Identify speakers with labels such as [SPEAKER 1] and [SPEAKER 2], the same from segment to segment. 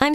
[SPEAKER 1] I'm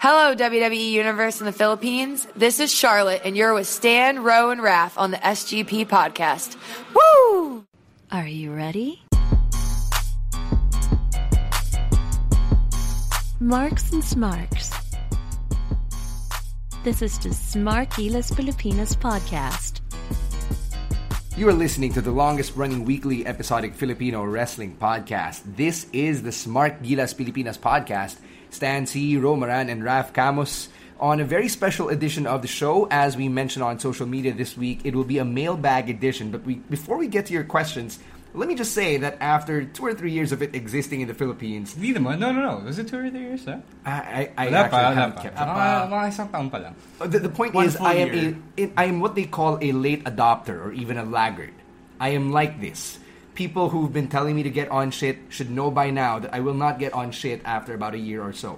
[SPEAKER 2] Hello, WWE Universe in the Philippines. This is Charlotte, and you're with Stan, Rowe, and Raph on the SGP podcast. Woo!
[SPEAKER 1] Are you ready?
[SPEAKER 3] Marks and Smarks. This is the Smarky Las Filipinas podcast.
[SPEAKER 4] You are listening to the longest running weekly episodic Filipino wrestling podcast. This is the Smart Gilas Pilipinas podcast. Stan C, Romaran, and Raf Camus on a very special edition of the show. As we mentioned on social media this week, it will be a mailbag edition. But we, before we get to your questions, let me just say that after two or three years of it existing in the Philippines,
[SPEAKER 5] Hindi naman. No, no, no. Was it two or three years, ha?
[SPEAKER 4] I, I, I
[SPEAKER 5] Wala
[SPEAKER 4] actually
[SPEAKER 5] pa, wala
[SPEAKER 4] haven't
[SPEAKER 5] pa.
[SPEAKER 4] kept Ah. up.
[SPEAKER 5] Mga, mga isang taon pa lang.
[SPEAKER 4] Uh, The, the point
[SPEAKER 6] One
[SPEAKER 4] is,
[SPEAKER 6] full
[SPEAKER 4] I am
[SPEAKER 6] year.
[SPEAKER 4] a, in- I am what they call a late adopter or even a laggard. I am like this. People who've been telling me to get on shit should know by now that I will not get on shit after about a year or so.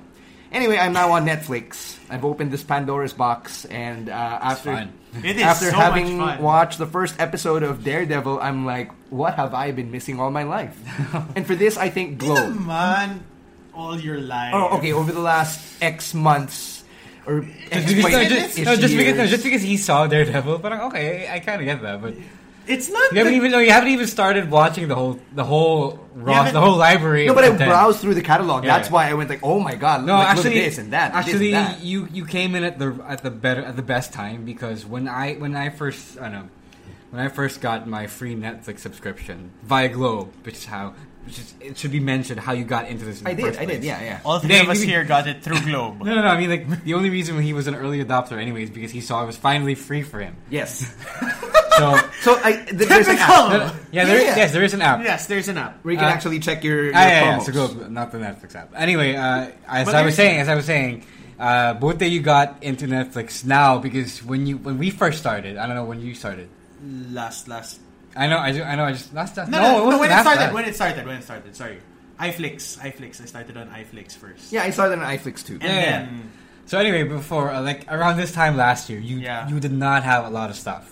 [SPEAKER 4] Anyway, I'm now on Netflix. I've opened this Pandora's box, and uh, after
[SPEAKER 5] fun.
[SPEAKER 6] It is
[SPEAKER 4] after
[SPEAKER 6] so much
[SPEAKER 4] having
[SPEAKER 6] fun.
[SPEAKER 4] watched the first episode of Daredevil, I'm like, what have I been missing all my life? and for this, I think Glow.
[SPEAKER 6] Man, all your life.
[SPEAKER 4] Oh, okay. Over the last X months or X
[SPEAKER 5] Just because, no, just,
[SPEAKER 4] ish
[SPEAKER 5] no, just, because, no,
[SPEAKER 4] years.
[SPEAKER 5] just because he saw Daredevil, parang okay, I kind of get that. But you
[SPEAKER 6] It's not.
[SPEAKER 5] haven't
[SPEAKER 6] that-
[SPEAKER 5] even no, you haven't even started watching the whole the whole raw,
[SPEAKER 6] haven't-
[SPEAKER 5] the whole library.
[SPEAKER 4] No,
[SPEAKER 5] of
[SPEAKER 4] but I
[SPEAKER 5] content.
[SPEAKER 4] browsed through the catalog.
[SPEAKER 5] Yeah,
[SPEAKER 4] That's
[SPEAKER 5] yeah.
[SPEAKER 4] why I went like, oh my god,
[SPEAKER 5] No,
[SPEAKER 4] like,
[SPEAKER 5] actually,
[SPEAKER 4] look at this and that.
[SPEAKER 5] Actually,
[SPEAKER 4] this and that.
[SPEAKER 5] you you came in at the at the better at the best time because when I when I first I don't know when I first got my free Netflix subscription via Globe, which is how which is, it should be mentioned how you got into this. In
[SPEAKER 4] I
[SPEAKER 5] the
[SPEAKER 4] did,
[SPEAKER 5] first
[SPEAKER 4] I did,
[SPEAKER 5] place.
[SPEAKER 4] yeah, yeah.
[SPEAKER 6] all three
[SPEAKER 5] They-
[SPEAKER 6] of us here got it through Globe.
[SPEAKER 5] No, no, no. I mean, like the only reason he was an early adopter, anyways, because he saw it was finally free for him.
[SPEAKER 4] yes.
[SPEAKER 5] So
[SPEAKER 4] So I th- there's an
[SPEAKER 6] Typical!
[SPEAKER 4] app.
[SPEAKER 5] yeah, there,
[SPEAKER 4] Yeah.
[SPEAKER 5] yes, there is an app.
[SPEAKER 6] yes, there's an app.
[SPEAKER 4] where you can actually check your, your
[SPEAKER 5] Ah, yeah, yeah,
[SPEAKER 4] promos.
[SPEAKER 5] so Globe, not the Netflix app. Anyway, uh, as
[SPEAKER 6] But
[SPEAKER 5] I was
[SPEAKER 6] there's-
[SPEAKER 5] saying, as I was saying, uh, both that you got into Netflix now because when you when we first started, I don't know when you started.
[SPEAKER 6] Uh, Last, last.
[SPEAKER 5] I know, I, ju- I know, I just last time.
[SPEAKER 6] No, no, no,
[SPEAKER 5] wasn't
[SPEAKER 6] when it
[SPEAKER 5] last
[SPEAKER 6] started.
[SPEAKER 5] time.
[SPEAKER 6] When it started. When it started. Sorry. iFlix. iFlix. I started on iFlix first.
[SPEAKER 4] Yeah, I saw that on iFlix too.
[SPEAKER 6] And
[SPEAKER 5] Yeah, yeah.
[SPEAKER 6] then
[SPEAKER 5] so anyway, before uh, like around this time last year, you
[SPEAKER 6] Yeah.
[SPEAKER 5] you did not have a lot of stuff.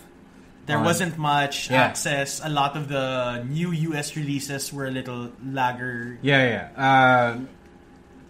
[SPEAKER 6] there
[SPEAKER 5] on-
[SPEAKER 6] wasn't much
[SPEAKER 5] Yeah.
[SPEAKER 6] access. A lot of the new US releases were a little lagger.
[SPEAKER 5] Yeah, yeah. Uh,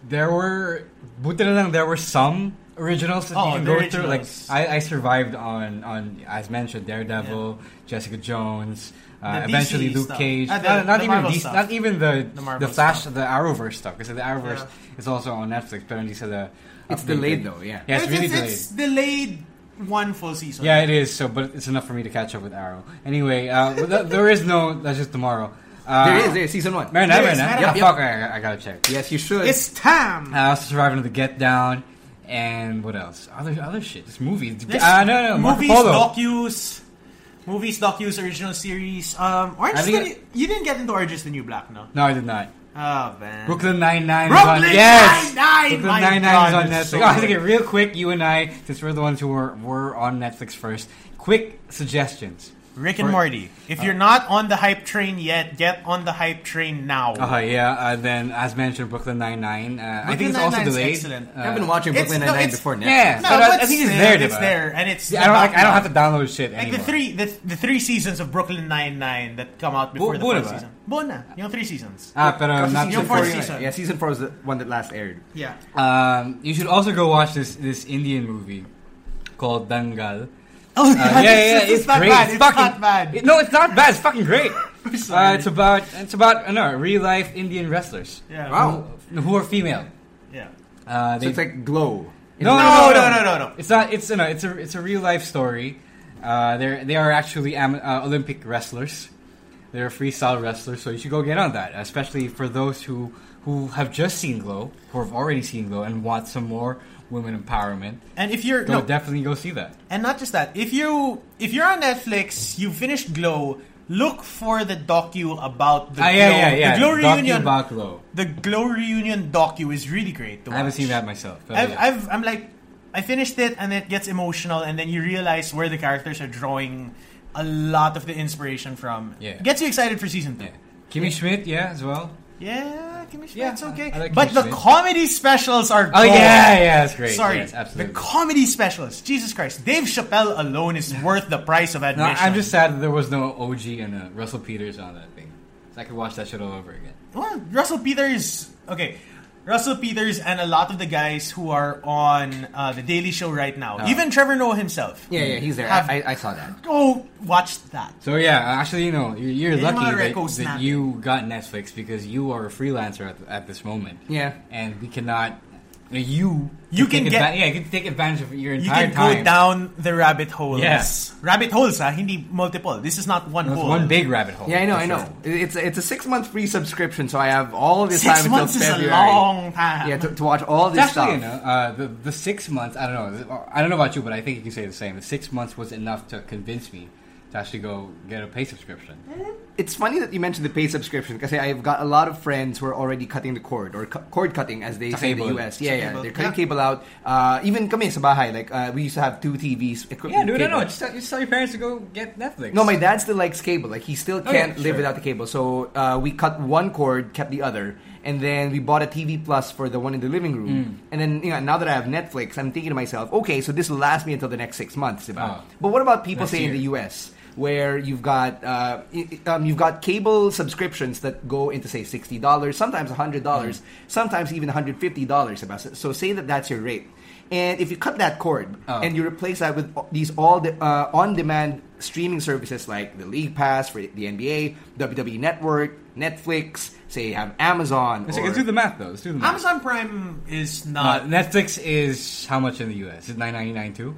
[SPEAKER 5] there were, buti na lang, there were some originals that
[SPEAKER 6] Oh,
[SPEAKER 5] you can
[SPEAKER 6] the
[SPEAKER 5] go through. Like
[SPEAKER 6] originals.
[SPEAKER 5] I, I survived on, on as mentioned, Daredevil, Jessica Jones, uh,
[SPEAKER 6] The
[SPEAKER 5] eventually
[SPEAKER 6] DC
[SPEAKER 5] Luke
[SPEAKER 6] stuff.
[SPEAKER 5] Cage.
[SPEAKER 6] Ah, the-
[SPEAKER 5] not, not
[SPEAKER 6] the
[SPEAKER 5] even
[SPEAKER 6] Marvel
[SPEAKER 5] these-
[SPEAKER 6] stuff.
[SPEAKER 5] not even the
[SPEAKER 6] The
[SPEAKER 5] the,
[SPEAKER 6] Marvel
[SPEAKER 5] Flash,
[SPEAKER 6] stuff.
[SPEAKER 5] the Arrowverse stuff. Because the Arrowverse
[SPEAKER 6] Yeah.
[SPEAKER 5] is also on Netflix, but only so the
[SPEAKER 4] It's
[SPEAKER 5] updated.
[SPEAKER 4] delayed, though, yeah.
[SPEAKER 5] yeah, it's,
[SPEAKER 6] It's,
[SPEAKER 5] really
[SPEAKER 6] it's-
[SPEAKER 5] delayed.
[SPEAKER 6] it's delayed one full season.
[SPEAKER 5] Yeah, it is. So, but it's enough for me to catch up with Arrow. Anyway, uh, but th- there is no. That's just tomorrow. Uh,
[SPEAKER 4] There is, there is season one.
[SPEAKER 5] Marinette,
[SPEAKER 6] There is,
[SPEAKER 5] Marinette.
[SPEAKER 6] Marinette.
[SPEAKER 5] Yeah, fuck, I, I gotta check.
[SPEAKER 4] Yes, you should.
[SPEAKER 6] It's Tam!
[SPEAKER 5] I also survived the Get Down and what else? Other other shit. Just movies.
[SPEAKER 6] There's
[SPEAKER 5] Ah, no, no, Marco
[SPEAKER 6] movies,
[SPEAKER 5] Polo.
[SPEAKER 6] docus, movies, docus, original series. Um, Orange
[SPEAKER 5] I
[SPEAKER 6] is the
[SPEAKER 5] think
[SPEAKER 6] New- you didn't get into Orange is the New Black, no?
[SPEAKER 5] no, I did not.
[SPEAKER 6] Oh man,
[SPEAKER 5] Brooklyn Nine Nine.
[SPEAKER 6] Brooklyn
[SPEAKER 5] is on, yes,
[SPEAKER 6] Nine-Nine, my
[SPEAKER 5] Brooklyn Nine Nine is
[SPEAKER 6] God,
[SPEAKER 5] on Netflix.
[SPEAKER 6] it's so
[SPEAKER 5] oh, I
[SPEAKER 6] good.
[SPEAKER 5] think it real quick. You and I, since we're the ones who were were on Netflix first. Quick suggestions.
[SPEAKER 6] Rick and
[SPEAKER 5] Or-
[SPEAKER 6] Morty. If you're not on the hype train yet, get on the hype train now.
[SPEAKER 5] Oh yeah. Uh, then, as mentioned, Brooklyn Nine Nine. Uh, I think
[SPEAKER 6] Brooklyn
[SPEAKER 5] it's also
[SPEAKER 6] Nine-Nine's
[SPEAKER 5] delayed.
[SPEAKER 6] excellent.
[SPEAKER 5] Uh,
[SPEAKER 4] I've been watching
[SPEAKER 6] it's-
[SPEAKER 4] Brooklyn
[SPEAKER 6] no,
[SPEAKER 4] Nine Nine
[SPEAKER 6] it's-
[SPEAKER 4] before now.
[SPEAKER 5] yeah,
[SPEAKER 6] No,
[SPEAKER 5] but I,
[SPEAKER 6] but
[SPEAKER 5] I think it's
[SPEAKER 6] still,
[SPEAKER 5] there.
[SPEAKER 6] it's
[SPEAKER 5] diba?
[SPEAKER 6] there, and it's
[SPEAKER 5] I don't. Like, I don't
[SPEAKER 6] about-
[SPEAKER 5] have to download shit
[SPEAKER 6] Like
[SPEAKER 5] anymore.
[SPEAKER 6] the three, the, the three seasons of Brooklyn Nine Nine that come out before
[SPEAKER 5] Bu-
[SPEAKER 6] the
[SPEAKER 5] buo na
[SPEAKER 6] fourth
[SPEAKER 5] ba?
[SPEAKER 6] season. Bona, yung three seasons.
[SPEAKER 5] Ah, pero
[SPEAKER 4] Because
[SPEAKER 5] not
[SPEAKER 4] season
[SPEAKER 6] Yung
[SPEAKER 5] before
[SPEAKER 4] four,
[SPEAKER 6] fourth
[SPEAKER 4] yeah.
[SPEAKER 6] season.
[SPEAKER 4] Yeah, season four is the one that last aired.
[SPEAKER 6] yeah,
[SPEAKER 5] Um, you should also go watch this this Indian movie called Dangal.
[SPEAKER 6] Oh,
[SPEAKER 5] Uh, yeah, yeah, yeah,
[SPEAKER 6] it's,
[SPEAKER 5] it's,
[SPEAKER 6] not
[SPEAKER 5] great.
[SPEAKER 6] bad. It's
[SPEAKER 5] fucking,
[SPEAKER 6] not bad.
[SPEAKER 5] it- no, it's not bad. It's fucking great. uh,
[SPEAKER 6] sorry.
[SPEAKER 5] it's about it's about uh, no real life Indian wrestlers.
[SPEAKER 6] Yeah.
[SPEAKER 4] Wow.
[SPEAKER 5] who, who are female.
[SPEAKER 6] yeah.
[SPEAKER 5] Uh, they,
[SPEAKER 4] So it's like Glow.
[SPEAKER 5] no,
[SPEAKER 6] No, no, no, no, no.
[SPEAKER 5] It's not. It's no. It's a it's a real life story. Uh, they they are actually am, uh, Olympic wrestlers. They're freestyle wrestlers, so you should go get on that, especially for those who who have just seen Glow, who have already seen Glow, and want some more women empowerment.
[SPEAKER 6] And if you're
[SPEAKER 5] Go
[SPEAKER 6] no,
[SPEAKER 5] definitely go see that.
[SPEAKER 6] And not just that, if you if you're on Netflix, you finished Glow, look for the docu about the
[SPEAKER 5] Ah,
[SPEAKER 6] Glow.
[SPEAKER 5] yeah, yeah, yeah.
[SPEAKER 6] The Glow
[SPEAKER 5] Docu
[SPEAKER 6] reunion.
[SPEAKER 5] about Glow.
[SPEAKER 6] The Glow reunion docu is really great. to
[SPEAKER 5] I haven't
[SPEAKER 6] watch.
[SPEAKER 5] seen that myself. but
[SPEAKER 6] I've,
[SPEAKER 5] yeah.
[SPEAKER 6] I've, I'm like, I finished it and it gets emotional, and then you realize where the characters are drawing a lot of the inspiration from.
[SPEAKER 5] Yeah.
[SPEAKER 6] Gets you excited for season two.
[SPEAKER 5] Yeah. Kimmy Schmidt, yeah, as well.
[SPEAKER 6] Yeah, Kimmy Schmidt's
[SPEAKER 5] Yeah,
[SPEAKER 6] okay.
[SPEAKER 5] I like
[SPEAKER 6] but
[SPEAKER 5] Kimmy
[SPEAKER 6] the
[SPEAKER 5] Schmidt.
[SPEAKER 6] comedy specials are
[SPEAKER 5] Oh
[SPEAKER 6] gold.
[SPEAKER 5] yeah, yeah, that's great.
[SPEAKER 6] Sorry,
[SPEAKER 5] yes, absolutely.
[SPEAKER 6] the comedy specials. Jesus Christ, Dave Chappelle alone is worth the price of
[SPEAKER 5] no,
[SPEAKER 6] admission.
[SPEAKER 5] I'm just sad that there was no OG and uh, Russell Peters on that thing, so I could watch that shit all over again.
[SPEAKER 6] Well, Russell Peters. Okay, Russell Peters and a lot of the guys who are on uh, the Daily Show right now, even Trevor Noah himself.
[SPEAKER 4] Yeah, yeah, he's there.
[SPEAKER 6] Have-
[SPEAKER 4] I, I, I saw that.
[SPEAKER 6] Go watch that.
[SPEAKER 5] So yeah, uh, actually, you know, you're, you're
[SPEAKER 6] Yeah,
[SPEAKER 5] lucky
[SPEAKER 6] Mara
[SPEAKER 5] that,
[SPEAKER 6] Recco's
[SPEAKER 5] that
[SPEAKER 6] not
[SPEAKER 5] you got Netflix because you are a freelancer at, at this moment.
[SPEAKER 4] Yeah.
[SPEAKER 5] and we cannot. You
[SPEAKER 6] You can
[SPEAKER 5] take
[SPEAKER 6] get-
[SPEAKER 5] advan- yeah, you can take advantage of your
[SPEAKER 6] You
[SPEAKER 5] entire
[SPEAKER 6] can
[SPEAKER 5] time.
[SPEAKER 6] go down the rabbit holes.
[SPEAKER 5] Yes.
[SPEAKER 6] rabbit holes. Ah, hindi multiple. This is not one
[SPEAKER 5] That's
[SPEAKER 6] hole.
[SPEAKER 5] one big rabbit hole.
[SPEAKER 4] Yeah, I know,
[SPEAKER 5] for
[SPEAKER 4] I
[SPEAKER 5] sure.
[SPEAKER 4] know. It's it's a six month free subscription, so I have all this
[SPEAKER 6] Six
[SPEAKER 4] time until
[SPEAKER 6] months is a
[SPEAKER 4] February.
[SPEAKER 6] long time.
[SPEAKER 4] Yeah, to, to watch all
[SPEAKER 5] It's
[SPEAKER 4] this
[SPEAKER 5] actually, you
[SPEAKER 4] stuff.
[SPEAKER 5] know, uh, the the six months. I don't know. I don't know about you, but I think you can say the same. The six months was enough to convince me to actually go get a pay subscription.
[SPEAKER 4] It's funny that you mentioned the pay subscription because I've got a lot of friends who are already cutting the cord or cu- cord cutting as they
[SPEAKER 5] Sa
[SPEAKER 4] say in the
[SPEAKER 5] cable.
[SPEAKER 4] US. Yeah, yeah,
[SPEAKER 6] cable.
[SPEAKER 4] they're cutting
[SPEAKER 6] Yeah.
[SPEAKER 4] cable out. Uh, even kami sa bahay, like uh, we used to have two TVs. equipped
[SPEAKER 5] Yeah,
[SPEAKER 4] with
[SPEAKER 5] dude, I
[SPEAKER 4] cable.
[SPEAKER 5] know. Just tell, just tell your parents to go get Netflix.
[SPEAKER 4] No, my dad still likes cable. Like he still
[SPEAKER 5] Oh, yeah,
[SPEAKER 4] can't live
[SPEAKER 5] sure.
[SPEAKER 4] without the cable. So uh, we cut one cord, kept the other, and then we bought a TV plus for the one in the living room.
[SPEAKER 5] Mm.
[SPEAKER 4] And then you know, now that I have Netflix, I'm thinking to myself, okay, so this will last me until the next six months. diba?
[SPEAKER 5] Oh.
[SPEAKER 4] But what about people
[SPEAKER 5] Next
[SPEAKER 4] say in the
[SPEAKER 5] year.
[SPEAKER 4] U.S. where you've got uh, i- i- um, you've got cable subscriptions that go into say sixty dollars, sometimes hundred dollars, sometimes even hundred fifty dollars. So say that that's your rate. And if you cut that cord and you replace that with all- these all the uh, on-demand streaming services like the League Pass for the NBA, WWE E Network, Netflix, say you have Amazon,
[SPEAKER 5] Let's,
[SPEAKER 4] or,
[SPEAKER 5] let's do the math though. Let's do the math.
[SPEAKER 6] Amazon Prime is
[SPEAKER 5] Uh,
[SPEAKER 6] not.
[SPEAKER 5] Netflix is how much in the U.S.? Is it nine ninety nine too?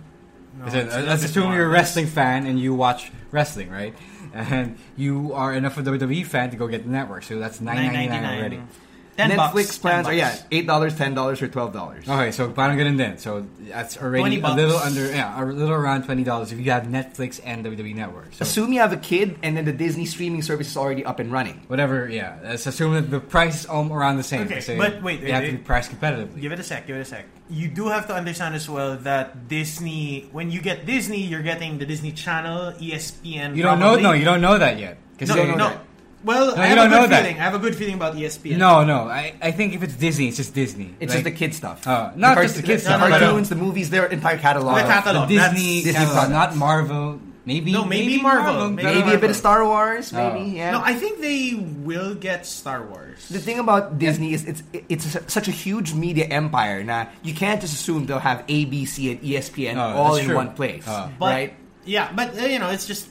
[SPEAKER 5] Is it- uh,
[SPEAKER 6] it's a
[SPEAKER 5] let's
[SPEAKER 6] bit
[SPEAKER 5] assume
[SPEAKER 6] more.
[SPEAKER 5] you're a wrestling fan and you watch wrestling, right? And you are enough of a WWE fan to go get the network, so that's nine ninety nine already.
[SPEAKER 6] 9.99. Ten
[SPEAKER 4] Netflix
[SPEAKER 6] bucks,
[SPEAKER 4] plans are
[SPEAKER 6] ten
[SPEAKER 4] yeah
[SPEAKER 6] bucks.
[SPEAKER 4] eight dollars, ten dollars, or twelve dollars.
[SPEAKER 5] Okay, so parang ganun din. So that's already a
[SPEAKER 6] 20 bucks.
[SPEAKER 5] little under, yeah, a little around twenty dollars if you have Netflix and WWE Network. So
[SPEAKER 4] Assume you have a kid, and then the Disney streaming service is already up and running.
[SPEAKER 5] whatever, yeah. Let's assume that the price is all around the same.
[SPEAKER 6] Okay,
[SPEAKER 5] So
[SPEAKER 6] but wait,
[SPEAKER 5] they
[SPEAKER 6] wait,
[SPEAKER 5] have to be
[SPEAKER 6] wait.
[SPEAKER 5] priced competitively.
[SPEAKER 6] Give it a sec. Give it a sec. You do have to understand as well that Disney. When you get Disney, you're getting the Disney Channel, E ESPN.
[SPEAKER 5] You don't know, no,
[SPEAKER 6] probably.
[SPEAKER 5] you don't know that yet. 'Cause
[SPEAKER 6] No,
[SPEAKER 5] they-
[SPEAKER 6] no. Well, I
[SPEAKER 5] you
[SPEAKER 6] have
[SPEAKER 5] don't
[SPEAKER 6] a good
[SPEAKER 5] know that.
[SPEAKER 6] feeling. I have a good feeling about E ESPN.
[SPEAKER 5] No, no. I, I think if it's Disney, it's just Disney.
[SPEAKER 4] It's just
[SPEAKER 5] Like-
[SPEAKER 4] the kid stuff.
[SPEAKER 5] Uh, not
[SPEAKER 4] the
[SPEAKER 5] just the kid
[SPEAKER 4] The
[SPEAKER 5] stuff, but- uh,
[SPEAKER 4] cartoons, the movies, their entire catalog.
[SPEAKER 6] The catalog.
[SPEAKER 5] the
[SPEAKER 6] No, that's-
[SPEAKER 5] Disney,
[SPEAKER 4] Disney
[SPEAKER 5] catalog,
[SPEAKER 4] products.
[SPEAKER 5] not Marvel. Maybe
[SPEAKER 6] No, maybe Marvel. Maybe
[SPEAKER 4] Maybe a bit of
[SPEAKER 6] Marvel.
[SPEAKER 4] Star
[SPEAKER 5] Oh.
[SPEAKER 4] Wars. Maybe yeah.
[SPEAKER 6] No, I think they will get Star Wars.
[SPEAKER 4] the thing about Disney is it's it's a, such a huge media empire. Now you can't just assume they'll have ABC and E ESPN
[SPEAKER 5] Oh,
[SPEAKER 4] all
[SPEAKER 5] that's
[SPEAKER 4] in
[SPEAKER 5] true. Oh.
[SPEAKER 4] one place,
[SPEAKER 6] But
[SPEAKER 4] right?
[SPEAKER 6] yeah, but uh, you know, it's just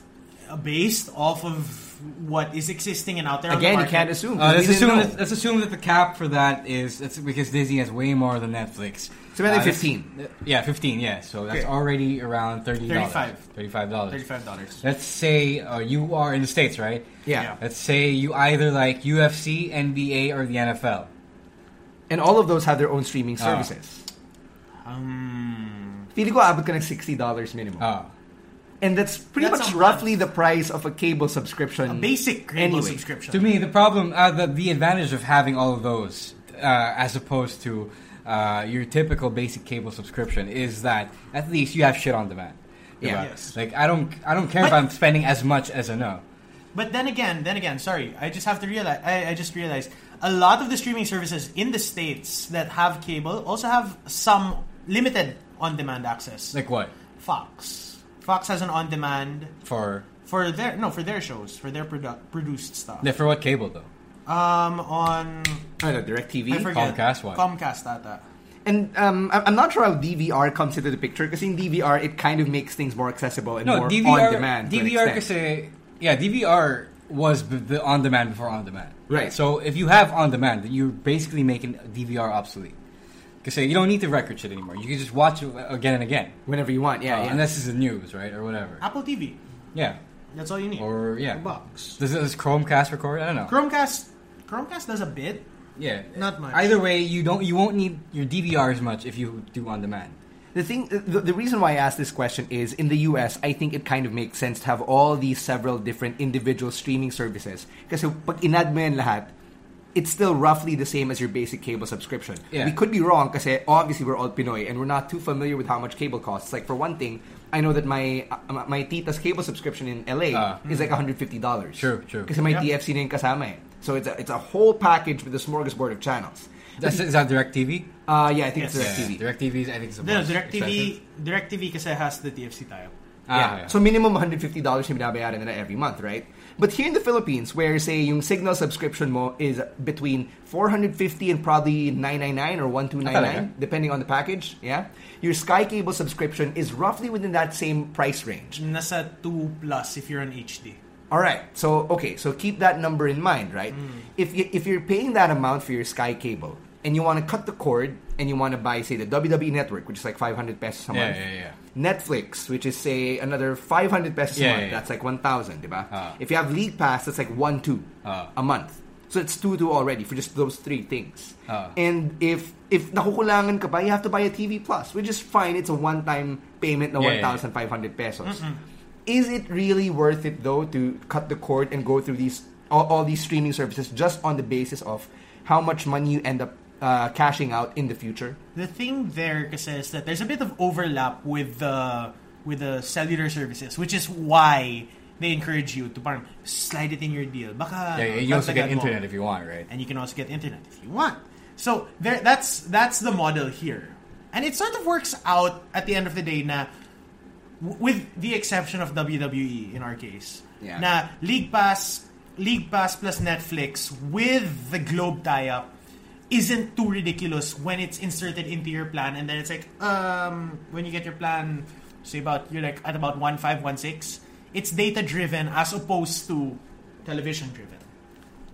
[SPEAKER 6] uh, based off of what is existing and out there. on the
[SPEAKER 4] Again, you
[SPEAKER 6] market.
[SPEAKER 4] can't assume.
[SPEAKER 5] Uh,
[SPEAKER 4] because
[SPEAKER 5] let's
[SPEAKER 4] we didn't
[SPEAKER 5] assume.
[SPEAKER 4] know.
[SPEAKER 5] Let's, let's assume that the cap for that is that's because Disney has way more than Netflix.
[SPEAKER 4] So maybe
[SPEAKER 5] Uh,
[SPEAKER 4] 15.
[SPEAKER 5] that's- Yeah, fifteen. Yeah, so that's
[SPEAKER 6] Okay.
[SPEAKER 5] already around thirty dollars.
[SPEAKER 6] 35.
[SPEAKER 5] Thirty-five dollars.
[SPEAKER 6] Thirty-five dollars.
[SPEAKER 5] Let's say uh, you are in the states, right?
[SPEAKER 4] yeah.
[SPEAKER 6] Yeah.
[SPEAKER 5] Let's say you either like UFC, NBA, or the NFL.
[SPEAKER 4] and all of those have their own streaming
[SPEAKER 5] Oh.
[SPEAKER 4] services. Um, Feeling ko abot ka ng sixty dollars minimum,
[SPEAKER 5] Uh,
[SPEAKER 4] and that's pretty
[SPEAKER 6] That's
[SPEAKER 4] much
[SPEAKER 6] a month.
[SPEAKER 4] roughly the price of a cable subscription.
[SPEAKER 6] Basic cable
[SPEAKER 4] anyway.
[SPEAKER 6] subscription.
[SPEAKER 5] to me, the problem, uh, the the advantage of having all of those, uh, as opposed to uh, your typical basic cable subscription, is that at least you have shit on demand.
[SPEAKER 4] Yeah.
[SPEAKER 5] Diba?
[SPEAKER 6] Yes.
[SPEAKER 5] Like I don't, I don't care if
[SPEAKER 6] But-
[SPEAKER 5] I'm spending as much as I know.
[SPEAKER 6] But then again, then again, sorry, I just have to realize. I, I just realized a lot of the streaming services in the states that have cable also have some limited on-demand access.
[SPEAKER 5] Like what?
[SPEAKER 6] Fox, Fox has an on-demand
[SPEAKER 5] For
[SPEAKER 6] for their no for their shows for their produ- produced stuff.
[SPEAKER 5] yeah, for what cable though?
[SPEAKER 6] Um, on
[SPEAKER 4] Ano, DirecTV?
[SPEAKER 6] I forget
[SPEAKER 5] Comcast one.
[SPEAKER 6] Comcast ata.
[SPEAKER 4] And um, I- I'm not sure how DVR comes into the picture because in DVR it kind of makes things more accessible and
[SPEAKER 5] No,
[SPEAKER 4] more
[SPEAKER 5] DVR.
[SPEAKER 4] on demand. to an
[SPEAKER 5] DVR
[SPEAKER 4] extent.
[SPEAKER 5] kasi yeah, DVR was b- the on demand before on demand.
[SPEAKER 4] Right.
[SPEAKER 5] So if you have on demand, then you're basically making DVR obsolete. Because you don't need the record shit anymore. You can just watch it again and again.
[SPEAKER 4] whenever you want. Yeah,
[SPEAKER 5] Uh,
[SPEAKER 4] yeah.
[SPEAKER 5] Unless it's the news, right, or whatever.
[SPEAKER 6] Apple TV.
[SPEAKER 5] Yeah.
[SPEAKER 6] That's all you need.
[SPEAKER 5] Or yeah.
[SPEAKER 6] A box.
[SPEAKER 5] Does, does Chromecast record? I don't know.
[SPEAKER 6] Chromecast. Chromecast does a bit.
[SPEAKER 5] yeah.
[SPEAKER 6] Not much.
[SPEAKER 5] Either way, you don't. You won't need your DVR as much if you do on demand.
[SPEAKER 4] the The thing, the, the reason why I asked this question is in the US, I think it kind of makes sense to have all these several different individual streaming services. Because pag inad mo yan lahat, it's still roughly the same as your basic cable subscription.
[SPEAKER 5] Yeah.
[SPEAKER 4] We could be wrong because obviously we're all Pinoy and we're not too familiar with how much cable costs. Like for one thing, I know that my uh, my tita's cable subscription in LA is like $150.
[SPEAKER 5] Ah. True, true.
[SPEAKER 4] Kasi may TFC na yung kasama eh. So it's a, it's a whole package with a smorgasbord of channels.
[SPEAKER 5] That's, is that DirecTV?
[SPEAKER 4] Uh, yeah, I think
[SPEAKER 6] Yes.
[SPEAKER 4] it's DirecTV.
[SPEAKER 5] Yeah, DirecTV, is- I think it's the
[SPEAKER 6] No,
[SPEAKER 5] most
[SPEAKER 6] DirecTV, uh,
[SPEAKER 5] expensive.
[SPEAKER 6] DirecTV kasi has the TFC tie-up.
[SPEAKER 5] Ah, yeah.
[SPEAKER 4] So minimum $150 yung binabayaran nila every month, right? But here in the Philippines, where say yung signal subscription mo is between 450 and probably 999 or 1299,
[SPEAKER 5] Ah, Talaga?
[SPEAKER 4] depending on the package, yeah? Your Sky Cable subscription is roughly within that same price range.
[SPEAKER 6] Nasa 2 plus if you're on HD.
[SPEAKER 4] All right. So okay. So keep that number in mind, right?
[SPEAKER 5] Mm.
[SPEAKER 4] If you, if you're paying that amount for your Sky cable and you want to cut the cord and you want to buy say the WWE network, which is like 500 pesos a
[SPEAKER 5] Yeah,
[SPEAKER 4] month.
[SPEAKER 5] yeah, yeah.
[SPEAKER 4] Netflix, which is say another 500 pesos a
[SPEAKER 5] Yeah,
[SPEAKER 4] month.
[SPEAKER 5] yeah, yeah.
[SPEAKER 4] That's like 1,000, diba?
[SPEAKER 5] Ah.
[SPEAKER 4] If you have League Pass, that's like 1 2 a month. So it's 2 2 already for just those three things.
[SPEAKER 5] Ah.
[SPEAKER 4] And if if nakukulangan ka pa, you have to buy a TV Plus, which is fine. It's a one-time payment na
[SPEAKER 5] Yeah, yeah, yeah.
[SPEAKER 4] 1,500 pesos is it really worth it though to cut the cord and go through these all, all these streaming services just on the basis of how much money you end up uh, cashing out in the future?
[SPEAKER 6] The thing there kasi is that there's a bit of overlap with the with the cellular services, which is why they encourage you to parang slide it in your deal. Baka
[SPEAKER 5] Yeah,
[SPEAKER 6] ano,
[SPEAKER 5] you also get
[SPEAKER 6] dagdagan mo.
[SPEAKER 5] internet if you want, right?
[SPEAKER 6] and you can also get internet if you want. So there, that's that's the model here, and it sort of works out at the end of the day. Na, w- with the exception of WWE in our case,
[SPEAKER 4] Yeah.
[SPEAKER 6] na League Pass, League Pass plus Netflix with the Globe tie-up isn't too ridiculous when it's inserted into your plan, and then it's like um when you get your plan, say about you're like at about one five one six. It's data driven as opposed to television driven.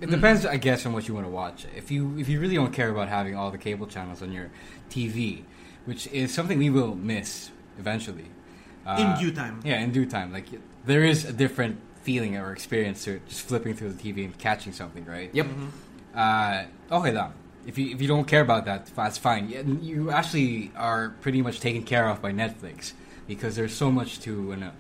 [SPEAKER 5] It depends, I guess, on what you want to watch. If you if you really don't care about having all the cable channels on your TV, which is something we will miss eventually.
[SPEAKER 6] In due time.
[SPEAKER 5] Yeah, in due time. Like there is a different feeling or experience to just flipping through the TV and catching something, right?
[SPEAKER 4] Yep.
[SPEAKER 5] Uh, okay, lang. If you if you don't care about that, that's fine. Yeah, You actually are pretty much taken care of by Netflix because there's so much to. You know,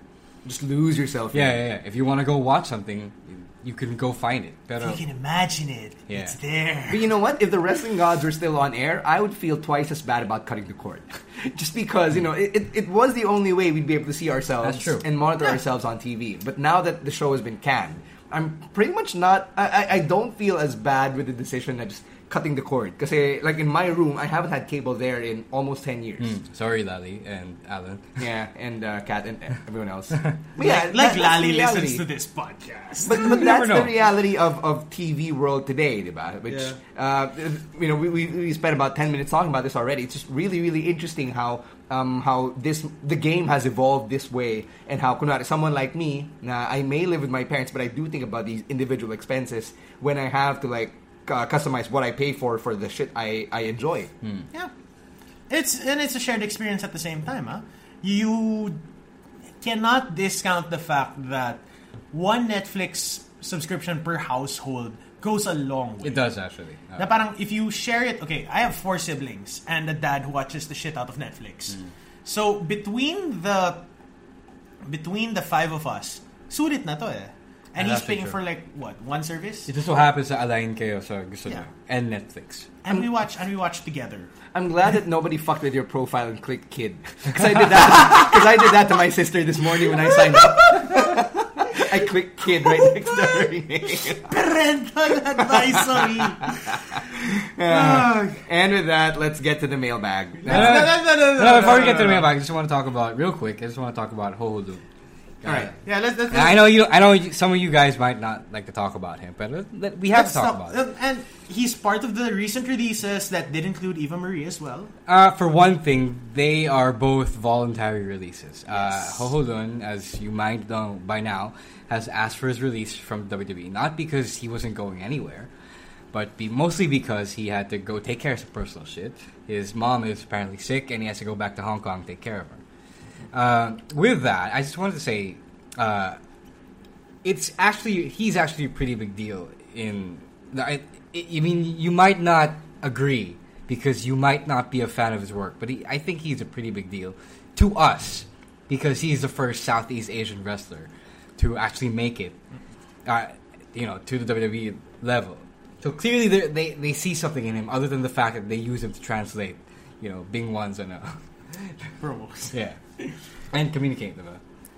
[SPEAKER 4] Just lose yourself. in
[SPEAKER 5] yeah,
[SPEAKER 4] it.
[SPEAKER 5] yeah, yeah. If you want to go watch something, you- you can go find it. Pero,
[SPEAKER 6] You can imagine it.
[SPEAKER 5] Yeah.
[SPEAKER 6] It's there.
[SPEAKER 4] But you know what? If the wrestling gods were still on air, I would feel twice as bad about cutting the cord. Just because, you know, it, it, it was the only way we'd be able to see ourselves
[SPEAKER 5] That's true.
[SPEAKER 4] and monitor ourselves on TV. But now that the show has been canned, I'm pretty much not, I, I, I don't feel as bad with the decision of just cutting the cord. Because, like, in my room, I haven't had cable there in almost 10 years.
[SPEAKER 6] Hmm.
[SPEAKER 5] sorry, Lally and Alan.
[SPEAKER 4] Yeah, and uh, Kat and everyone else. But yeah, that-
[SPEAKER 6] like
[SPEAKER 4] that's
[SPEAKER 6] Lally
[SPEAKER 4] the
[SPEAKER 6] listens
[SPEAKER 4] reality.
[SPEAKER 6] to this podcast.
[SPEAKER 4] But, but that's
[SPEAKER 5] You never
[SPEAKER 4] the
[SPEAKER 5] know.
[SPEAKER 4] reality of, of TV world today, diba? Which uh, you know we, we, we spent about ten minutes talking about this already. It's just really really interesting how um, how this the game has evolved this way, and how kunwari, someone like me, na I may live with my parents, but I do think about these individual expenses when I have to like uh, customize what I pay for for the shit I I enjoy.
[SPEAKER 5] Hmm.
[SPEAKER 6] yeah. It's and it's a shared experience at the same time, huh? You cannot discount the fact that one Netflix subscription per household goes a long way.
[SPEAKER 5] It does actually. Uh,
[SPEAKER 6] Na parang if you share it, okay, I have four siblings and a dad who watches the shit out of Netflix. So between the between the five of us, sulit na to eh. And
[SPEAKER 5] Yeah, that's
[SPEAKER 6] he's paying
[SPEAKER 5] true.
[SPEAKER 6] for like what one service,
[SPEAKER 5] it just so happens that align kayo sa gusto niyo
[SPEAKER 6] Yeah.
[SPEAKER 5] and Netflix.
[SPEAKER 6] and we watch and we watch together.
[SPEAKER 4] I'm glad that nobody fucked with your profile and clicked kid because I did that because I did that to my sister this morning when I signed up. I clicked kid right
[SPEAKER 5] Oh
[SPEAKER 4] next to her name.
[SPEAKER 6] parental advisory.
[SPEAKER 4] And with that, let's get to the mailbag.
[SPEAKER 5] No,
[SPEAKER 4] Now-
[SPEAKER 5] no, no,
[SPEAKER 6] no, no,
[SPEAKER 5] before we
[SPEAKER 6] no,
[SPEAKER 5] get to the
[SPEAKER 6] no, no.
[SPEAKER 5] mailbag, I just want to talk about real quick. I just want to talk about Hoholu.
[SPEAKER 4] all right.
[SPEAKER 6] Yeah, let's, let's,
[SPEAKER 5] Uh, I know you. I know you, some of you guys might not like to talk about him, but let- let- we have
[SPEAKER 6] let's
[SPEAKER 5] to talk
[SPEAKER 6] stop.
[SPEAKER 5] about it.
[SPEAKER 6] And he's part of the recent releases that did include Eva Marie as well.
[SPEAKER 5] Uh, for one thing, they are both voluntary releases. Uh, Hoholun, as you might know by now, has asked for his release from WWE, not because he wasn't going anywhere, but be- mostly because he had to go take care of some personal shit. His mom is apparently sick, and he has to go back to Hong Kong to take care of her. Uh, with that, I just wanted to say uh, it's actually he's actually a pretty big deal in I, I mean you might not agree because you might not be a fan of his work, but he, I think he's a pretty big deal to us because he's the first Southeast Asian wrestler to actually make it, uh, you know, to the WWE level. So clearly they, they they see something in him other than the fact that they use him to translate, you know, Bing ones and uh,
[SPEAKER 6] promos.
[SPEAKER 5] yeah, and communicate them.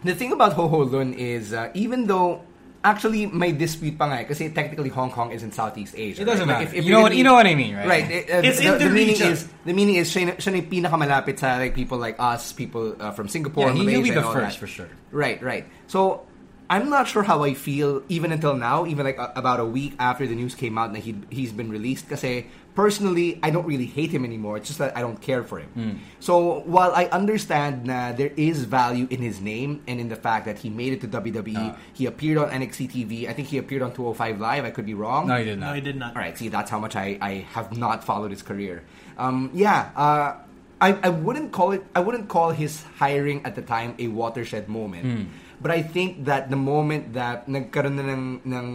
[SPEAKER 4] The thing about Ho Ho Lun is, uh, even though actually may dispute pa nga eh, kasi technically Hong Kong isn't Southeast Asia.
[SPEAKER 5] It doesn't
[SPEAKER 4] right?
[SPEAKER 5] matter. You know what- you know what I mean, right?
[SPEAKER 4] Right. eh, uh,
[SPEAKER 6] It's
[SPEAKER 4] the,
[SPEAKER 6] in the
[SPEAKER 4] meaning
[SPEAKER 6] region.
[SPEAKER 4] is the meaning is siya, na- siya na yung pinakamalapit sa like people like us, people uh, from Singapore,
[SPEAKER 5] Yeah, he-
[SPEAKER 4] Malaysia,
[SPEAKER 5] he'll be the
[SPEAKER 4] and all
[SPEAKER 5] first
[SPEAKER 4] that.
[SPEAKER 5] for sure.
[SPEAKER 4] Right, right. So I'm not sure how I feel even until now, even like a, about a week after the news came out that he he's been released. Because personally, I don't really hate him anymore. It's just that I don't care for him.
[SPEAKER 5] Hmm.
[SPEAKER 4] So while I understand na there is value in his name and in the fact that he made it to WWE,
[SPEAKER 5] Ah.
[SPEAKER 4] he appeared on NXT TV. I think he appeared on 205 Live. I could be wrong.
[SPEAKER 5] No, he did
[SPEAKER 6] No,
[SPEAKER 5] not.
[SPEAKER 6] I did not.
[SPEAKER 4] All right, see, that's how much I, I have not followed his career. Um, yeah, uh, I, I wouldn't call it. I wouldn't call his hiring at the time a watershed moment,
[SPEAKER 5] Hmm.
[SPEAKER 4] but I think that the moment that nagkaroon na ng, ng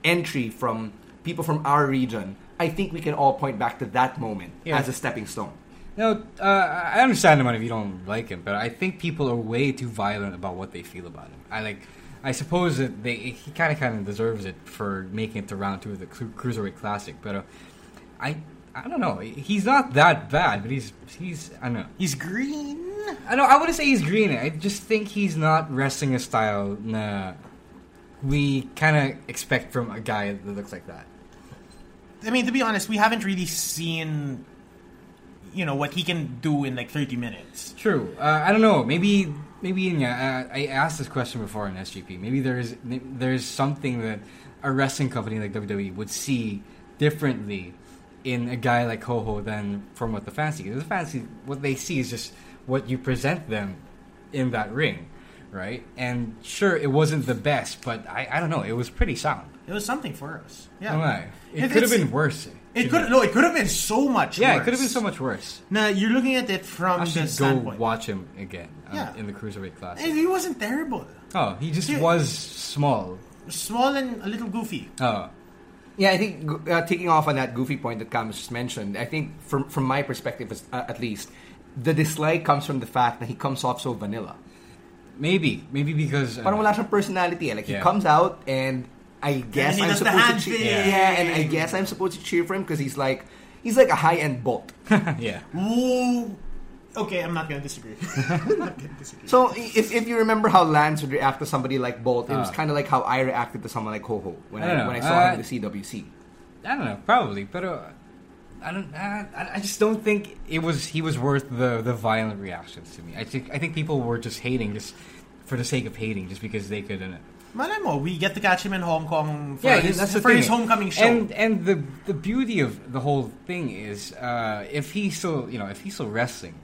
[SPEAKER 4] entry from people from our region, I think we can all point back to that moment
[SPEAKER 5] Yeah.
[SPEAKER 4] as a stepping stone.
[SPEAKER 5] No, uh, I understand him if you don't like him, but I think people are way too violent about what they feel about him. I like, I suppose that they he kind of kind of deserves it for making it to round two of the Cru- cruiserweight classic, but uh, I I don't know. He's not that bad, but he's he's I don't know.
[SPEAKER 6] He's green.
[SPEAKER 5] I know I wouldn't say he's green. I just think he's not wrestling a style na we kind of expect from a guy that looks like that.
[SPEAKER 6] I mean, to be honest, we haven't really seen, you know, what he can do in like 30 minutes.
[SPEAKER 5] True. Uh, I don't know. Maybe maybe yeah, uh, I, I asked this question before in SGP. Maybe there is there's something that a wrestling company like WWE would see differently in a guy like Ho Ho than from what the fans see. The fans see what they see is just what you present them in that ring, right? And sure, it wasn't the best, but I, I don't know. It was pretty sound.
[SPEAKER 6] It was something for us.
[SPEAKER 5] I
[SPEAKER 6] Yeah,
[SPEAKER 5] don't lie. It,
[SPEAKER 6] It-
[SPEAKER 5] could have
[SPEAKER 6] it's-
[SPEAKER 5] been worse.
[SPEAKER 6] It could no, it could have been so much.
[SPEAKER 5] Yeah,
[SPEAKER 6] worse.
[SPEAKER 5] it could have been so much worse.
[SPEAKER 6] Now you're looking at it from
[SPEAKER 5] I
[SPEAKER 6] the
[SPEAKER 5] should go
[SPEAKER 6] standpoint.
[SPEAKER 5] watch him again uh,
[SPEAKER 6] Yeah.
[SPEAKER 5] in the cruiserweight class.
[SPEAKER 6] And he wasn't terrible.
[SPEAKER 5] Oh, he just
[SPEAKER 6] Yeah.
[SPEAKER 5] was small.
[SPEAKER 6] Small and a little goofy.
[SPEAKER 5] Oh,
[SPEAKER 4] Yeah, I think uh, taking off on that goofy point that Camus just mentioned, I think from from my perspective as- uh, at least, the dislike comes from the fact that he comes off so vanilla.
[SPEAKER 5] maybe, maybe because uh,
[SPEAKER 4] parang wala siyang personality. eh. Like he
[SPEAKER 5] Yeah.
[SPEAKER 4] comes out and I guess
[SPEAKER 6] he
[SPEAKER 4] I'm
[SPEAKER 6] does the
[SPEAKER 4] supposed to
[SPEAKER 6] hand
[SPEAKER 4] cheer.
[SPEAKER 6] thing.
[SPEAKER 4] Yeah, and I guess I'm supposed to cheer for him because he's like he's like a high end bolt.
[SPEAKER 5] yeah,
[SPEAKER 6] Whoa. Okay, I'm not gonna disagree. I'm not gonna disagree.
[SPEAKER 4] so if, if you remember how Lance would react to somebody like Bolt, it was kind of like how I reacted to someone like Ho Ho when
[SPEAKER 5] I
[SPEAKER 4] I,
[SPEAKER 5] don't know.
[SPEAKER 4] when I saw
[SPEAKER 5] Uh,
[SPEAKER 4] him in the CWC.
[SPEAKER 5] I don't know, probably, but uh, I don't, uh, I I just don't think it was he was worth the the violent reactions to me. I think I think people were just hating just for the sake of hating, just because they could. Uh,
[SPEAKER 6] Malay mo, we get to catch him in Hong Kong for
[SPEAKER 5] yeah,
[SPEAKER 6] his,
[SPEAKER 5] that's the
[SPEAKER 6] for
[SPEAKER 5] thing.
[SPEAKER 6] his homecoming show.
[SPEAKER 5] And and the the beauty of the whole thing is uh, if he's still you know if he's still wrestling,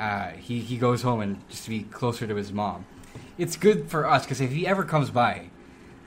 [SPEAKER 5] uh, he he goes home and just to be closer to his mom. It's good for us because if he ever comes by,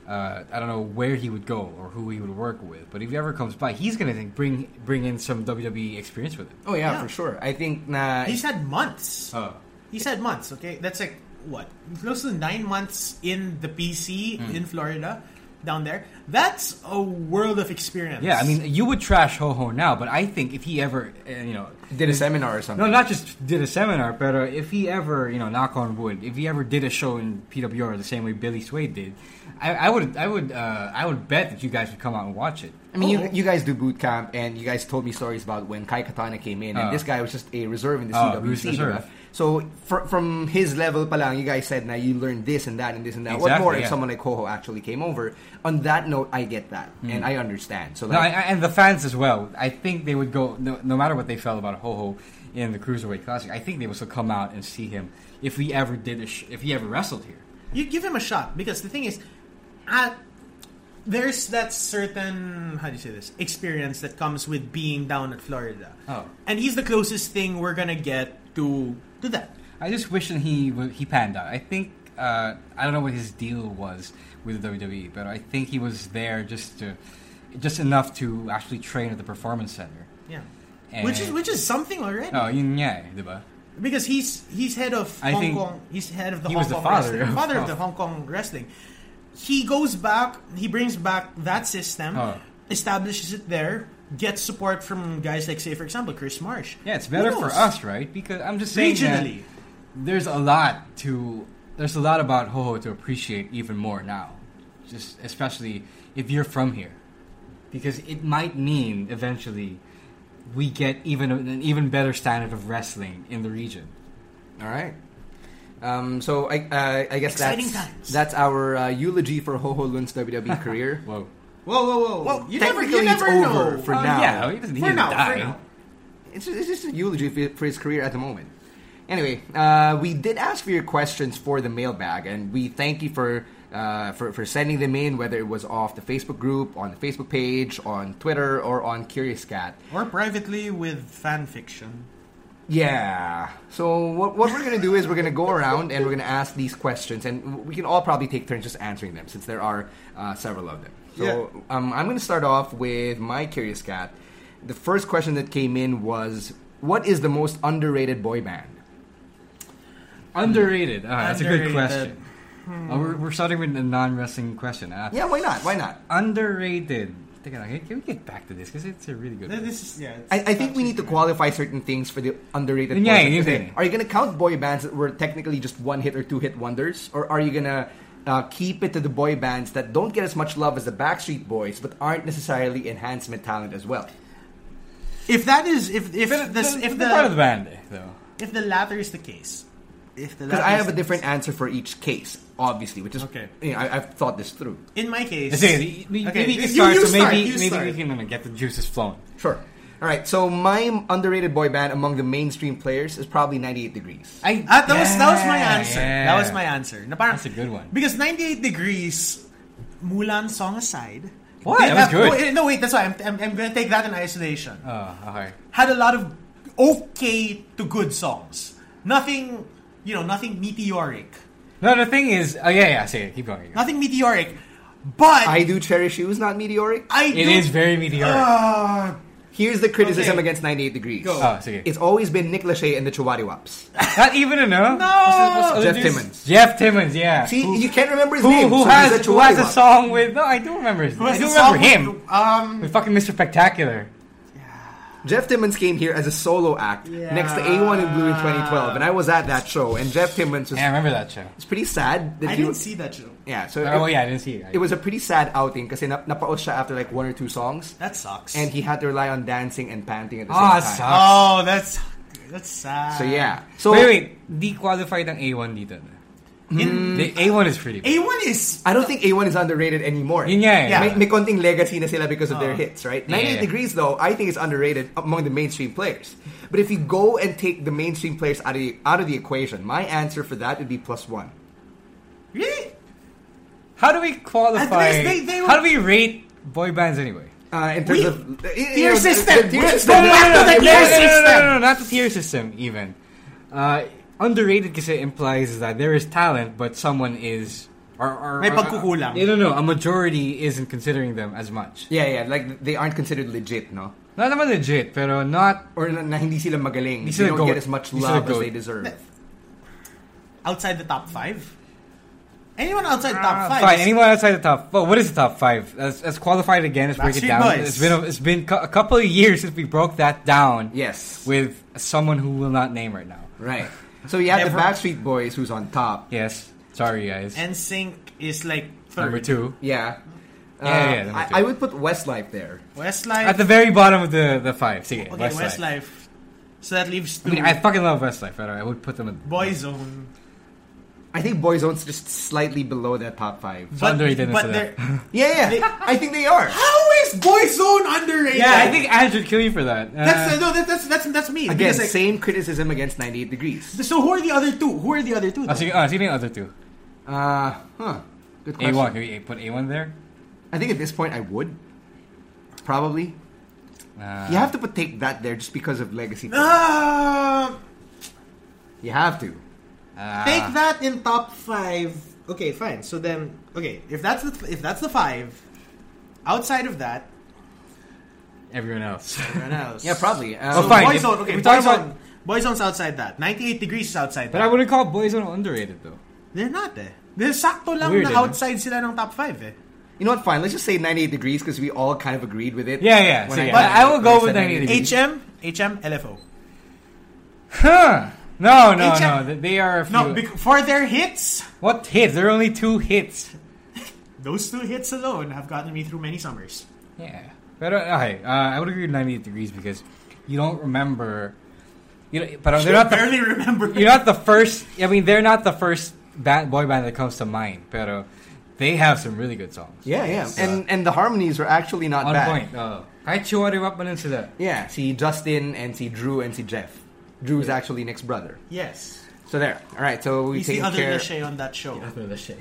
[SPEAKER 5] uh, I don't know where he would go or who he would work with, but if he ever comes by, he's gonna think, bring bring in some WWE experience with him.
[SPEAKER 4] Oh yeah,
[SPEAKER 6] Yeah.
[SPEAKER 4] for sure. I think na
[SPEAKER 6] He's had months.
[SPEAKER 5] Oh.
[SPEAKER 6] He's had months, okay? That's like, what? Close to nine months in the PC
[SPEAKER 5] Hmm.
[SPEAKER 6] in Florida, down there. That's a world of experience.
[SPEAKER 5] Yeah, I mean, you would trash Ho Ho now, but I think if he ever, uh, you know,
[SPEAKER 4] did a seminar or something.
[SPEAKER 5] No, not just did a seminar, but uh, if he ever, you know, knock on wood, if he ever did a show in PWR the same way Billy Swade did, I, I would, I would, uh, I would bet that you guys would come out and watch it.
[SPEAKER 4] I mean, you, you guys do boot camp, and you guys told me stories about when Kai Katana came in, and this guy was just a reserve in the
[SPEAKER 5] Oh, he was
[SPEAKER 4] CWC.
[SPEAKER 5] reserve.
[SPEAKER 4] diba? So fr- from his level, palang you guys said now you learned this and that and this and that. what
[SPEAKER 5] Exactly,
[SPEAKER 4] more if
[SPEAKER 5] yeah.
[SPEAKER 4] someone like Koho actually came over? On that note, I get that, and I understand. So
[SPEAKER 5] Hmm. No, I,
[SPEAKER 4] like,
[SPEAKER 5] I, and the fans as well. I think they would go, no, no matter what they felt about Ho Ho in the Cruiserweight Classic. I think they would still come out and see him if he ever did, a sh- if he ever wrestled here.
[SPEAKER 6] you give him a shot because the thing is, uh, there's that certain how do you say this experience that comes with being down at Florida.
[SPEAKER 5] Oh.
[SPEAKER 6] and he's the closest thing we're gonna get to to that.
[SPEAKER 5] I just wish that he wa- he panned out. I think uh, I don't know what his deal was with the WWE, but I think he was there just to just enough to actually train at the performance center.
[SPEAKER 6] Yeah,
[SPEAKER 5] And-
[SPEAKER 6] which is which is something already
[SPEAKER 5] Oh, yun nga, eh, di ba?
[SPEAKER 6] because he's he's head of
[SPEAKER 5] I
[SPEAKER 6] Hong
[SPEAKER 5] think
[SPEAKER 6] Kong. He's head of the
[SPEAKER 5] he
[SPEAKER 6] Hong
[SPEAKER 5] was the
[SPEAKER 6] Kong
[SPEAKER 5] father
[SPEAKER 6] wrestling,
[SPEAKER 5] of-
[SPEAKER 6] father of the Hong Kong wrestling. He goes back. He brings back that system,
[SPEAKER 5] Oh.
[SPEAKER 6] establishes it there. get support from guys like, say, for example, Chris Marsh.
[SPEAKER 5] Yeah, it's better
[SPEAKER 6] Who
[SPEAKER 5] for
[SPEAKER 6] knows?
[SPEAKER 5] us, right? Because I'm just saying that
[SPEAKER 6] Regionally.
[SPEAKER 5] there's a lot to there's a lot about Hoho to appreciate even more now. Just especially if you're from here. Because it might mean eventually we get even an even better standard of wrestling in the region.
[SPEAKER 4] All right. Um, so I, uh, I guess
[SPEAKER 6] Exciting
[SPEAKER 4] that's
[SPEAKER 6] times.
[SPEAKER 4] that's our uh, eulogy for Ho Ho Lun's WWE career.
[SPEAKER 5] Whoa. Whoa, whoa, whoa.
[SPEAKER 6] Well, you never,
[SPEAKER 4] technically
[SPEAKER 6] you never
[SPEAKER 4] it's
[SPEAKER 6] know.
[SPEAKER 4] over for
[SPEAKER 5] Oh,
[SPEAKER 4] now.
[SPEAKER 5] Yeah, he doesn't need
[SPEAKER 6] For
[SPEAKER 5] to
[SPEAKER 6] now, for
[SPEAKER 5] die.
[SPEAKER 6] now.
[SPEAKER 4] It's, it's just a eulogy for- for his career at the moment. Anyway, uh, we did ask for your questions for the mailbag, and we thank you for, uh, for for sending them in, whether it was off the Facebook group, on the Facebook page, on Twitter, or on Curious Cat.
[SPEAKER 6] Or privately with fan fiction.
[SPEAKER 4] Yeah. So what, what we're gonna do is we're gonna go around and we're gonna ask these questions, and we can all probably take turns just answering them since there are uh, several of them. So um, I'm gonna start off with my curious cat. The first question that came in was, "What is the most underrated boy band?"
[SPEAKER 5] Underrated. Ah, that's a good
[SPEAKER 6] Underrated.
[SPEAKER 5] question. Oh, we're, we're starting with a non wrestling question. Ah,
[SPEAKER 4] Yeah, why not? Why not?
[SPEAKER 5] Underrated. Take it out. Can we get back to this? Because it's a really good
[SPEAKER 6] Th-
[SPEAKER 5] one.
[SPEAKER 6] This is, yeah, it's-
[SPEAKER 4] I, I think we need to qualify certain things for the underrated.
[SPEAKER 5] Yeah,
[SPEAKER 4] portion.
[SPEAKER 5] you
[SPEAKER 4] Okay,
[SPEAKER 5] think.
[SPEAKER 4] Are you gonna count boy bands that were technically just one hit or two hit wonders, or are you gonna uh, keep it to the boy bands that don't get as much love as the Backstreet Boys, but aren't necessarily enhancement talent as well?
[SPEAKER 6] If that is, if if
[SPEAKER 5] But
[SPEAKER 6] this,
[SPEAKER 5] the-
[SPEAKER 6] if
[SPEAKER 5] the part of
[SPEAKER 6] the,
[SPEAKER 5] the band, eh, though.
[SPEAKER 6] if the latter is the case, if the
[SPEAKER 4] Because
[SPEAKER 6] latter
[SPEAKER 4] I
[SPEAKER 6] is
[SPEAKER 4] have a
[SPEAKER 6] the
[SPEAKER 4] different
[SPEAKER 6] case.
[SPEAKER 4] answer for each case, obviously, which is
[SPEAKER 6] Okay.
[SPEAKER 4] You know, I, I've thought this through.
[SPEAKER 6] In my case,
[SPEAKER 5] Okay, maybe
[SPEAKER 6] okay,
[SPEAKER 5] you can
[SPEAKER 6] you-
[SPEAKER 5] start,
[SPEAKER 6] you
[SPEAKER 5] so maybe,
[SPEAKER 6] start, you
[SPEAKER 5] maybe
[SPEAKER 6] start.
[SPEAKER 5] we can uh, get the juices flowing.
[SPEAKER 4] Sure. All right. So my underrated boy band among the mainstream players is probably 98 Degrees.
[SPEAKER 5] I,
[SPEAKER 6] Ah, that was that was my answer.
[SPEAKER 5] yeah.
[SPEAKER 6] That was my answer. Na parang-
[SPEAKER 5] That's a good one.
[SPEAKER 6] Because 98 degrees, Mulan song aside.
[SPEAKER 5] What?
[SPEAKER 6] they
[SPEAKER 5] That was
[SPEAKER 6] have-
[SPEAKER 5] good.
[SPEAKER 6] oh, eh, no, wait. That's why I'm, I'm, I'm gonna take that in isolation.
[SPEAKER 5] Oh, okay.
[SPEAKER 6] Had a lot of okay to good songs. Nothing, you know, nothing meteoric.
[SPEAKER 5] No, the thing is, oh yeah, yeah, say it. Keep going. Keep going.
[SPEAKER 6] Nothing meteoric. But
[SPEAKER 4] I
[SPEAKER 6] I,
[SPEAKER 4] do cherish you is not meteoric.
[SPEAKER 6] do,
[SPEAKER 5] It is very meteoric.
[SPEAKER 6] Ah.
[SPEAKER 4] Here's the criticism
[SPEAKER 6] Okay.
[SPEAKER 4] against 98 Degrees.
[SPEAKER 5] Oh, sige.
[SPEAKER 4] It's always been Nick Lachey and the Chihuahuas.
[SPEAKER 5] Not even enough. No.
[SPEAKER 4] Jeff Timmons.
[SPEAKER 5] Jeff Timmons. Yeah.
[SPEAKER 4] See,
[SPEAKER 5] who,
[SPEAKER 4] you can't remember his
[SPEAKER 5] who,
[SPEAKER 4] name.
[SPEAKER 5] who
[SPEAKER 4] so he's
[SPEAKER 5] has
[SPEAKER 4] a
[SPEAKER 5] who has a
[SPEAKER 4] Chihuahua.
[SPEAKER 5] song with? No, I do remember his. name. I
[SPEAKER 6] has
[SPEAKER 5] do
[SPEAKER 6] a
[SPEAKER 5] remember
[SPEAKER 6] song
[SPEAKER 5] him. Um, with fucking Mr. Spectacular.
[SPEAKER 4] Jeff Timmons came here as a solo act next to A1 in Blue in 2012, and I was at that show. And Jeff Timmons was
[SPEAKER 5] Yeah, I remember that show.
[SPEAKER 4] it's pretty sad that
[SPEAKER 6] I
[SPEAKER 4] he
[SPEAKER 6] didn't
[SPEAKER 4] was-
[SPEAKER 6] see that show.
[SPEAKER 4] Yeah, so
[SPEAKER 5] Oh
[SPEAKER 4] it,
[SPEAKER 5] yeah, I didn't see it. I-
[SPEAKER 4] it was a pretty sad outing because na- napaos siya after like one or two songs,
[SPEAKER 6] That sucks.
[SPEAKER 4] and he had to rely on dancing and panting at the
[SPEAKER 5] Ah,
[SPEAKER 4] same time.
[SPEAKER 5] sucks.
[SPEAKER 6] oh, that's that's sad.
[SPEAKER 4] So yeah, so
[SPEAKER 5] wait, wait. Di qualified ang A1 dito. the A1 is pretty. bad.
[SPEAKER 6] A1 is
[SPEAKER 4] I don't think A1 is underrated anymore.
[SPEAKER 5] Yun nga eh.
[SPEAKER 6] Yeah.
[SPEAKER 4] May, may konting legacy na sila because of their hits, right? 98
[SPEAKER 5] yeah.
[SPEAKER 4] Degrees, though, I think it's underrated among the mainstream players. But if you go and take the mainstream players out of the, out of the equation, my answer for that would be plus one.
[SPEAKER 6] really.
[SPEAKER 5] How do we qualify?
[SPEAKER 6] At least they- they were-
[SPEAKER 5] how do we rate boy bands anyway?
[SPEAKER 4] Uh, in terms
[SPEAKER 6] We-
[SPEAKER 4] of you
[SPEAKER 6] tier
[SPEAKER 4] know, the-
[SPEAKER 6] system.
[SPEAKER 4] the tier
[SPEAKER 6] We're-
[SPEAKER 4] system.
[SPEAKER 6] go back to the
[SPEAKER 4] Yeah,
[SPEAKER 5] no,
[SPEAKER 6] tier
[SPEAKER 4] yeah, yeah.
[SPEAKER 5] no, no, no,
[SPEAKER 6] system.
[SPEAKER 5] no, no, not the tier system even. Uh, underrated kasi implies that there is talent, but someone is or, or
[SPEAKER 6] May
[SPEAKER 5] or-
[SPEAKER 6] pagkukulang.
[SPEAKER 5] No, no, no. A majority isn't considering them as much.
[SPEAKER 4] Yeah, yeah, like they aren't considered legit, no?
[SPEAKER 5] Not naman legit, pero not.
[SPEAKER 4] Or na, na hindi sila magaling.
[SPEAKER 5] Hindi
[SPEAKER 4] they
[SPEAKER 5] sila
[SPEAKER 4] don't get
[SPEAKER 5] goat.
[SPEAKER 4] as much
[SPEAKER 5] Hindi sila
[SPEAKER 4] love as
[SPEAKER 5] goat.
[SPEAKER 4] they deserve.
[SPEAKER 6] outside the top five? Anyone outside the top
[SPEAKER 5] Ah, Fine,
[SPEAKER 6] five? is-
[SPEAKER 5] anyone outside the top. Well, what is the top five? Let's, let's qualify it again. Let's break it
[SPEAKER 6] Backstreet
[SPEAKER 5] down.
[SPEAKER 6] Boys.
[SPEAKER 5] It's been a, it's been cu- a couple of years since we broke that down.
[SPEAKER 4] Yes.
[SPEAKER 5] with someone who will not name right now.
[SPEAKER 4] Right. So you have
[SPEAKER 6] Ever-
[SPEAKER 4] the Backstreet Boys who's on top.
[SPEAKER 5] Yes, sorry guys.
[SPEAKER 6] NSYNC is like third.
[SPEAKER 5] number two.
[SPEAKER 4] Yeah.
[SPEAKER 5] Yeah, yeah,
[SPEAKER 4] Uh,
[SPEAKER 5] number two.
[SPEAKER 4] I, I would put Westlife there.
[SPEAKER 6] Westlife.
[SPEAKER 5] At the very bottom of the the five. Sige,
[SPEAKER 6] okay,
[SPEAKER 5] Westlife.
[SPEAKER 6] Westlife. So that leaves two.
[SPEAKER 5] I mean, I fucking love Westlife. I, don't, I would put them in
[SPEAKER 6] Boyzone.
[SPEAKER 4] I think Boyzone's just slightly below that top five.
[SPEAKER 5] It's underrated
[SPEAKER 6] but
[SPEAKER 5] instead of-
[SPEAKER 6] they're-
[SPEAKER 4] Yeah,
[SPEAKER 6] They-
[SPEAKER 4] yeah. I think they are.
[SPEAKER 6] How is Boyzone underrated?
[SPEAKER 5] Yeah, I think Andrew would kill you for that. Uh,
[SPEAKER 6] that's no, that, that's that's that's me.
[SPEAKER 4] Again,
[SPEAKER 6] Because, like,
[SPEAKER 4] same criticism against 98 Degrees.
[SPEAKER 6] So who are the other two? Who are the other two?
[SPEAKER 5] oh,
[SPEAKER 6] though?
[SPEAKER 5] so you, oh, so you think other two.
[SPEAKER 4] Uh, huh. Good
[SPEAKER 5] A
[SPEAKER 4] question.
[SPEAKER 5] one. Can we put A one there?
[SPEAKER 4] I think at this point I would. Probably.
[SPEAKER 5] Uh,
[SPEAKER 4] you have to put take that there just because of legacy.
[SPEAKER 6] Ah,
[SPEAKER 4] You have to.
[SPEAKER 5] Ah.
[SPEAKER 6] take that in top five. Okay, fine. So then, okay, if that's the if that's the five, outside of that,
[SPEAKER 5] Everyone else.
[SPEAKER 6] everyone else.
[SPEAKER 4] Yeah, probably. Uh,
[SPEAKER 5] Oh,
[SPEAKER 6] So
[SPEAKER 5] fine.
[SPEAKER 6] Boyzone,
[SPEAKER 5] If-
[SPEAKER 6] okay,
[SPEAKER 5] if we talk
[SPEAKER 6] Boyzone.
[SPEAKER 5] about-
[SPEAKER 6] Boyzone's outside that. 98 degrees is outside
[SPEAKER 5] but
[SPEAKER 6] that.
[SPEAKER 5] I wouldn't call Boyzone underrated though.
[SPEAKER 6] They're not eh. They're sakto lang
[SPEAKER 5] Weird,
[SPEAKER 6] na
[SPEAKER 5] eh, no?
[SPEAKER 6] outside sila ng top 5 eh.
[SPEAKER 4] You know what? Fine. Let's just say 98 degrees because we all kind of agreed with it.
[SPEAKER 5] Yeah, yeah,
[SPEAKER 4] When
[SPEAKER 5] so
[SPEAKER 4] I-
[SPEAKER 5] yeah, I- I will go
[SPEAKER 4] when
[SPEAKER 5] with
[SPEAKER 4] said
[SPEAKER 5] 98 degrees.
[SPEAKER 6] HM, HM, LFO.
[SPEAKER 5] Huh. No, no,
[SPEAKER 6] It's a-
[SPEAKER 5] no. th- They are a few.
[SPEAKER 6] No, bec- for their hits,
[SPEAKER 5] what hits? There are only two hits.
[SPEAKER 6] those two hits alone have gotten me through many summers.
[SPEAKER 5] Yeah. But uh, okay, uh, I would agree with 98 degrees because you don't remember. You know, but uh, they're
[SPEAKER 6] I
[SPEAKER 5] not the,
[SPEAKER 6] barely remember.
[SPEAKER 5] you're not the first. I mean, they're not the first band, boy band that comes to mind. But uh, they have some really good songs.
[SPEAKER 4] Yeah, yeah. And and the harmonies were actually not
[SPEAKER 5] On
[SPEAKER 4] bad.
[SPEAKER 5] point. Oh. I chew it up into that.
[SPEAKER 4] Yeah, see Justin and see Drew and see Jeff. Drew's actually Nick's brother.
[SPEAKER 6] yes,
[SPEAKER 4] So there. All right. So we've
[SPEAKER 6] he's the
[SPEAKER 4] taken
[SPEAKER 6] other
[SPEAKER 4] care.
[SPEAKER 6] Lachey on that show.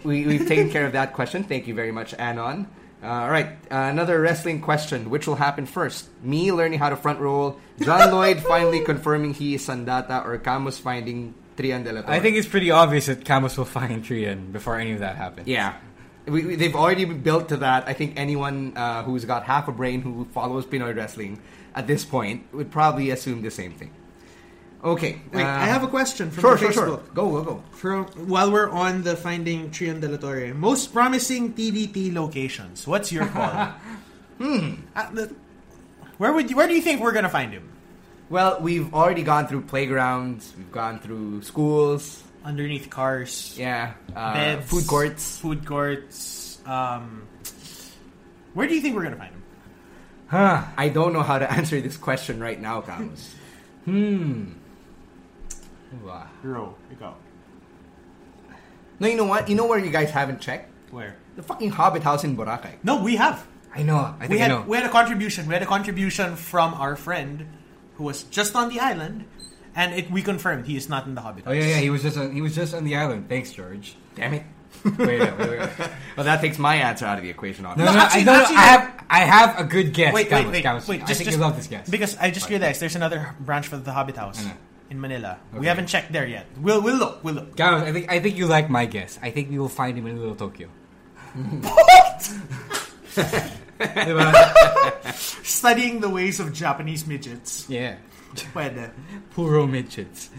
[SPEAKER 4] We, we've taken care of that question. Thank you very much, Anon. Uh, all right, uh, another wrestling question. Which will happen first? Me learning how to front roll, John Lloyd finally confirming he is Sandata, or Camus finding Trian de la Torre?
[SPEAKER 5] I think it's pretty obvious that Camus will find Trian before any of that happens.
[SPEAKER 4] Yeah. We, we, they've already been built to that. I think anyone uh, who's got half a brain who follows Pinoy wrestling at this point would probably assume the same thing. Okay.
[SPEAKER 7] Wait,
[SPEAKER 4] uh,
[SPEAKER 7] I have a question from
[SPEAKER 4] Sure,
[SPEAKER 7] the
[SPEAKER 4] sure,
[SPEAKER 7] Facebook.
[SPEAKER 4] sure. Go, go, go.
[SPEAKER 7] From
[SPEAKER 6] While we're on the finding Trion de la Torre, most promising TDT locations. What's your call? hmm. Uh, the- where would you, where do you think we're gonna find him?
[SPEAKER 4] Well, we've already gone through playgrounds, we've gone through schools,
[SPEAKER 6] Underneath cars,
[SPEAKER 4] yeah, uh,
[SPEAKER 6] beds,
[SPEAKER 4] food courts.
[SPEAKER 6] food courts. Um, where do you think we're gonna find him?
[SPEAKER 4] I don't know how to answer this question right now, Carlos. Hmm.
[SPEAKER 5] Wow.
[SPEAKER 6] Hero, you go.
[SPEAKER 4] no, you know what? You know where you guys haven't checked?
[SPEAKER 6] Where?
[SPEAKER 4] The fucking Hobbit house in Boracay.
[SPEAKER 6] No, we have.
[SPEAKER 5] I know. I think
[SPEAKER 6] we had
[SPEAKER 5] I know.
[SPEAKER 6] we had a contribution. We had a contribution from our friend who was just on the island, and it, we confirmed he is not in the Hobbit.
[SPEAKER 5] Oh
[SPEAKER 6] House.
[SPEAKER 5] yeah, yeah. He was just on, he was just on the island. Thanks, George.
[SPEAKER 4] Damn it.
[SPEAKER 5] Wait, wait, wait. wait.
[SPEAKER 4] Well, that takes my answer out of the equation, obviously.
[SPEAKER 5] No, no, no,
[SPEAKER 6] actually-
[SPEAKER 5] I, no, no,
[SPEAKER 6] actually-
[SPEAKER 5] I have I have a good guess.
[SPEAKER 6] Wait,
[SPEAKER 5] Camus,
[SPEAKER 6] wait, wait,
[SPEAKER 5] Camus.
[SPEAKER 6] wait.
[SPEAKER 5] I
[SPEAKER 6] Just,
[SPEAKER 5] think
[SPEAKER 6] just-
[SPEAKER 5] you love this guess
[SPEAKER 6] because I just realized there's another branch for the Hobbit House
[SPEAKER 5] I know.
[SPEAKER 6] in Manila. We
[SPEAKER 5] Okay.
[SPEAKER 6] haven't checked there yet. We'll we'll look. We'll look.
[SPEAKER 5] Camus, I think I think you like my guess. I think we will find him in Little Tokyo. What?
[SPEAKER 6] Studying the ways of Japanese midgets.
[SPEAKER 5] yeah.
[SPEAKER 6] Pwede.
[SPEAKER 5] Puro midgets.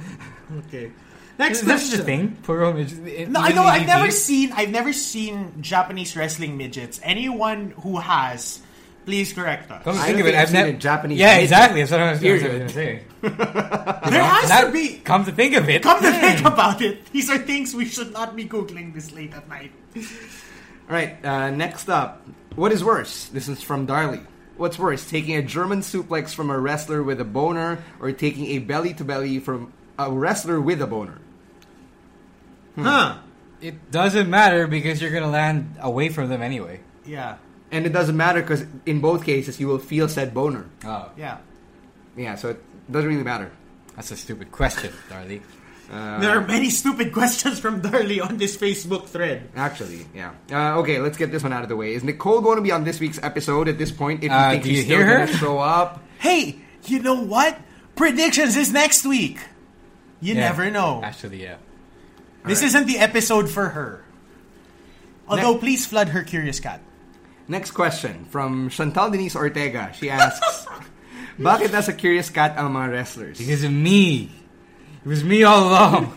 [SPEAKER 6] Okay. Next
[SPEAKER 5] Is this
[SPEAKER 6] question.
[SPEAKER 5] the thing? Puro midgets.
[SPEAKER 6] No, I know. I've never seen. I've never seen Japanese wrestling midgets. Anyone who has, please correct us.
[SPEAKER 5] Come to
[SPEAKER 4] I
[SPEAKER 5] think
[SPEAKER 4] don't
[SPEAKER 5] of it,
[SPEAKER 4] think I've
[SPEAKER 5] I've
[SPEAKER 4] seen
[SPEAKER 5] never
[SPEAKER 4] a Japanese
[SPEAKER 5] Yeah,
[SPEAKER 4] midget.
[SPEAKER 5] exactly. That's what I was going
[SPEAKER 4] Period.
[SPEAKER 5] to say.
[SPEAKER 6] There has
[SPEAKER 5] Now-
[SPEAKER 6] to be.
[SPEAKER 5] Come to think of it,
[SPEAKER 6] Come to think about it, these are things we should not be googling this late at night.
[SPEAKER 4] All right, uh, next up. What is worse? This is from Darley. What's worse, taking a German suplex from a wrestler with a boner or taking a belly to belly from a wrestler with a boner?
[SPEAKER 5] Hmm.
[SPEAKER 6] Huh?
[SPEAKER 5] it doesn't matter because you're gonna land away from them anyway.
[SPEAKER 6] Yeah.
[SPEAKER 4] And it doesn't matter because in both cases you will feel said boner.
[SPEAKER 5] Oh,
[SPEAKER 6] Yeah.
[SPEAKER 4] Yeah, so it doesn't really matter.
[SPEAKER 5] that's a stupid question, Darlie.
[SPEAKER 6] there are many stupid questions from Darley on this Facebook thread.
[SPEAKER 4] Actually, yeah. Uh, okay, let's get this one out of the way. Is Nicole going to be on this week's episode at this point? If you
[SPEAKER 5] Uh,
[SPEAKER 4] think
[SPEAKER 5] do
[SPEAKER 4] she's
[SPEAKER 5] you
[SPEAKER 4] still
[SPEAKER 5] hear her?
[SPEAKER 4] gonna show up,
[SPEAKER 6] Hey, you know what? Predictions is next week. You
[SPEAKER 5] Yeah.
[SPEAKER 6] never know.
[SPEAKER 5] Actually, yeah.
[SPEAKER 6] this isn't the episode for her. Although, please flood her curious cat.
[SPEAKER 4] Next question from Chantal Denise Ortega. She asks, "Bakit nasa Curious Cat ang mga wrestlers?"
[SPEAKER 5] Because of me. It was me all along.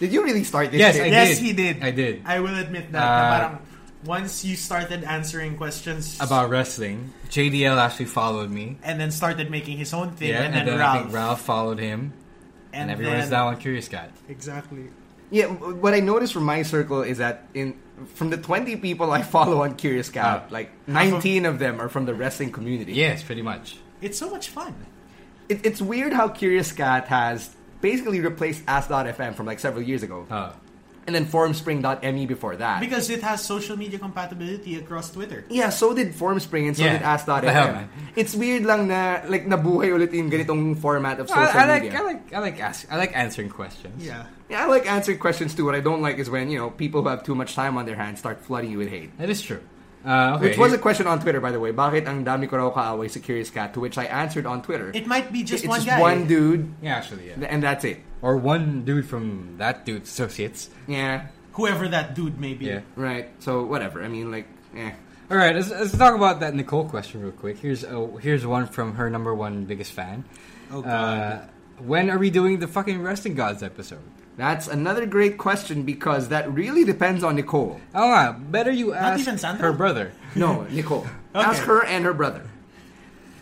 [SPEAKER 4] Did you really start this?
[SPEAKER 5] Yes,
[SPEAKER 4] shit?
[SPEAKER 5] I
[SPEAKER 6] yes,
[SPEAKER 5] did.
[SPEAKER 6] he did.
[SPEAKER 5] I did.
[SPEAKER 6] I will admit that. na parang once you started answering questions
[SPEAKER 5] About wrestling. JDL actually followed me.
[SPEAKER 6] and then started making his own thing,
[SPEAKER 5] Yeah,
[SPEAKER 6] and, then,
[SPEAKER 5] I
[SPEAKER 6] Ralph,
[SPEAKER 5] think Ralph followed him. And, everyone is
[SPEAKER 6] then-
[SPEAKER 5] now on Curious Cat.
[SPEAKER 6] Exactly.
[SPEAKER 4] Yeah, w- what I noticed from my circle is that in from the twenty people I follow on Curious Cat,
[SPEAKER 5] Uh,
[SPEAKER 4] like nineteen of them are from the wrestling community.
[SPEAKER 5] Yes, pretty much.
[SPEAKER 6] It's so much fun.
[SPEAKER 4] It, it's weird how Curious Cat has basically replaced Ask.fm from like several years ago,
[SPEAKER 5] Oh.
[SPEAKER 4] and then FormSpring.me before that.
[SPEAKER 6] Because it has social media compatibility across Twitter.
[SPEAKER 4] yeah, so did FormSpring and so
[SPEAKER 5] Yeah,
[SPEAKER 4] did Ask.fm.
[SPEAKER 5] the hell, man.
[SPEAKER 4] It's weird lang na like nabuhay ulit yung ganitong format of social
[SPEAKER 5] I, I like
[SPEAKER 4] media.
[SPEAKER 5] I like I like ask, I like answering questions.
[SPEAKER 6] Yeah.
[SPEAKER 4] Yeah, I like answering questions too. What I don't like is when you know people who have too much time on their hands start flooding you with hate.
[SPEAKER 5] That is true. Uh, okay.
[SPEAKER 4] Which was a question on Twitter, by the way. Bakit ang dami ko raw kaaway sa Curious Cat? To which I answered on Twitter.
[SPEAKER 6] It might be just
[SPEAKER 4] it's
[SPEAKER 6] one
[SPEAKER 4] just
[SPEAKER 6] guy.
[SPEAKER 4] one dude,
[SPEAKER 5] Yeah, actually, yeah.
[SPEAKER 4] and that's it.
[SPEAKER 5] Or one dude from that dude's associates.
[SPEAKER 4] Yeah,
[SPEAKER 6] Whoever that dude may be.
[SPEAKER 5] Yeah.
[SPEAKER 4] right. So whatever. I mean, like, eh.
[SPEAKER 5] All right, let's, let's talk about that Nicole question real quick. Here's a, here's one from her number one biggest fan. Oh God! Uh, when are we doing the fucking Wrestling Gods episode?
[SPEAKER 4] That's another great question because that really depends on Nicole.
[SPEAKER 5] Oh, nga, better you ask
[SPEAKER 6] even Sandra?
[SPEAKER 5] her brother.
[SPEAKER 4] No, Nicole. Ask her and her brother.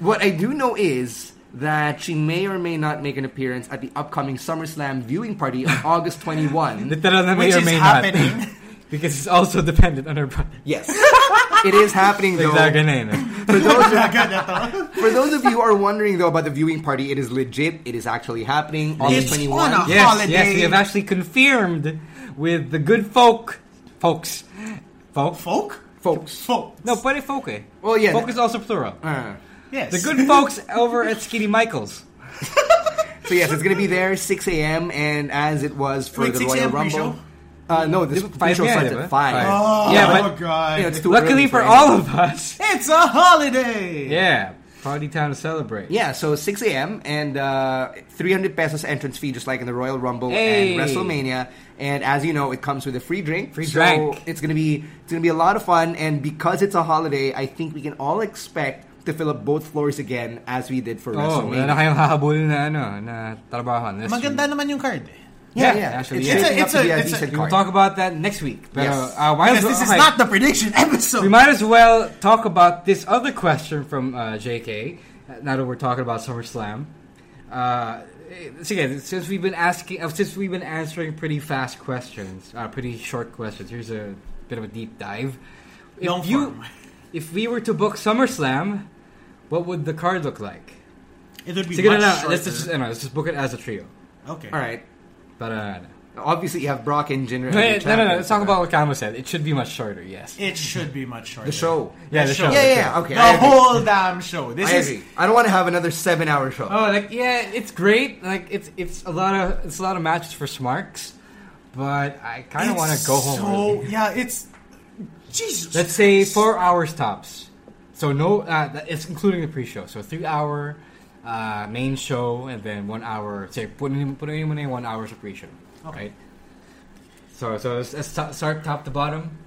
[SPEAKER 4] What I do know is that she may or may not make an appearance at the upcoming SummerSlam viewing party on August 21.
[SPEAKER 5] Literal na may
[SPEAKER 6] Which
[SPEAKER 5] or
[SPEAKER 6] is
[SPEAKER 5] may
[SPEAKER 6] happening.
[SPEAKER 5] not. because it's also dependent on her brother.
[SPEAKER 4] Yes. it is happening though.
[SPEAKER 5] Like, na yun, eh.
[SPEAKER 4] For those who-
[SPEAKER 6] Agad ito.
[SPEAKER 4] For those of you who are wondering though about the viewing party, it is legit. It is actually happening. August
[SPEAKER 6] It's
[SPEAKER 4] twenty one.
[SPEAKER 6] on a-
[SPEAKER 5] Yes,
[SPEAKER 6] Holiday.
[SPEAKER 5] yes, we have actually confirmed with the good folk, folks, folk.
[SPEAKER 6] Folk?
[SPEAKER 4] folks.
[SPEAKER 6] Folk.
[SPEAKER 5] No, pwede folk eh.
[SPEAKER 4] Well, yeah.
[SPEAKER 5] Folk is also plural.
[SPEAKER 4] Uh,
[SPEAKER 6] Yes.
[SPEAKER 5] The good folks over at Skinny Michael's.
[SPEAKER 4] so yes, it's gonna be there six a.m. and as it was for
[SPEAKER 6] Wait,
[SPEAKER 4] the
[SPEAKER 6] 6
[SPEAKER 4] Royal
[SPEAKER 6] a.m.
[SPEAKER 4] Rumble.
[SPEAKER 6] pre-show?
[SPEAKER 4] Uh, no, this
[SPEAKER 5] Five
[SPEAKER 4] pre-show
[SPEAKER 5] yeah,
[SPEAKER 4] starts
[SPEAKER 5] diba?
[SPEAKER 4] at five.
[SPEAKER 6] Oh,
[SPEAKER 5] yeah, but
[SPEAKER 6] God.
[SPEAKER 4] Yeah, it's too
[SPEAKER 5] luckily
[SPEAKER 4] early
[SPEAKER 5] for
[SPEAKER 4] anyone.
[SPEAKER 5] all of us.
[SPEAKER 6] It's a holiday.
[SPEAKER 5] Yeah, party time to celebrate.
[SPEAKER 4] Yeah, so 6 a.m. and uh, 300 pesos entrance fee, just like in the Royal Rumble
[SPEAKER 5] Hey.
[SPEAKER 4] and WrestleMania. And as you know, it comes with a free drink.
[SPEAKER 5] Free
[SPEAKER 4] so
[SPEAKER 5] drink.
[SPEAKER 4] It's gonna be it's gonna be a lot of fun. And because it's a holiday, I think we can all expect to fill up both floors again as we did for
[SPEAKER 5] Oh, wala na
[SPEAKER 4] WrestleMania.
[SPEAKER 5] kayong hahabulin na ano, na trabaho. That's
[SPEAKER 6] Maganda naman yung card eh.
[SPEAKER 4] Yeah,
[SPEAKER 5] Yeah,
[SPEAKER 4] yeah.
[SPEAKER 5] actually,
[SPEAKER 4] it's
[SPEAKER 5] yeah.
[SPEAKER 4] shaping
[SPEAKER 6] It's a-
[SPEAKER 4] up to be a,
[SPEAKER 6] it's a-
[SPEAKER 4] decent
[SPEAKER 5] true. We'll
[SPEAKER 4] card.
[SPEAKER 5] talk about that next week. Pero,
[SPEAKER 4] Yes.
[SPEAKER 5] uh, why
[SPEAKER 6] Because
[SPEAKER 5] don't-
[SPEAKER 6] this is
[SPEAKER 5] okay.
[SPEAKER 6] not the prediction episode.
[SPEAKER 5] We might as well talk about this other question from uh, JK. uh, Now that we're talking about SummerSlam, uh, eh, again, since we've been asking, uh, since we've been answering pretty fast questions, uh, pretty short questions. Here's a bit of a deep dive. If
[SPEAKER 6] Long
[SPEAKER 5] you,
[SPEAKER 6] form.
[SPEAKER 5] if we were to book SummerSlam, what would the card look like?
[SPEAKER 6] It would be
[SPEAKER 5] Sige, no,
[SPEAKER 6] much
[SPEAKER 5] no,
[SPEAKER 6] shorter.
[SPEAKER 5] let's just, no, let's just book it as a trio.
[SPEAKER 6] okay.
[SPEAKER 4] All right.
[SPEAKER 5] But uh,
[SPEAKER 4] Obviously, you have Brock and Jinder. as
[SPEAKER 5] no,
[SPEAKER 4] your
[SPEAKER 5] no, no, no, no,
[SPEAKER 4] champions.
[SPEAKER 5] Let's talk about what Kama said. It should be much shorter. Yes.
[SPEAKER 6] It should be much shorter.
[SPEAKER 4] the show.
[SPEAKER 5] Yeah, the
[SPEAKER 6] show.
[SPEAKER 5] show.
[SPEAKER 4] Yeah,
[SPEAKER 5] the
[SPEAKER 4] yeah,
[SPEAKER 5] show.
[SPEAKER 4] yeah, okay.
[SPEAKER 6] The
[SPEAKER 4] I agree.
[SPEAKER 6] whole damn show. This
[SPEAKER 4] I
[SPEAKER 6] is
[SPEAKER 4] agree. I don't want to have another seven-hour show.
[SPEAKER 5] Oh, like yeah, it's great. Like it's it's a lot of it's a lot of matches for Smarks, but I kind of
[SPEAKER 6] it's
[SPEAKER 5] want to go home.
[SPEAKER 6] So
[SPEAKER 5] early.
[SPEAKER 6] yeah, it's Jesus.
[SPEAKER 5] Let's say four hours tops. So no, uh, that- it's including the pre-show. So three hour uh, main show and then one hour. Say put in put in muna yung one hours of pre-show, right? So so let's, let's to- start top to bottom.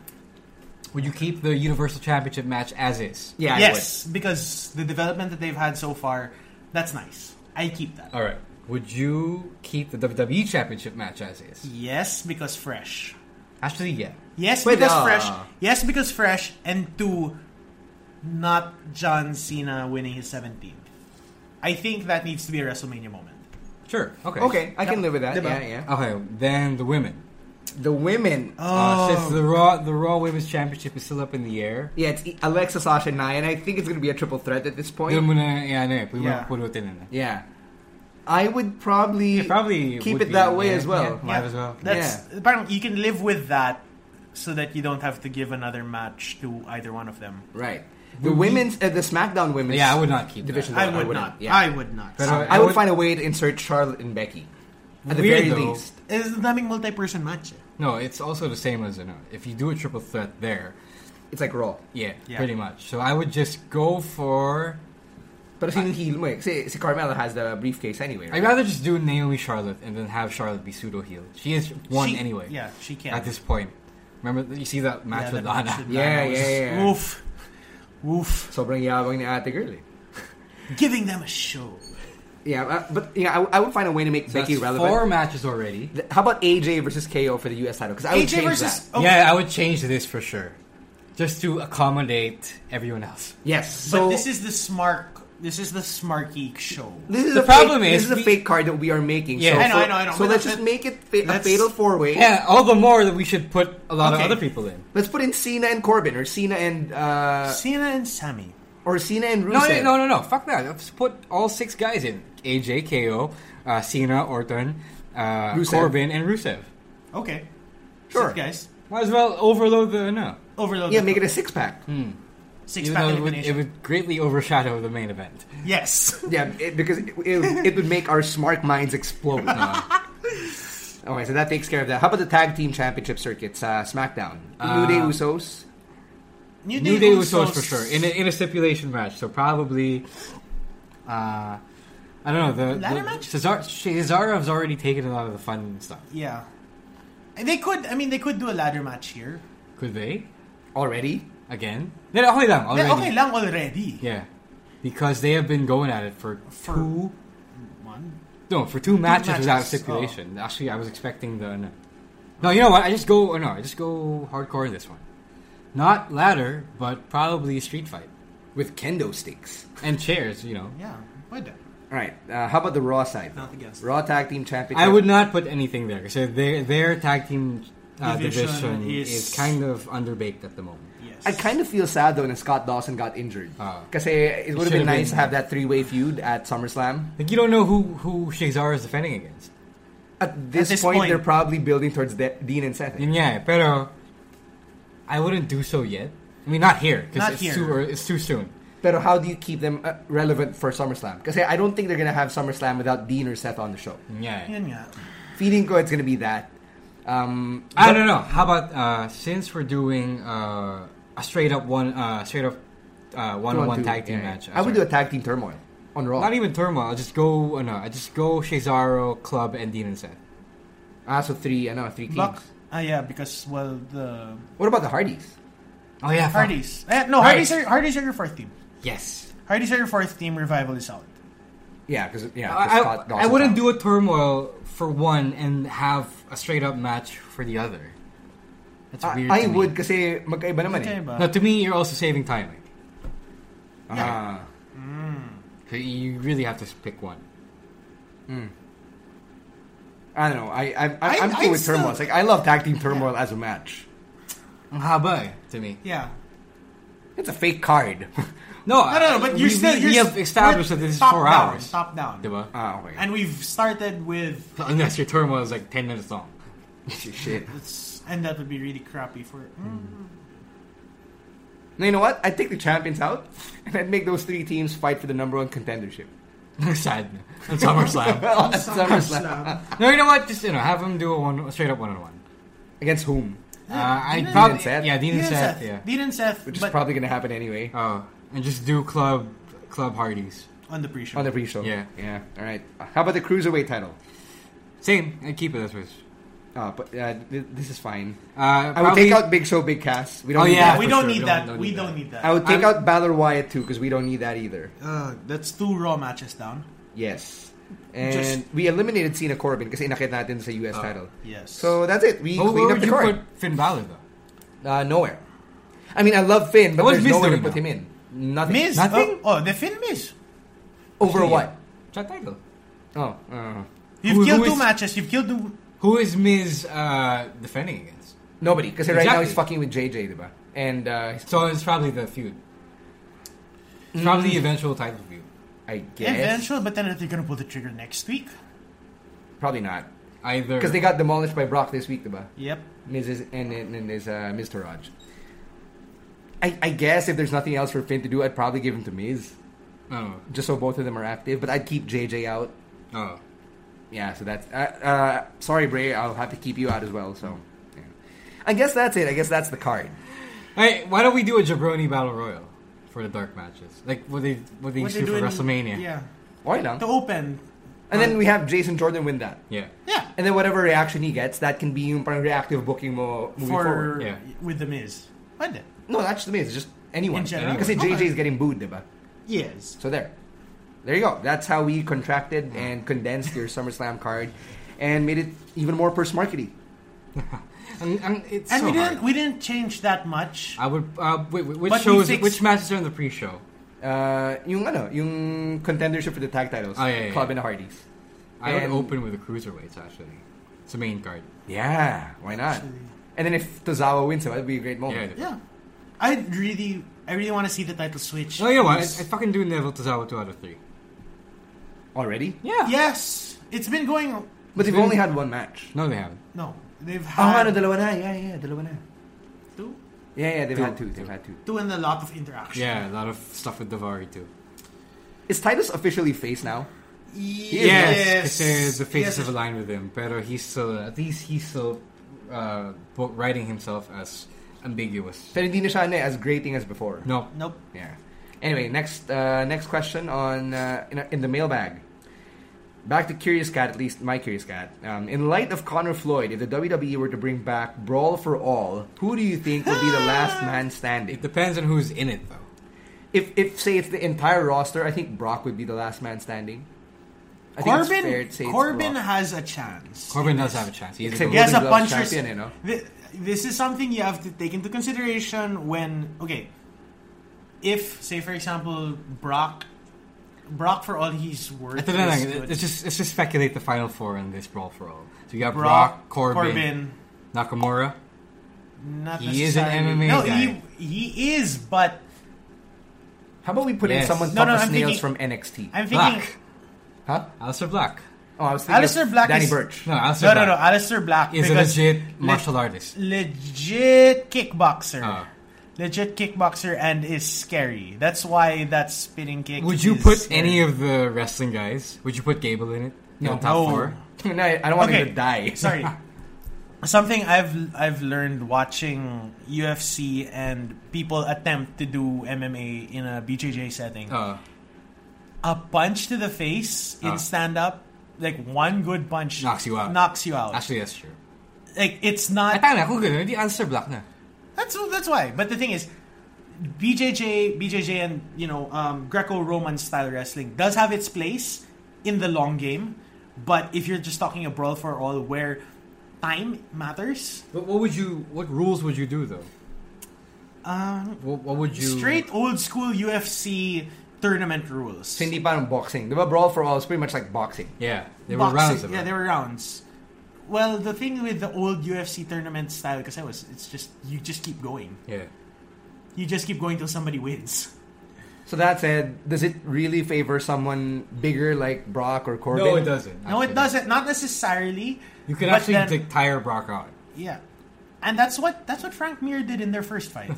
[SPEAKER 5] Would you keep the Universal Championship match as is?
[SPEAKER 4] yeah, I
[SPEAKER 6] yes, because the development that they've had so far, that's nice. I keep that.
[SPEAKER 5] All right. Would you keep the WWE Championship match as is?
[SPEAKER 6] Yes, because fresh.
[SPEAKER 5] Actually, yeah.
[SPEAKER 6] Yes,
[SPEAKER 4] Wait,
[SPEAKER 6] because
[SPEAKER 4] ah.
[SPEAKER 6] fresh. Yes, because fresh. And two, not John Cena winning his 17th. I think that needs to be a WrestleMania moment.
[SPEAKER 5] Sure. Okay.
[SPEAKER 4] would. Okay, I can live with that.
[SPEAKER 6] Diba?
[SPEAKER 4] Yeah, yeah.
[SPEAKER 5] Okay, then the women.
[SPEAKER 4] The women.
[SPEAKER 6] Oh.
[SPEAKER 5] Uh, since the Raw the Raw Women's Championship is still up in the air,
[SPEAKER 4] Yeah, it's E- Alexa, Sasha, and Nia, and I think it's going to be a triple threat at this point.
[SPEAKER 5] yun muna, yeah, ano eh, pwede
[SPEAKER 6] Yeah.
[SPEAKER 5] pulutin na na.
[SPEAKER 4] Yeah. I would probably,
[SPEAKER 5] probably
[SPEAKER 4] keep
[SPEAKER 5] would
[SPEAKER 4] it
[SPEAKER 5] be,
[SPEAKER 4] that way
[SPEAKER 5] yeah,
[SPEAKER 4] as well.
[SPEAKER 5] yeah. Might as well.
[SPEAKER 6] That's, parang You can live with that so that you don't have to give another match to either one of them.
[SPEAKER 4] Right. The women's, uh, the SmackDown women's.
[SPEAKER 5] Yeah, I would not keep
[SPEAKER 4] division.
[SPEAKER 5] that.
[SPEAKER 4] though,
[SPEAKER 6] I would
[SPEAKER 4] wouldn't.
[SPEAKER 6] not.
[SPEAKER 4] Yeah. eh,
[SPEAKER 6] I would not.
[SPEAKER 5] Pero-
[SPEAKER 4] I, would
[SPEAKER 5] would-
[SPEAKER 4] find a way to insert Charlotte and Becky. At the
[SPEAKER 5] Weird,
[SPEAKER 4] very
[SPEAKER 5] though.
[SPEAKER 4] least.
[SPEAKER 6] It's a Eh, daming multi-person match. eh.
[SPEAKER 5] No, it's also the same as you know, if you do a triple threat there,
[SPEAKER 4] It's like Raw.
[SPEAKER 5] yeah,
[SPEAKER 6] Yeah.
[SPEAKER 5] pretty much. So I would just go for.
[SPEAKER 4] Pero sino heel mo eh? Kasi si Carmella has the briefcase anyway.
[SPEAKER 5] I'd
[SPEAKER 4] Right?
[SPEAKER 5] rather just do Naomi Charlotte and then have Charlotte be pseudo heel. She is one
[SPEAKER 6] She-
[SPEAKER 5] anyway.
[SPEAKER 6] yeah, she can.
[SPEAKER 5] at this point. Remember, you see that match
[SPEAKER 6] Yeah,
[SPEAKER 5] with
[SPEAKER 6] that match
[SPEAKER 5] Lana.
[SPEAKER 6] with
[SPEAKER 4] Yeah,
[SPEAKER 6] Lana was-
[SPEAKER 4] yeah, yeah.
[SPEAKER 6] Woof. Woof.
[SPEAKER 4] Sobrang yabang ni ate girl eh.
[SPEAKER 6] Giving them a show.
[SPEAKER 4] Yeah, uh, but yeah, I, I would find a way to make
[SPEAKER 5] That's
[SPEAKER 4] Becky relevant.
[SPEAKER 5] four matches already.
[SPEAKER 4] Th- How about AJ versus KO for the US title? Because I would
[SPEAKER 6] AJ
[SPEAKER 4] change
[SPEAKER 6] versus
[SPEAKER 4] that.
[SPEAKER 6] oh,
[SPEAKER 5] Yeah, I would change this for sure, just to accommodate everyone else.
[SPEAKER 4] Yes.
[SPEAKER 6] But
[SPEAKER 4] So
[SPEAKER 6] this is the smart. This is the smart geek show.
[SPEAKER 4] This is
[SPEAKER 5] The
[SPEAKER 4] a
[SPEAKER 5] problem
[SPEAKER 4] fake,
[SPEAKER 5] is
[SPEAKER 4] this is a
[SPEAKER 5] we-
[SPEAKER 4] fake card that we are making.
[SPEAKER 5] Yeah.
[SPEAKER 4] so,
[SPEAKER 5] I know,
[SPEAKER 4] so-
[SPEAKER 6] I know, I know.
[SPEAKER 4] So
[SPEAKER 6] But
[SPEAKER 4] let's
[SPEAKER 6] let-
[SPEAKER 4] just make it fa- a
[SPEAKER 6] let's-
[SPEAKER 4] fatal four way.
[SPEAKER 5] Yeah, all the more that we should put a lot
[SPEAKER 6] Okay.
[SPEAKER 5] of other people in.
[SPEAKER 4] Let's put in Cena and Corbin, or Cena and uh,
[SPEAKER 6] Cena and Sammy.
[SPEAKER 4] or Cena and
[SPEAKER 5] No,
[SPEAKER 4] Rusev.
[SPEAKER 5] no, no, no, no. Fuck that. Let's put all six guys in: AJ, KO, uh, Cena, Orton, uh,
[SPEAKER 4] Rusev.
[SPEAKER 5] Corbin, and Rusev.
[SPEAKER 6] Okay.
[SPEAKER 4] Sure.
[SPEAKER 6] Sit, guys.
[SPEAKER 5] Might as well overload the no.
[SPEAKER 6] Overload.
[SPEAKER 4] Yeah,
[SPEAKER 6] the-
[SPEAKER 4] make it a six pack.
[SPEAKER 5] Hmm.
[SPEAKER 6] six
[SPEAKER 5] Even
[SPEAKER 6] pack
[SPEAKER 5] though it would, it
[SPEAKER 6] elimination.
[SPEAKER 5] would greatly overshadow the main event.
[SPEAKER 6] yes.
[SPEAKER 4] Yeah, it, because it, it, it would make our smart minds explode. okay, so that takes care of that. How about the tag team championship circuits? Uh, SmackDown,
[SPEAKER 5] Uh,
[SPEAKER 4] New Day, Usos.
[SPEAKER 5] New Day Usos for sure in a, in a stipulation match. So probably, uh, I don't know the
[SPEAKER 6] Ladder
[SPEAKER 5] the-
[SPEAKER 6] match?
[SPEAKER 5] Cesar- Cesaro has already taken a lot of the fun stuff.
[SPEAKER 6] yeah. And They could. I mean, they could do a ladder match here.
[SPEAKER 5] Could they
[SPEAKER 4] Already,
[SPEAKER 5] again? No, no, okay lang,
[SPEAKER 6] Yeah,
[SPEAKER 5] already.
[SPEAKER 6] okay, lang already.
[SPEAKER 5] Yeah, because they have been going at it for,
[SPEAKER 6] For-
[SPEAKER 5] two
[SPEAKER 6] One,
[SPEAKER 5] No, for two matches, without
[SPEAKER 6] matches.
[SPEAKER 5] stipulation. Actually, I was expecting the. No. no, you know what? I just go. oh, No, I just go hardcore in this one. Not ladder, but probably street fight
[SPEAKER 4] with kendo sticks.
[SPEAKER 5] and chairs. You know,
[SPEAKER 6] Yeah, pwede.
[SPEAKER 4] All right. Uh, how about the Raw side?
[SPEAKER 6] Not against.
[SPEAKER 4] Raw Tag Team Championship.
[SPEAKER 5] I would not put anything there. So their their tag team uh,
[SPEAKER 6] Division
[SPEAKER 5] division,
[SPEAKER 6] is-
[SPEAKER 5] is... kind of underbaked at the moment.
[SPEAKER 6] Yes.
[SPEAKER 4] I kind of feel sad though when Scott Dawson got injured.
[SPEAKER 5] Ah.
[SPEAKER 4] Because it would have been
[SPEAKER 5] should've
[SPEAKER 4] nice to
[SPEAKER 5] been-
[SPEAKER 4] have that three way feud at SummerSlam.
[SPEAKER 5] Like you don't know who who Shazar is defending against.
[SPEAKER 4] At this,
[SPEAKER 6] this
[SPEAKER 4] point,
[SPEAKER 6] point-
[SPEAKER 4] they're probably building towards De- Dean and Seth.
[SPEAKER 5] And yeah, pero I wouldn't do so yet. I mean, not here
[SPEAKER 6] Not
[SPEAKER 5] because it's
[SPEAKER 6] here.
[SPEAKER 5] too ear- it's too soon.
[SPEAKER 4] But how do you keep them uh, relevant for SummerSlam? Because I don't think they're going to have SummerSlam without Dean or Seth on the show.
[SPEAKER 5] Yeah.
[SPEAKER 6] Yun nga.
[SPEAKER 4] Feeling ko it's going to be that. Um,
[SPEAKER 5] I don't know. How about uh, since we're doing uh, a straight up one, uh, straight up uh, one on one
[SPEAKER 4] two,
[SPEAKER 5] tag
[SPEAKER 4] yeah,
[SPEAKER 5] team
[SPEAKER 4] yeah.
[SPEAKER 5] match?
[SPEAKER 4] I would do a tag team turmoil on Raw.
[SPEAKER 5] not even turmoil. I'll just go. Uh, no, I just go Cesaro, Club, and Dean and Seth.
[SPEAKER 4] ah, so three, I know, three teams.
[SPEAKER 6] Buck. Ah, yeah, because, well, the...
[SPEAKER 4] What about the Hardys?
[SPEAKER 5] Oh yeah, fuck.
[SPEAKER 6] Hardys. Eh, no,
[SPEAKER 5] Right.
[SPEAKER 6] Hardys are, Hardys are your fourth team.
[SPEAKER 5] Yes.
[SPEAKER 6] Hardys are your fourth team. Revival is out.
[SPEAKER 4] Yeah, because yeah, 'cause
[SPEAKER 5] I,
[SPEAKER 4] Scott
[SPEAKER 5] I, I
[SPEAKER 4] Dawson's
[SPEAKER 5] wouldn't
[SPEAKER 4] out.
[SPEAKER 5] do a turmoil for one and have a straight up match for the other. That's
[SPEAKER 4] I,
[SPEAKER 5] weird.
[SPEAKER 4] I
[SPEAKER 5] to me.
[SPEAKER 4] would kasi magkaiba naman eh.
[SPEAKER 6] Okay ba?
[SPEAKER 5] No, to me, you're also saving time. Uh,
[SPEAKER 4] Ah.
[SPEAKER 5] You really have to pick one.
[SPEAKER 4] I don't know. I, I, I,
[SPEAKER 6] I-
[SPEAKER 4] I'm cool
[SPEAKER 6] I
[SPEAKER 4] with
[SPEAKER 6] still-
[SPEAKER 4] turmoil. It's Like I love tag team turmoil as a match.
[SPEAKER 5] Ang haba eh, to me.
[SPEAKER 6] Yeah.
[SPEAKER 4] It's a fake card.
[SPEAKER 5] No,
[SPEAKER 6] No, no, no, but
[SPEAKER 5] I-
[SPEAKER 6] you're
[SPEAKER 5] we,
[SPEAKER 6] still...
[SPEAKER 5] we,
[SPEAKER 6] you're
[SPEAKER 5] we
[SPEAKER 6] s-
[SPEAKER 5] have established
[SPEAKER 6] we're
[SPEAKER 5] that this is
[SPEAKER 6] top
[SPEAKER 5] four
[SPEAKER 6] down,
[SPEAKER 5] hours.
[SPEAKER 6] Top down.
[SPEAKER 5] Diba?
[SPEAKER 4] ah, okay.
[SPEAKER 6] And we've started with...
[SPEAKER 5] Unless your turmoil is like 10 minutes long.
[SPEAKER 4] Shit.
[SPEAKER 6] And that would be really crappy for...
[SPEAKER 5] Hmm.
[SPEAKER 6] Mm.
[SPEAKER 4] No, you know what? I'd take the champions out, and I'd make those three teams fight for the number one contendership.
[SPEAKER 5] Sad. na. On SummerSlam.
[SPEAKER 4] At SummerSlam.
[SPEAKER 5] no, you know what? Just, you know, have them do a, one, a straight up one on one.
[SPEAKER 4] Against whom?
[SPEAKER 5] Uh, I
[SPEAKER 6] Dean
[SPEAKER 5] probably.
[SPEAKER 4] and Seth.
[SPEAKER 5] Yeah, Dean and Seth. Yeah.
[SPEAKER 6] Dean and Seth,
[SPEAKER 4] Which
[SPEAKER 6] but
[SPEAKER 4] is probably going to happen anyway
[SPEAKER 5] Oh, and just do club club Hardys.
[SPEAKER 6] on the pre-show.
[SPEAKER 4] on the pre-show.
[SPEAKER 5] Yeah.
[SPEAKER 4] Yeah. All right. How about the cruiserweight title?
[SPEAKER 5] Same. I keep it this way.
[SPEAKER 4] Uh, but uh, th- this is fine.
[SPEAKER 5] Uh,
[SPEAKER 4] I would
[SPEAKER 5] probably-
[SPEAKER 4] take out Big Show, Big Cass. We don't.
[SPEAKER 5] Oh,
[SPEAKER 4] need
[SPEAKER 5] yeah,
[SPEAKER 4] that
[SPEAKER 6] we
[SPEAKER 4] for
[SPEAKER 6] don't
[SPEAKER 4] sure.
[SPEAKER 6] need
[SPEAKER 5] don't-
[SPEAKER 6] that.
[SPEAKER 5] don't
[SPEAKER 6] we
[SPEAKER 5] need
[SPEAKER 6] don't
[SPEAKER 5] that.
[SPEAKER 6] need that.
[SPEAKER 4] I would take out Balor Wyatt too because we don't need that either.
[SPEAKER 6] Ugh, that's two raw matches down.
[SPEAKER 4] Yes. And
[SPEAKER 6] Just-
[SPEAKER 4] we eliminated Cena Corbin kasi inakit natin sa US title.
[SPEAKER 6] yes.
[SPEAKER 4] So that's it. We
[SPEAKER 5] Oh, where
[SPEAKER 4] cleaned
[SPEAKER 5] would
[SPEAKER 4] up the
[SPEAKER 5] you
[SPEAKER 4] card.
[SPEAKER 5] put Finn Balor though?
[SPEAKER 4] Uh, nowhere. I mean, I love Finn, but
[SPEAKER 5] What's
[SPEAKER 4] there's
[SPEAKER 5] Miz
[SPEAKER 4] nowhere to
[SPEAKER 5] doing
[SPEAKER 4] put
[SPEAKER 5] now?
[SPEAKER 4] him in. Nothing.
[SPEAKER 6] Miz,
[SPEAKER 5] Nothing?
[SPEAKER 6] Oh, oh, the Finn Miz.
[SPEAKER 4] Over
[SPEAKER 5] Yeah.
[SPEAKER 4] what?
[SPEAKER 5] That title.
[SPEAKER 4] Oh, uh,
[SPEAKER 6] You've
[SPEAKER 5] Who-
[SPEAKER 6] killed
[SPEAKER 5] who
[SPEAKER 6] two
[SPEAKER 5] is-
[SPEAKER 6] matches. You've killed two.
[SPEAKER 5] Who is Miz uh, defending against?
[SPEAKER 4] nobody. Because right now
[SPEAKER 5] Exactly.
[SPEAKER 4] he's fucking with JJ, diba? And uh, he's-
[SPEAKER 5] So it's probably the feud. It's probably
[SPEAKER 6] Mm.
[SPEAKER 5] the eventual title feud.
[SPEAKER 4] I guess
[SPEAKER 6] Eventually, but then if they're gonna pull the trigger next week.
[SPEAKER 4] probably not
[SPEAKER 5] Either
[SPEAKER 4] because they got demolished by Brock this week, diba?
[SPEAKER 6] Yep.
[SPEAKER 4] Miz is, and and, and is uh, Miz Taraj. I, I guess if there's nothing else for Finn to do, I'd probably give him to Miz
[SPEAKER 5] Oh,
[SPEAKER 4] just so both of them are active. But I'd keep JJ out.
[SPEAKER 5] oh.
[SPEAKER 4] Yeah, so that's. Uh, uh, sorry, Bray, I'll have to keep you out as well. So, yeah. I guess that's it. I guess that's the card.
[SPEAKER 5] Hey, why don't we do a Jabroni Battle Royal for the dark matches? Like what they what they
[SPEAKER 6] What
[SPEAKER 5] used
[SPEAKER 6] they
[SPEAKER 5] to do
[SPEAKER 6] do
[SPEAKER 5] for
[SPEAKER 6] in-
[SPEAKER 5] WrestleMania.
[SPEAKER 6] Yeah.
[SPEAKER 4] Why not?
[SPEAKER 6] The open.
[SPEAKER 4] And then we have Jason Jordan win that.
[SPEAKER 5] Yeah.
[SPEAKER 6] Yeah.
[SPEAKER 4] And then whatever reaction he gets, that can be yung parang reactive booking mo moving
[SPEAKER 6] For
[SPEAKER 4] forward.
[SPEAKER 5] Yeah.
[SPEAKER 6] with the Miz. Pwede.
[SPEAKER 4] No, that's just me. It's just anyone.
[SPEAKER 6] In general.
[SPEAKER 4] Because JJ
[SPEAKER 6] Okay.
[SPEAKER 4] is getting booed, diba?
[SPEAKER 6] Yes.
[SPEAKER 4] So there. There you go. That's how we contracted and condensed your SummerSlam card and made it even more purse markety.
[SPEAKER 5] And, and it's
[SPEAKER 6] And
[SPEAKER 5] so
[SPEAKER 6] we didn't
[SPEAKER 5] hard.
[SPEAKER 6] we didn't change that much.
[SPEAKER 5] I would. Uh, wait, wait, which
[SPEAKER 6] But we
[SPEAKER 5] shows?
[SPEAKER 6] fixed-
[SPEAKER 5] Which matches are in the pre-show?
[SPEAKER 4] Uh, yung ano, yung contendership for the tag titles.
[SPEAKER 5] Ah, yeah, yeah,
[SPEAKER 4] Club
[SPEAKER 5] yeah.
[SPEAKER 4] and Hardys.
[SPEAKER 5] I would
[SPEAKER 4] And-
[SPEAKER 5] open with the cruiserweights actually. It's a main card.
[SPEAKER 4] Yeah, why not? And then if Tozawa wins, it would be a great
[SPEAKER 5] Yeah.
[SPEAKER 4] moment.
[SPEAKER 6] Oh. yeah. I really I really want to see the title switch.
[SPEAKER 5] Oh, you know what? I, I fucking do Neville Tozawa two out of three.
[SPEAKER 4] Already?
[SPEAKER 5] Yeah.
[SPEAKER 6] Yes. It's been going
[SPEAKER 4] But they've only had one match.
[SPEAKER 5] No, they haven't.
[SPEAKER 6] no. They've
[SPEAKER 4] Oh,
[SPEAKER 6] had
[SPEAKER 4] ano, dalawa na. Yeah, yeah, dalawa na.
[SPEAKER 6] two
[SPEAKER 4] Yeah, yeah, they've had two. They've had two.
[SPEAKER 6] two and a lot of interaction.
[SPEAKER 5] Yeah, a lot of stuff with Davari too.
[SPEAKER 4] Is Titus officially face now?
[SPEAKER 5] Yes,
[SPEAKER 6] Yes.
[SPEAKER 5] kasi the faces
[SPEAKER 6] Yes.
[SPEAKER 5] have aligned with him, pero he's still at least he's still uh, bo- writing himself as ambiguous.
[SPEAKER 4] Pero hindi na siya ano, eh, as grating as before.
[SPEAKER 5] No,
[SPEAKER 6] Nope.
[SPEAKER 4] Yeah. Anyway, next uh, next question on uh, in, in the mailbag. Back to Curious Cat, at least my Curious Cat. Um, in light of Conor Floyd, if the WWE were to bring back Brawl for All, who do you think would be the last man standing?
[SPEAKER 5] it depends on who's in it though.
[SPEAKER 4] If, if say it's the entire roster, I think Brock would be the last man standing. I think it's fair
[SPEAKER 6] Corbin
[SPEAKER 4] to say it's
[SPEAKER 6] Corbin
[SPEAKER 4] Brock.
[SPEAKER 6] has a chance.
[SPEAKER 5] Corbin does have a chance. He's a
[SPEAKER 4] Except
[SPEAKER 5] good
[SPEAKER 6] He has a
[SPEAKER 4] Golden Gloves
[SPEAKER 6] puncher's.
[SPEAKER 4] champion, you know?
[SPEAKER 6] Thi- this is something you have to take into consideration when okay. If say for example Brock, Brock for all he's worth.
[SPEAKER 5] Ito na lang.
[SPEAKER 6] is good.
[SPEAKER 5] Let's just, let's just speculate the final four in this brawl for all. So you got
[SPEAKER 6] Brock,
[SPEAKER 5] Brock, Corbin,
[SPEAKER 6] Corbin.
[SPEAKER 5] Nakamura.
[SPEAKER 6] Not
[SPEAKER 5] He is an
[SPEAKER 6] necessarily-
[SPEAKER 5] MMA
[SPEAKER 6] No,
[SPEAKER 5] guy.
[SPEAKER 6] he he is, but
[SPEAKER 4] How about we put in
[SPEAKER 5] Yes.
[SPEAKER 4] someone
[SPEAKER 6] No,
[SPEAKER 4] tough
[SPEAKER 6] no,
[SPEAKER 4] as
[SPEAKER 6] I'm
[SPEAKER 4] nails from
[SPEAKER 6] thinking-
[SPEAKER 4] NXT?
[SPEAKER 6] I'm thinking.
[SPEAKER 5] Black.
[SPEAKER 4] huh?
[SPEAKER 5] Alistair Black.
[SPEAKER 4] Oh, I was thinking
[SPEAKER 6] Alistair
[SPEAKER 4] of
[SPEAKER 6] Black
[SPEAKER 4] Danny
[SPEAKER 6] is-
[SPEAKER 4] Birch.
[SPEAKER 5] No, Alistair
[SPEAKER 6] No, no,
[SPEAKER 5] Black
[SPEAKER 6] no, Alistair Black
[SPEAKER 5] is a
[SPEAKER 6] because
[SPEAKER 5] legit
[SPEAKER 6] le-
[SPEAKER 5] martial artist.
[SPEAKER 6] legit kickboxer.
[SPEAKER 5] Ah.
[SPEAKER 6] Legit kickboxer and is scary. That's why that spinning kick.
[SPEAKER 5] Would you
[SPEAKER 6] is
[SPEAKER 5] put
[SPEAKER 6] scary.
[SPEAKER 5] any of the wrestling guys? Would you put Gable in it? No, top
[SPEAKER 6] No.
[SPEAKER 5] four.
[SPEAKER 4] no, I I don't want him
[SPEAKER 6] Okay,
[SPEAKER 4] to die.
[SPEAKER 6] Sorry. Something I've I've learned watching UFC and people attempt to do MMA in a BJJ setting.
[SPEAKER 5] Uh,
[SPEAKER 6] a punch to the face
[SPEAKER 5] Ah.
[SPEAKER 6] in stand up, like one good punch
[SPEAKER 5] Knocks you out.
[SPEAKER 6] Knocks you out.
[SPEAKER 5] actually, that's true.
[SPEAKER 6] like it's
[SPEAKER 5] Ay,
[SPEAKER 6] not.
[SPEAKER 5] tanga na, kung ganun, hindi Alistair Black na.
[SPEAKER 6] That's that's why. But the thing is, BJJ, BJJ, and you know um, Greco-Roman style wrestling does have its place in the long game. But if you're just talking a brawl for all, where time matters,
[SPEAKER 5] But what would you? What rules would you do though? Um, what, what would you?
[SPEAKER 6] straight old school UFC tournament rules.
[SPEAKER 4] So, hindi parang boxing. Di ba Brawl for All is pretty much like boxing.
[SPEAKER 5] Yeah, there were
[SPEAKER 6] Boxing-
[SPEAKER 5] rounds of
[SPEAKER 6] yeah,
[SPEAKER 5] it.
[SPEAKER 6] there were rounds. Well, the thing with the old UFC tournament style, because I was, it's just you just keep going.
[SPEAKER 5] Yeah.
[SPEAKER 6] You just keep going till somebody wins.
[SPEAKER 4] So that said, does it really favor someone bigger like Brock or Corbin?
[SPEAKER 5] No, it doesn't.
[SPEAKER 6] No,
[SPEAKER 5] actually.
[SPEAKER 6] it doesn't. Not necessarily.
[SPEAKER 5] You can
[SPEAKER 6] but
[SPEAKER 5] actually
[SPEAKER 6] then-
[SPEAKER 5] t- tire Brock out.
[SPEAKER 6] yeah, and that's what that's what Frank Mir did in their first fight.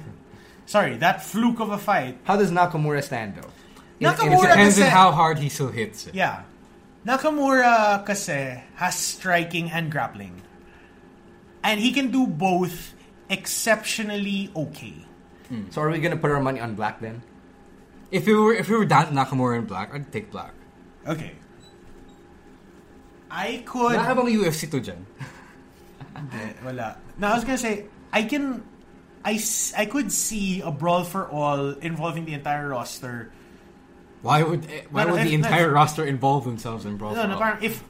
[SPEAKER 6] Sorry, that fluke of a fight.
[SPEAKER 4] How does Nakamura stand though?
[SPEAKER 6] Nakamura
[SPEAKER 4] in-
[SPEAKER 5] Depends on
[SPEAKER 6] kasi-
[SPEAKER 5] how hard he still hits it.
[SPEAKER 6] Yeah, Nakamura uh, kasi has striking and grappling, and he can do both exceptionally okay.
[SPEAKER 4] So are we gonna put our money on Black then?
[SPEAKER 5] If it were if it were down to Nakamura and Black, I'd take Black.
[SPEAKER 6] Okay. I could.
[SPEAKER 5] Wala bang UFC to dyan?
[SPEAKER 6] Wala. No, I was gonna say I can. I, s- I could see a brawl for all involving the entire roster.
[SPEAKER 5] Why would eh, why
[SPEAKER 6] No, no,
[SPEAKER 5] would the
[SPEAKER 6] if-
[SPEAKER 5] entire
[SPEAKER 6] if-
[SPEAKER 5] roster involve themselves in brawl?
[SPEAKER 6] No,
[SPEAKER 5] for
[SPEAKER 6] no,
[SPEAKER 5] all?
[SPEAKER 6] parang if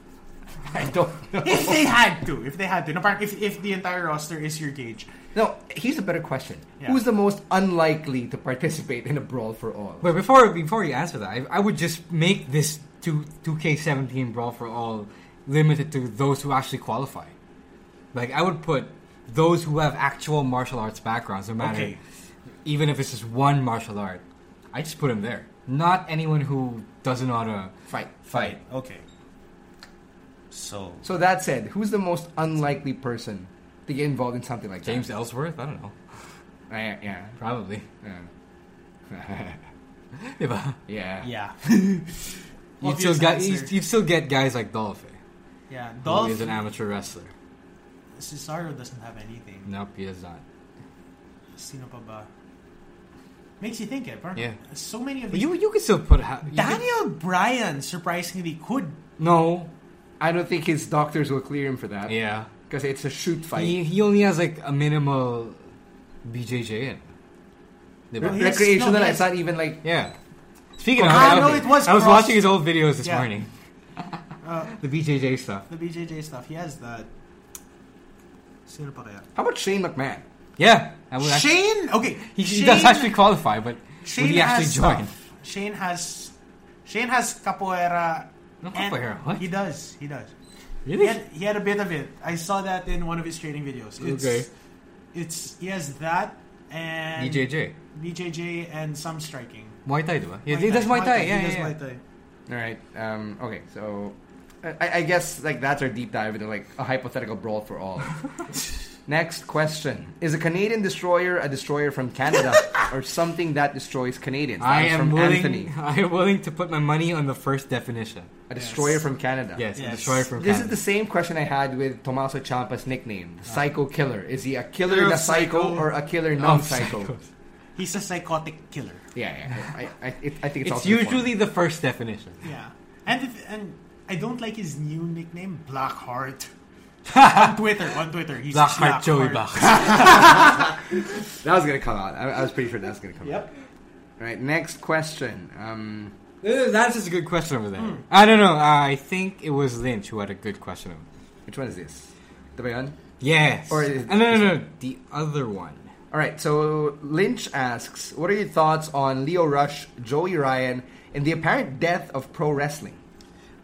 [SPEAKER 4] I don't know.
[SPEAKER 6] if they had to, if they had to, no, parang if if the entire roster is your gauge,
[SPEAKER 4] No, here's a better question.
[SPEAKER 6] Yeah.
[SPEAKER 4] Who's the most unlikely to participate in a Brawl for All?
[SPEAKER 5] But before before you answer that, I, I would just make this two two K seventeen brawl for all limited to those who actually qualify. Like I would put those who have actual martial arts backgrounds, no matter
[SPEAKER 6] Okay.
[SPEAKER 5] even if it's just one martial art. I just put them there. Not anyone who doesn't want to
[SPEAKER 4] Fight.
[SPEAKER 5] fight.
[SPEAKER 6] okay. So
[SPEAKER 4] So that said, who's the most unlikely person to get involved in something like
[SPEAKER 5] James
[SPEAKER 4] that?
[SPEAKER 5] Ellsworth, I don't know,
[SPEAKER 4] James. Yeah.
[SPEAKER 5] probably.
[SPEAKER 4] Yeah.
[SPEAKER 5] Diba?
[SPEAKER 4] Yeah.
[SPEAKER 6] yeah,
[SPEAKER 5] You'd
[SPEAKER 6] Obvious
[SPEAKER 5] still get
[SPEAKER 6] answer.
[SPEAKER 5] you'd, you'd still get guys like Dolph,
[SPEAKER 6] yeah.
[SPEAKER 5] who
[SPEAKER 6] Dolph
[SPEAKER 5] is an amateur wrestler.
[SPEAKER 6] Cesaro doesn't have anything.
[SPEAKER 5] Nope, he does not.
[SPEAKER 6] Sino pa ba? Makes you think it, parang
[SPEAKER 5] Yeah.
[SPEAKER 6] So many of
[SPEAKER 5] But
[SPEAKER 6] these.
[SPEAKER 5] you you could still put ha- you could-
[SPEAKER 6] Daniel Bryan surprisingly could
[SPEAKER 5] no
[SPEAKER 4] I don't think his doctors will clear him for that.
[SPEAKER 5] yeah.
[SPEAKER 4] Because it's a shoot fight.
[SPEAKER 5] He, he only has like a minimal BJJ in. Diba?
[SPEAKER 6] Really? Yes,
[SPEAKER 4] Recreational,
[SPEAKER 6] no, yes.
[SPEAKER 4] it's not even like.
[SPEAKER 5] Yeah. Speaking of,
[SPEAKER 6] Ah,
[SPEAKER 5] I,
[SPEAKER 6] no, it was
[SPEAKER 5] I was
[SPEAKER 6] crossed.
[SPEAKER 5] watching his old videos this
[SPEAKER 6] Yeah.
[SPEAKER 5] morning. the BJJ stuff.
[SPEAKER 6] the BJJ stuff. He has that. Sino pa kaya?
[SPEAKER 4] How about Shane McMahon?
[SPEAKER 5] Yeah, I would Oh, actually,
[SPEAKER 6] Shane. Okay,
[SPEAKER 5] he, he
[SPEAKER 6] Shane,
[SPEAKER 5] does actually qualify, but
[SPEAKER 6] Shane
[SPEAKER 5] would he actually
[SPEAKER 6] has
[SPEAKER 5] join?
[SPEAKER 6] stuff. Shane has. Shane has capoeira.
[SPEAKER 5] No
[SPEAKER 6] and-
[SPEAKER 5] capoeira, what?
[SPEAKER 6] He does. He does. He
[SPEAKER 5] Really?
[SPEAKER 6] had, he had a bit of it. I saw that in one of his training videos. It's,
[SPEAKER 5] Okay.
[SPEAKER 6] It's he has that and
[SPEAKER 5] BJJ,
[SPEAKER 6] BJJ and some striking.
[SPEAKER 5] Muay Thai, diba? Yeah, he does Muay Thai. Yeah,
[SPEAKER 6] he does
[SPEAKER 5] yeah, yeah.
[SPEAKER 6] Muay Thai.
[SPEAKER 4] All right. Um, okay, so I, I guess like that's our deep dive into like a hypothetical brawl for all. Next question: Is a Canadian destroyer a destroyer from Canada or something that destroys Canadians? That
[SPEAKER 5] I
[SPEAKER 4] was
[SPEAKER 5] am
[SPEAKER 4] from
[SPEAKER 5] willing.
[SPEAKER 4] Anthony.
[SPEAKER 5] I am willing to put my money on the first definition.
[SPEAKER 4] A destroyer from Canada.
[SPEAKER 5] Yes,
[SPEAKER 6] Yes.
[SPEAKER 5] destroyer from
[SPEAKER 4] This is
[SPEAKER 5] Canada. Ah.
[SPEAKER 4] the same question I had with Tommaso Ciampa's nickname, the Psycho Killer. Is he a killer
[SPEAKER 6] Killer
[SPEAKER 4] the
[SPEAKER 6] of
[SPEAKER 4] psycho,
[SPEAKER 6] psycho.
[SPEAKER 4] or a killer
[SPEAKER 5] Oh,
[SPEAKER 4] non-psycho?
[SPEAKER 5] psychos.
[SPEAKER 6] He's a psychotic killer.
[SPEAKER 4] Yeah, yeah. I, I, it, I think it's,
[SPEAKER 5] It's
[SPEAKER 4] also important.
[SPEAKER 5] usually the first definition.
[SPEAKER 6] Yeah, and if, and I don't like his new nickname, Blackheart. on Twitter, on Twitter, he's
[SPEAKER 5] Black Heart Joey
[SPEAKER 6] Blackheart.
[SPEAKER 5] Bach.
[SPEAKER 4] that was gonna come out. I, I was pretty sure that was gonna come out.
[SPEAKER 6] Yep.
[SPEAKER 4] All right. Next question. Um,
[SPEAKER 5] Uh, That's just a good question over there.
[SPEAKER 6] Hmm.
[SPEAKER 5] I don't know. Uh, I think it was Lynch who had a good question. Over there.
[SPEAKER 4] Which one is this? The Bayon?
[SPEAKER 5] Yes.
[SPEAKER 4] Or
[SPEAKER 6] uh,
[SPEAKER 5] Or
[SPEAKER 4] is-
[SPEAKER 5] no, no, no, the other one.
[SPEAKER 4] All right, so Lynch asks, what are your thoughts on Leo Rush, Joey Ryan, and the apparent death of pro wrestling?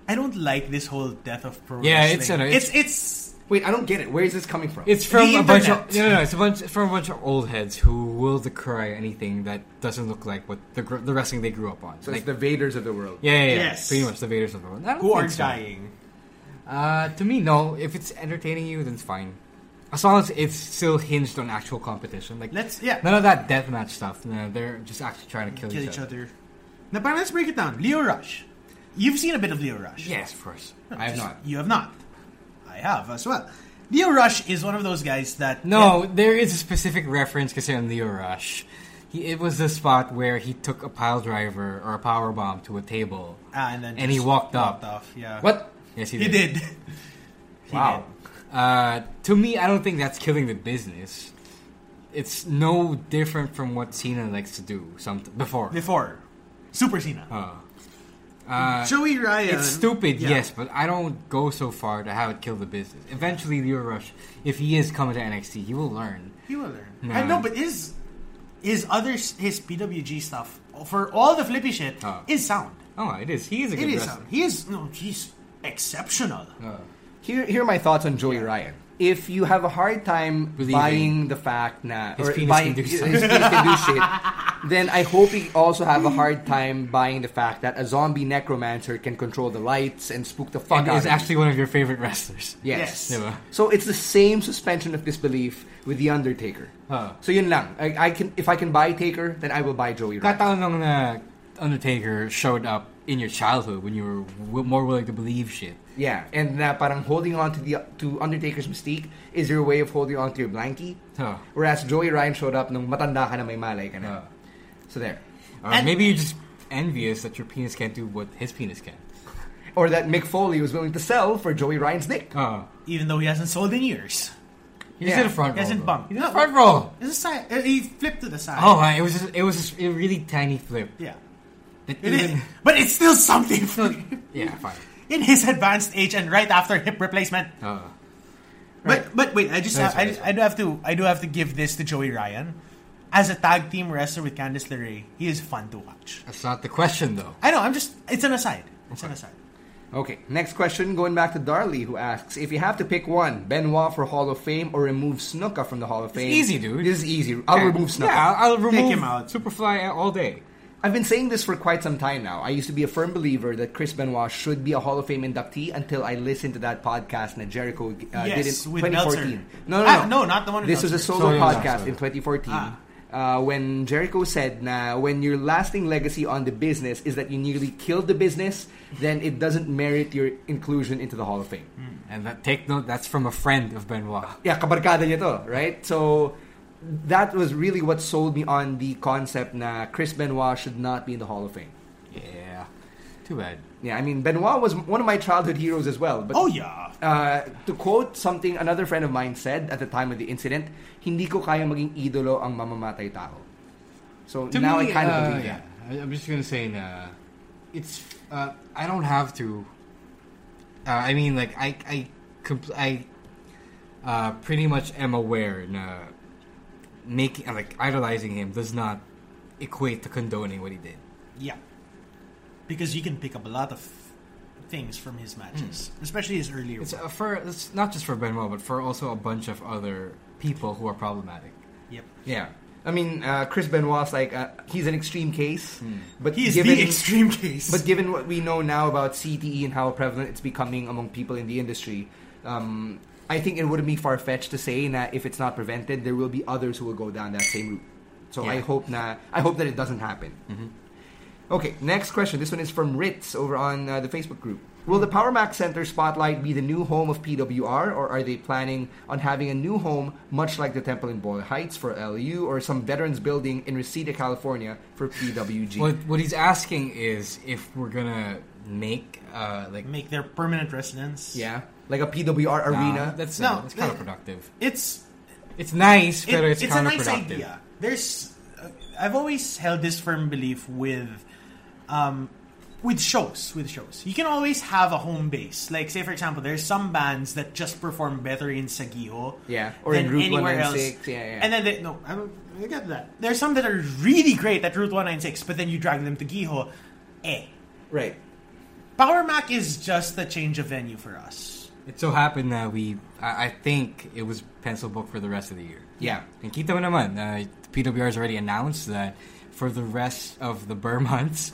[SPEAKER 6] I don't like this whole death of pro
[SPEAKER 5] Yeah,
[SPEAKER 6] wrestling.
[SPEAKER 5] it's an-
[SPEAKER 6] it's it's
[SPEAKER 4] Wait, I don't get it. Where is this coming from?
[SPEAKER 5] It's from
[SPEAKER 6] The
[SPEAKER 5] a bunch of
[SPEAKER 6] internet.
[SPEAKER 5] no, no, no, it's a bunch from a bunch of old heads who will decry anything that doesn't look like what the gr- the wrestling they grew up on.
[SPEAKER 4] so it's
[SPEAKER 5] like
[SPEAKER 4] the Vaders of the world.
[SPEAKER 5] yeah, yeah, yeah.
[SPEAKER 6] Yes.
[SPEAKER 5] pretty much the Vaders of the world. I don't
[SPEAKER 6] who are
[SPEAKER 5] think so.
[SPEAKER 6] dying.
[SPEAKER 5] Uh, to me, no. If it's entertaining you, then it's fine. As long as it's still hinged on actual competition, like
[SPEAKER 6] Let's- yeah.
[SPEAKER 5] none of that deathmatch stuff. No, they're just actually trying to kill,
[SPEAKER 6] Kill each other. Now, but let's break it down. Leo Rush. You've seen a bit of Leo Rush.
[SPEAKER 5] Yes, of course.
[SPEAKER 4] I have not.
[SPEAKER 6] You have not. I have as well. Leo Rush is one of those guys that
[SPEAKER 5] No, there is a specific reference concerning Leo Rush. He, it was the spot where he took a pile driver or a power bomb to a table,
[SPEAKER 6] Ah, and then
[SPEAKER 5] and he
[SPEAKER 6] just
[SPEAKER 5] walked up.
[SPEAKER 6] walked off, yeah.
[SPEAKER 5] What? Yes, he,
[SPEAKER 6] He did. He
[SPEAKER 4] Wow.
[SPEAKER 5] Uh, to me, I don't think that's killing the business. It's no different from what Cena likes to do. Some before.
[SPEAKER 6] did. Before. Super Cena. Joey Ryan.
[SPEAKER 5] Uh, It's stupid,
[SPEAKER 6] Yeah.
[SPEAKER 5] yes, but I don't go so far to have it kill the business. Eventually, Leo Rush, if he is coming to NXT, he will learn.
[SPEAKER 6] He will learn. I know, but his his other his PWG stuff for all the flippy shit
[SPEAKER 5] Ah.
[SPEAKER 6] is sound.
[SPEAKER 5] Oh, it is. He is a
[SPEAKER 6] It
[SPEAKER 5] good
[SPEAKER 6] is
[SPEAKER 5] wrestler.
[SPEAKER 6] sound. He is no, he's exceptional.
[SPEAKER 4] Here, here are my thoughts on Joey Ryan. If you have a hard time
[SPEAKER 5] Believing.
[SPEAKER 4] buying the fact that
[SPEAKER 5] His penis
[SPEAKER 4] buying,
[SPEAKER 5] can do
[SPEAKER 4] his
[SPEAKER 5] something.
[SPEAKER 4] penis can do shit, then I hope you also have a hard time buying the fact that a zombie necromancer can control the lights and spook the fuck
[SPEAKER 5] And
[SPEAKER 4] out.
[SPEAKER 5] is
[SPEAKER 4] of you.
[SPEAKER 5] actually one of your favorite wrestlers.
[SPEAKER 4] Yes.
[SPEAKER 6] Yes.
[SPEAKER 5] Diba?
[SPEAKER 4] So it's the same suspension of disbelief with The Undertaker. So yun lang. I, I can if I can buy Taker, then I will buy Joey Ryan.
[SPEAKER 5] Kataon lang na uh, Undertaker showed up in your childhood when you were w- more willing to believe shit.
[SPEAKER 4] Yeah, and na parang holding on to the to Undertaker's mystique is your way of holding on to your blankie.
[SPEAKER 5] Huh.
[SPEAKER 4] Whereas Joey Ryan showed up nung matanda ka na may malay ka na. So there.
[SPEAKER 5] Or Uh, maybe you're just envious that your penis can't do what his penis can.
[SPEAKER 4] Or that Mick Foley was willing to sell for Joey Ryan's dick.
[SPEAKER 5] Oh.
[SPEAKER 6] Even though he hasn't sold in years.
[SPEAKER 5] He's
[SPEAKER 4] Yeah.
[SPEAKER 5] in a front
[SPEAKER 6] He
[SPEAKER 5] row.
[SPEAKER 6] hasn't
[SPEAKER 5] though.
[SPEAKER 6] bumped.
[SPEAKER 5] He's in a front row.
[SPEAKER 6] It's a side uh, he flipped to the side.
[SPEAKER 5] Oh, I- it was just, it was just a really tiny flip.
[SPEAKER 6] yeah.
[SPEAKER 5] That
[SPEAKER 6] It is,
[SPEAKER 5] even-
[SPEAKER 6] but it's still something for him.
[SPEAKER 5] yeah, fine.
[SPEAKER 6] in his advanced age and right after hip replacement.
[SPEAKER 5] Oh.
[SPEAKER 6] But but wait, I just
[SPEAKER 5] That's
[SPEAKER 6] have, I,
[SPEAKER 5] right.
[SPEAKER 6] I do have to I do have to give this to Joey Ryan as a tag team wrestler with Candice LeRae. He is fun to watch.
[SPEAKER 5] That's not the question, though.
[SPEAKER 6] I know. I'm just it's an aside. It's an aside.
[SPEAKER 4] Okay, next question going back to Darley who asks if you have to pick one, Benoit for Hall of Fame or remove Snuka from the Hall of Fame.
[SPEAKER 5] easy, dude.
[SPEAKER 4] This is easy. I'll
[SPEAKER 5] Yeah.
[SPEAKER 4] remove Snuka.
[SPEAKER 5] Yeah, I'll, I'll remove
[SPEAKER 6] him out.
[SPEAKER 5] Superfly all day.
[SPEAKER 4] I've been saying this for quite some time now. I used to be a firm believer that Chris Benoit should be a Hall of Fame inductee until I listened to that podcast that Jericho uh, did
[SPEAKER 6] Yes,
[SPEAKER 4] in
[SPEAKER 6] with
[SPEAKER 4] 2014.
[SPEAKER 6] Meltzer.
[SPEAKER 4] No, no, no,
[SPEAKER 6] Ah, no, not the one with
[SPEAKER 4] This was a
[SPEAKER 6] Meltzer. Ah.
[SPEAKER 4] solo
[SPEAKER 5] Solo, yeah,
[SPEAKER 4] podcast
[SPEAKER 5] solo.
[SPEAKER 4] in 2014. Uh, when Jericho said, nah, when your lasting legacy on the business is that you nearly killed the business, then it doesn't merit your inclusion into the Hall of Fame.
[SPEAKER 6] Hmm.
[SPEAKER 5] And that, take note, that's from a friend of Benoit.
[SPEAKER 4] yeah, kabarkada niya to, right? So that was really what sold me on the concept na Chris Benoit should not be in the Hall of Fame.
[SPEAKER 5] Yeah. Too bad.
[SPEAKER 4] Yeah, I mean Benoit was one of my childhood heroes as well. But
[SPEAKER 6] Oh yeah.
[SPEAKER 4] uh, to quote something another friend of mine said at the time of the incident, hindi ko kaya maging idolo ang mamamatay tao. So
[SPEAKER 5] To
[SPEAKER 4] now I
[SPEAKER 5] me,
[SPEAKER 4] kind
[SPEAKER 5] uh,
[SPEAKER 4] of believe that.
[SPEAKER 5] Yeah, I, I'm just gonna say, uh, it's. Uh, I don't have to. Uh, I mean, like I, I, compl- I, uh, pretty much am aware. And, uh, making like idolizing him does not equate to condoning what he did.
[SPEAKER 6] Yeah. Because you can pick up a lot of things from his matches,
[SPEAKER 4] Hmm.
[SPEAKER 6] especially his earlier.
[SPEAKER 5] It's
[SPEAKER 6] ones.
[SPEAKER 5] uh, for it's not just for Benoit, but for also a bunch of other people who are problematic.
[SPEAKER 6] Yep.
[SPEAKER 4] Yeah. I mean, uh, Chris Benoit's like uh, he's an extreme case, but
[SPEAKER 6] Hmm. He is
[SPEAKER 4] given-
[SPEAKER 6] the extreme case.
[SPEAKER 4] But given what we know now about CTE and how prevalent it's becoming among people in the industry, um, I think it wouldn't be far fetched to say that if it's not prevented, there will be others who will go down that same route. So I
[SPEAKER 5] Yeah.
[SPEAKER 4] hope na I hope that it doesn't happen. Okay, next question. This one is from Ritz over on uh, the Facebook group. Will the Power Max Center Spotlight be the new home of PWR, or are they planning on having a new home, much like the temple in Boyle Heights for LU, or some veterans building in Reseda, California for PWG?
[SPEAKER 5] What what he's asking is if we're gonna make uh, like
[SPEAKER 6] make their permanent residence.
[SPEAKER 4] Yeah, like a PWR
[SPEAKER 5] uh,
[SPEAKER 4] arena.
[SPEAKER 5] That's
[SPEAKER 6] No,
[SPEAKER 5] no, that's counterproductive.
[SPEAKER 6] It's
[SPEAKER 5] It's nice,
[SPEAKER 6] it,
[SPEAKER 5] but
[SPEAKER 6] it's,
[SPEAKER 5] it's,
[SPEAKER 6] a
[SPEAKER 5] counterproductive.
[SPEAKER 6] nice idea. There's, uh, I've always held this firm belief with, um, with shows, with shows, you can always have a home base. Like, say for example, there's some bands that just perform better in Sagiho,
[SPEAKER 4] Yeah, or
[SPEAKER 6] than
[SPEAKER 4] in Route
[SPEAKER 6] anywhere else.
[SPEAKER 4] 196, yeah, yeah.
[SPEAKER 6] And then they, no, I don't I get that. There's some that are really great at Route 196, but then you drag them to Giho, eh?
[SPEAKER 4] Right.
[SPEAKER 6] Power Mac is just a change of venue for us.
[SPEAKER 5] It so happened that we, I, I think it was pencil booked for the rest of the year.
[SPEAKER 4] Yeah.
[SPEAKER 5] And kita mo naman, uh, PWR has already announced that for the rest of the Burr months,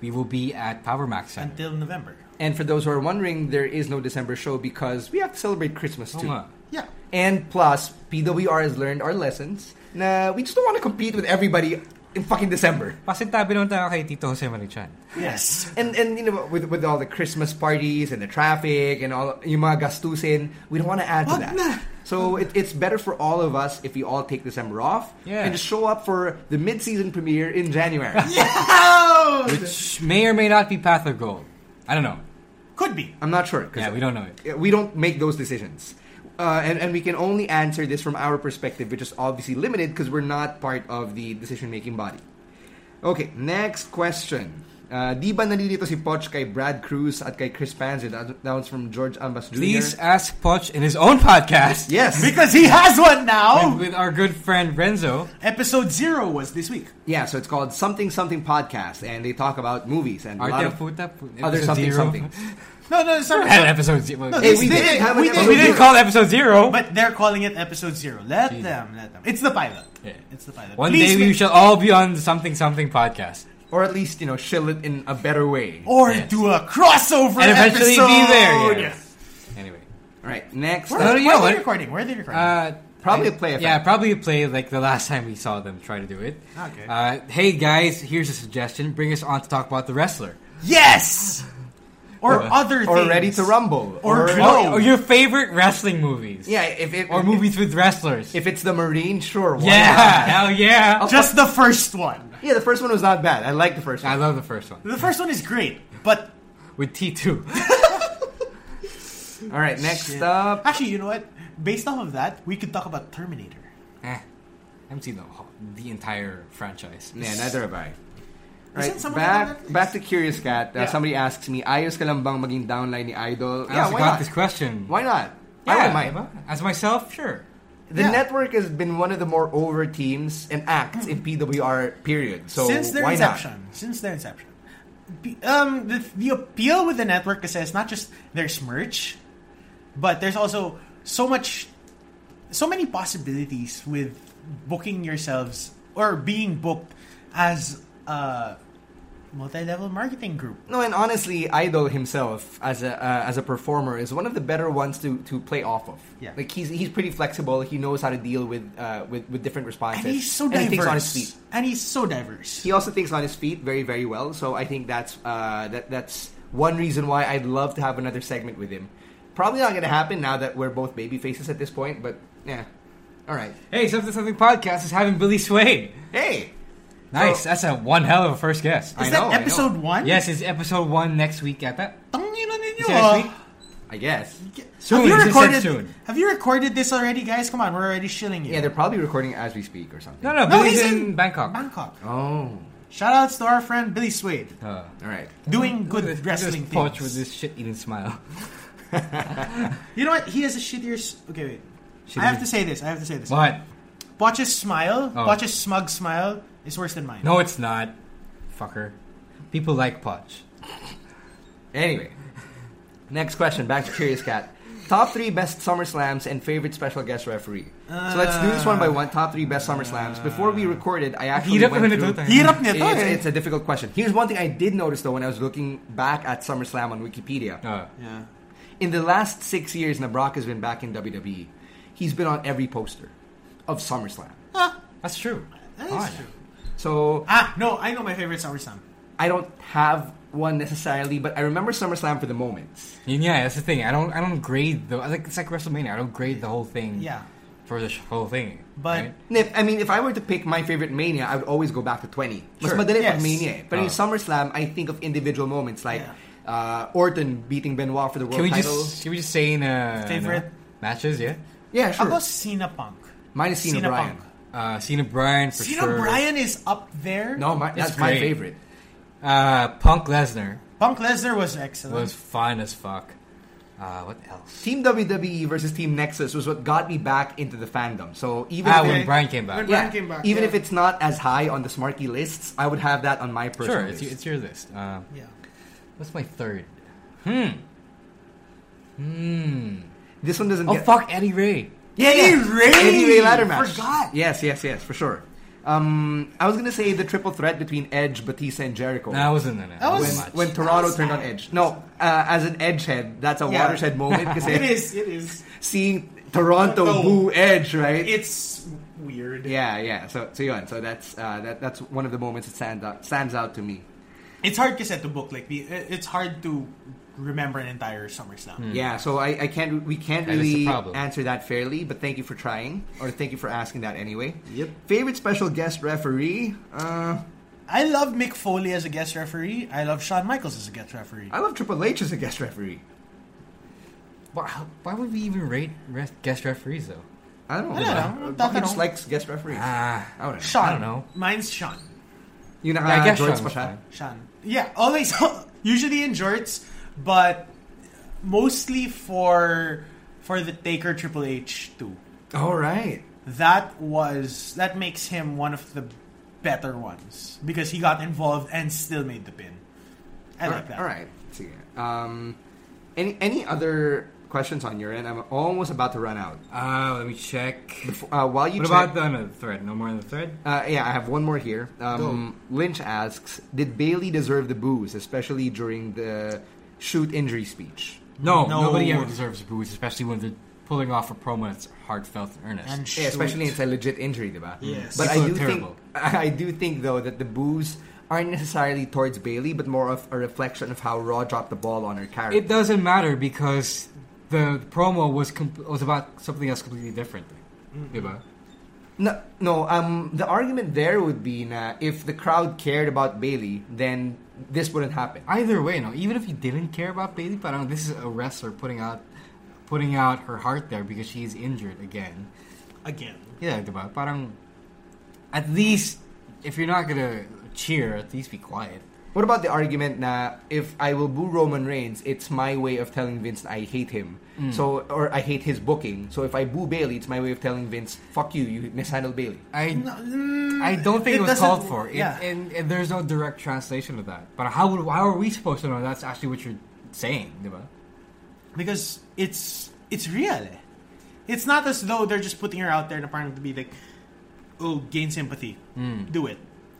[SPEAKER 5] we will be at Power Max Center.
[SPEAKER 6] Until November.
[SPEAKER 4] And for those who are wondering, there is no December show because we have to celebrate Christmas too.
[SPEAKER 5] Oo nga.
[SPEAKER 6] Yeah.
[SPEAKER 4] And plus, PWR has learned our lessons. Nah, we just don't want to compete with everybody in fucking December.
[SPEAKER 5] Pasintabi naman tayo kay Tito Jose Marichan.
[SPEAKER 6] Yes.
[SPEAKER 4] And and you know with with all the Christmas parties and the traffic and all yung mga gastusin, we don't want to add to
[SPEAKER 6] Wag
[SPEAKER 4] that.
[SPEAKER 6] na.
[SPEAKER 4] So it, it's better for all of us if we all take December off
[SPEAKER 5] Yeah.
[SPEAKER 4] and just show up for the mid-season premiere in January.
[SPEAKER 5] Which may or may not be Path of Gold. I don't know.
[SPEAKER 6] Could be.
[SPEAKER 4] I'm not sure. 'cause
[SPEAKER 5] Yeah, we don't know it.
[SPEAKER 4] we don't make those decisions. Uh, and, and we can only answer this from our perspective, which is obviously limited because we're not part of the decision making body. Okay, next question. Uh, di ba nalilito si Poch kay Brad Cruz at kay Chris Panzer? That, that one's from George Ambas Jr.
[SPEAKER 5] Please uh, ask Poch in his own podcast.
[SPEAKER 4] Yes.
[SPEAKER 6] Because he has one
[SPEAKER 5] And
[SPEAKER 4] Oh.
[SPEAKER 6] now!
[SPEAKER 5] with our good friend Renzo.
[SPEAKER 6] Episode zero was this week.
[SPEAKER 4] Yeah, so it's called Something Something Podcast, and they talk about movies and a lot
[SPEAKER 5] Arte
[SPEAKER 4] of
[SPEAKER 5] Puta.
[SPEAKER 4] other
[SPEAKER 5] episode
[SPEAKER 4] something
[SPEAKER 5] zero.
[SPEAKER 4] something.
[SPEAKER 6] No, no, sorry.
[SPEAKER 5] Had episode zero.
[SPEAKER 4] Hey,
[SPEAKER 6] It's
[SPEAKER 4] we
[SPEAKER 6] the-
[SPEAKER 4] did have an
[SPEAKER 6] we did-
[SPEAKER 4] episode
[SPEAKER 5] we didn't
[SPEAKER 4] zero.
[SPEAKER 5] call it episode zero.
[SPEAKER 6] But they're calling it episode zero. Let them, let them. It's the pilot.
[SPEAKER 5] Yeah.
[SPEAKER 6] It's the pilot.
[SPEAKER 5] One day
[SPEAKER 6] Please
[SPEAKER 5] we
[SPEAKER 6] make-
[SPEAKER 5] shall all be on the something something podcast.
[SPEAKER 4] Or at least, you know, shill it in a better way.
[SPEAKER 6] Or do a crossover
[SPEAKER 5] And eventually
[SPEAKER 6] episode.
[SPEAKER 5] be there. Yeah. Anyway.
[SPEAKER 4] All right, next.
[SPEAKER 6] Where,
[SPEAKER 4] uh,
[SPEAKER 5] No, no, you
[SPEAKER 6] where
[SPEAKER 5] know
[SPEAKER 6] are
[SPEAKER 5] what?
[SPEAKER 6] they recording? Where are they recording?
[SPEAKER 5] Uh,
[SPEAKER 4] Probably
[SPEAKER 5] I-
[SPEAKER 4] a play effect.
[SPEAKER 5] Yeah, probably a play like the last time we saw them try to do it.
[SPEAKER 6] Okay.
[SPEAKER 5] Uh, hey guys, here's a suggestion. Bring us on to talk about the wrestler.
[SPEAKER 6] yes! Or
[SPEAKER 5] Uh,
[SPEAKER 6] other
[SPEAKER 4] or
[SPEAKER 6] things.
[SPEAKER 4] Ready to Rumble.
[SPEAKER 6] Or
[SPEAKER 5] Or,
[SPEAKER 6] Glow.
[SPEAKER 5] or Oh, your favorite wrestling movies.
[SPEAKER 4] Oh. Yeah, if it
[SPEAKER 5] Or
[SPEAKER 4] if-
[SPEAKER 5] movies with wrestlers.
[SPEAKER 4] If it's the Marine, sure. Why
[SPEAKER 5] yeah,
[SPEAKER 4] Not?
[SPEAKER 5] hell yeah.
[SPEAKER 6] Just the first one.
[SPEAKER 4] Yeah, the first one was not bad. I like the first
[SPEAKER 5] I
[SPEAKER 4] one.
[SPEAKER 5] love the first one.
[SPEAKER 6] The first one is great, but
[SPEAKER 5] With Eh. T2.
[SPEAKER 4] All right, next up.
[SPEAKER 6] actually, you know what? Based off of that, we could talk about Terminator.
[SPEAKER 5] eh, I haven't seen the, whole- the entire franchise.
[SPEAKER 4] Yeah, neither have I. Right,
[SPEAKER 6] Isn't someone on
[SPEAKER 4] back
[SPEAKER 6] Netflix?
[SPEAKER 4] back to Curious Cat. Uh,
[SPEAKER 6] Yeah.
[SPEAKER 4] Somebody asks me, ayos ka lang bang maging downline ni Idol?
[SPEAKER 5] I
[SPEAKER 4] yeah,
[SPEAKER 5] also
[SPEAKER 4] why
[SPEAKER 5] got
[SPEAKER 4] not?
[SPEAKER 5] this question.
[SPEAKER 4] Why not? I
[SPEAKER 5] Yeah,
[SPEAKER 4] wouldn't mind.
[SPEAKER 5] diba? as myself, sure.
[SPEAKER 4] The
[SPEAKER 6] Yeah.
[SPEAKER 4] network has been one of the more over teams and acts in
[SPEAKER 5] Hmm.
[SPEAKER 4] PWR, period. So
[SPEAKER 6] since their
[SPEAKER 4] why
[SPEAKER 6] inception. Since their inception. P- Um, the, the appeal with the network is that it's not just there's merch, but there's also so much, so many possibilities with booking yourselves or being booked as a multi-level marketing group.
[SPEAKER 4] not? No, and honestly, Idol himself as a uh, as a performer is one of the better ones to, to play off of.
[SPEAKER 6] Yeah.
[SPEAKER 4] like he's he's pretty flexible. He knows how to deal with uh, with with different responses.
[SPEAKER 6] And he's so
[SPEAKER 4] and he
[SPEAKER 6] diverse.
[SPEAKER 4] thinks on his feet.
[SPEAKER 6] And he's so diverse.
[SPEAKER 4] he also thinks on his feet very very well so i think that's uh, that that's one reason why i'd love to have another segment with him probably not gonna happen now that we're both baby faces at this point but yeah all right
[SPEAKER 5] Hey, Something Something Podcast is having Billy Sway.
[SPEAKER 4] hey
[SPEAKER 5] Nice,
[SPEAKER 4] So-
[SPEAKER 5] that's a one hell of a first guess.
[SPEAKER 4] I
[SPEAKER 6] Is
[SPEAKER 4] know, I
[SPEAKER 6] that
[SPEAKER 4] know.
[SPEAKER 6] episode one?
[SPEAKER 5] Yes, it's episode one next week at that.
[SPEAKER 6] Tangina ninyo,
[SPEAKER 5] Is it next
[SPEAKER 6] ah.
[SPEAKER 5] week?
[SPEAKER 4] i guess
[SPEAKER 5] Soon,
[SPEAKER 6] have
[SPEAKER 5] he
[SPEAKER 6] you
[SPEAKER 5] said
[SPEAKER 6] recorded?
[SPEAKER 5] soon.
[SPEAKER 6] Have you recorded this already, guys? Come on, we're already shilling you.
[SPEAKER 4] yeah they're probably recording as we speak or something
[SPEAKER 5] No, no,
[SPEAKER 6] No,
[SPEAKER 5] Billy's
[SPEAKER 6] he's
[SPEAKER 5] in, Bangkok.
[SPEAKER 6] Bangkok.
[SPEAKER 4] oh
[SPEAKER 6] Shout outs to our friend Billy Swade.
[SPEAKER 5] Uh,
[SPEAKER 4] all right
[SPEAKER 6] Doing good
[SPEAKER 5] Look at
[SPEAKER 6] wrestling
[SPEAKER 5] this Poch
[SPEAKER 6] things.
[SPEAKER 5] with this shit eating smile.
[SPEAKER 6] You know what? He has a shittier. s- Okay, wait. I have to say this. I have to say this.
[SPEAKER 5] What?
[SPEAKER 6] Poch's smile,
[SPEAKER 5] Oh.
[SPEAKER 6] Poch's smug smile, is worse than mine.
[SPEAKER 5] No, it's not. Fucker. People like Poch.
[SPEAKER 4] anyway next question back to curious cat top three best summer slams and favorite special guest referee so let's do this one by one top three best summer slams before we recorded i actually
[SPEAKER 5] Hirap
[SPEAKER 4] went
[SPEAKER 5] naman
[SPEAKER 4] through-
[SPEAKER 5] ito, tayo.
[SPEAKER 6] Hirap nito
[SPEAKER 4] it's,
[SPEAKER 6] eh.
[SPEAKER 4] it's a difficult question. Here's one thing I did notice though when I was looking back at SummerSlam on Wikipedia.
[SPEAKER 5] Uh,
[SPEAKER 6] yeah.
[SPEAKER 4] In the last six years, na Brock has been back in WWE. He's been on every poster of SummerSlam.
[SPEAKER 5] that's true.
[SPEAKER 6] That is
[SPEAKER 5] Odd.
[SPEAKER 6] true.
[SPEAKER 4] So
[SPEAKER 6] Ah, no, I know my favorite summer song.
[SPEAKER 4] I don't have one necessarily, but I remember SummerSlam for the moments.
[SPEAKER 5] And yeah, that's the thing. I don't. I don't grade the. I Like it's like WrestleMania. I don't grade the whole thing.
[SPEAKER 6] Yeah.
[SPEAKER 5] For the sh- whole thing.
[SPEAKER 6] But-
[SPEAKER 5] right?
[SPEAKER 4] And if- I mean, if I were to pick my favorite Mania, I would always go back to 20. Mas
[SPEAKER 6] Sure.
[SPEAKER 4] madali
[SPEAKER 6] Yes.
[SPEAKER 4] pag Mania. eh. But in
[SPEAKER 5] Oh.
[SPEAKER 4] SummerSlam, I think of individual moments like
[SPEAKER 6] Yeah.
[SPEAKER 4] uh, Orton beating Benoit for the world
[SPEAKER 5] can we
[SPEAKER 4] title.
[SPEAKER 5] just can we just say in uh,
[SPEAKER 6] Favorite?
[SPEAKER 5] no? matches? Yeah.
[SPEAKER 4] yeah, sure.
[SPEAKER 6] How about Cena Punk?
[SPEAKER 4] Minus Cena,
[SPEAKER 6] Cena
[SPEAKER 4] Bryan.
[SPEAKER 6] Punk.
[SPEAKER 5] Uh, Cena Bryan for
[SPEAKER 6] Cena
[SPEAKER 5] sure.
[SPEAKER 6] Bryan is up there.
[SPEAKER 4] No, my,
[SPEAKER 5] It's
[SPEAKER 4] that's my
[SPEAKER 5] great.
[SPEAKER 4] favorite.
[SPEAKER 5] Uh, Punk Lesnar.
[SPEAKER 6] Punk Lesnar was excellent.
[SPEAKER 5] was fun as fuck. Uh, what else?
[SPEAKER 4] Team WWE versus Team Nexus was what got me back into the fandom. So even
[SPEAKER 5] Ah,
[SPEAKER 4] if
[SPEAKER 5] when
[SPEAKER 4] it-
[SPEAKER 5] Brian came back.
[SPEAKER 6] When-
[SPEAKER 4] yeah,
[SPEAKER 6] Brian came back,
[SPEAKER 4] even
[SPEAKER 6] yeah.
[SPEAKER 4] if it's not as high on the Smarky lists, I would have that on my personal
[SPEAKER 5] Sure, it's,
[SPEAKER 4] list.
[SPEAKER 5] it's your list. Uh,
[SPEAKER 6] yeah.
[SPEAKER 5] what's my third?
[SPEAKER 4] this one doesn't
[SPEAKER 5] Oh
[SPEAKER 4] get
[SPEAKER 5] fuck, Eddie Ray.
[SPEAKER 4] Yeah,
[SPEAKER 6] Eddie
[SPEAKER 4] yeah.
[SPEAKER 6] Ray!
[SPEAKER 4] Eddie Ray ladder match.
[SPEAKER 6] Forgot.
[SPEAKER 4] Yes, yes, yes, for sure. Um, I was gonna say the triple threat between Edge, Batista, and Jericho.
[SPEAKER 5] Nah, I wasn't in it.
[SPEAKER 6] That
[SPEAKER 4] when,
[SPEAKER 6] was-
[SPEAKER 5] much.
[SPEAKER 4] when Toronto turned on Edge. No, uh, as an Edge head, that's a
[SPEAKER 6] Yeah.
[SPEAKER 4] watershed moment
[SPEAKER 6] It
[SPEAKER 4] because
[SPEAKER 6] is. It is.
[SPEAKER 4] seeing Toronto
[SPEAKER 6] Toronto.
[SPEAKER 4] boo Edge, right?
[SPEAKER 6] It's weird.
[SPEAKER 4] yeah, yeah. So, so yun. So that's uh, that. That's one of the moments that stands out stands out to me.
[SPEAKER 6] It's hard kasi to book. Like the- it's hard to remember an entire SummerSlam.
[SPEAKER 4] Yeah. So I, I can't. We can't
[SPEAKER 5] That is the
[SPEAKER 4] really
[SPEAKER 5] problem.
[SPEAKER 4] answer that fairly. But thank you for trying, or thank you for asking that anyway.
[SPEAKER 6] Yep.
[SPEAKER 4] Favorite special guest referee? Uh,
[SPEAKER 6] I love Mick Foley as a guest referee. I love Shawn Michaels as a guest referee.
[SPEAKER 4] I love Triple H as a guest referee.
[SPEAKER 5] why, how- why would we even rate re- guest referees though?
[SPEAKER 4] I don't know.
[SPEAKER 6] I don't know.
[SPEAKER 4] Triple H
[SPEAKER 6] Taka no.
[SPEAKER 4] likes guest referees.
[SPEAKER 5] Ah,
[SPEAKER 4] I don't know.
[SPEAKER 6] Shawn.
[SPEAKER 5] I don't know.
[SPEAKER 6] Mine's Shawn.
[SPEAKER 4] You know,
[SPEAKER 5] Yeah, I
[SPEAKER 4] uh,
[SPEAKER 5] guess
[SPEAKER 4] George
[SPEAKER 5] Shawn was
[SPEAKER 4] Pasha.
[SPEAKER 5] fine.
[SPEAKER 6] Sean. Yeah, always. usually in jorts, but mostly for for the Taker Triple H two.
[SPEAKER 4] All right.
[SPEAKER 6] That was that makes him one of the better ones because he got involved and still made the pin. I like that.
[SPEAKER 4] All right. See. Um, any any other questions on your end? I'm almost about to run out.
[SPEAKER 5] Uh, let me check.
[SPEAKER 4] Uh, while you
[SPEAKER 5] What
[SPEAKER 4] check,
[SPEAKER 5] about the, no, the thread? No more than the thread?
[SPEAKER 4] uh, yeah, I have one more here. Um, Lynch asks, did Bailey deserve the booze, especially during the shoot injury speech?
[SPEAKER 5] No,
[SPEAKER 6] No.
[SPEAKER 5] nobody ever deserves booze, especially when they're pulling off a promo that's heartfelt and earnest.
[SPEAKER 6] And
[SPEAKER 4] Yeah, especially
[SPEAKER 6] shoot.
[SPEAKER 4] it's a legit injury, diba?
[SPEAKER 6] Yes.
[SPEAKER 4] But I
[SPEAKER 5] People are
[SPEAKER 4] do think
[SPEAKER 5] terrible.
[SPEAKER 4] I do think though that the boos aren't necessarily towards Bailey, but more of a reflection of how Raw dropped the ball on her character.
[SPEAKER 5] it doesn't matter because the promo was com- was about something else completely different. Diba?
[SPEAKER 4] No, no. Um, the argument there would be na if the crowd cared about Bailey, then this wouldn't happen.
[SPEAKER 5] Either way, no. Even if you didn't care about Bailey, but um, this is a wrestler putting out putting out her heart there because she's injured again.
[SPEAKER 6] again.
[SPEAKER 5] Yeah, diba? Parang at least if you're not gonna cheer, at least be quiet.
[SPEAKER 4] What about the argument na if I will boo Roman Reigns, it's my way of telling Vince I hate him.
[SPEAKER 5] Mm.
[SPEAKER 4] So or I hate his booking. So if I boo Bailey, it's my way of telling Vince, fuck you, you mishandled Bailey.
[SPEAKER 5] I I don't think
[SPEAKER 6] mm, it
[SPEAKER 5] it, was
[SPEAKER 6] doesn't-
[SPEAKER 5] called for. It,
[SPEAKER 6] yeah.
[SPEAKER 5] and, and there's no direct translation of that. But how would how are we supposed to know that's actually what you're saying, diba?
[SPEAKER 6] because it's it's real. eh. It's not as though they're just putting her out there and parang to be like, oh, gain sympathy,
[SPEAKER 5] Hmm.
[SPEAKER 6] do it.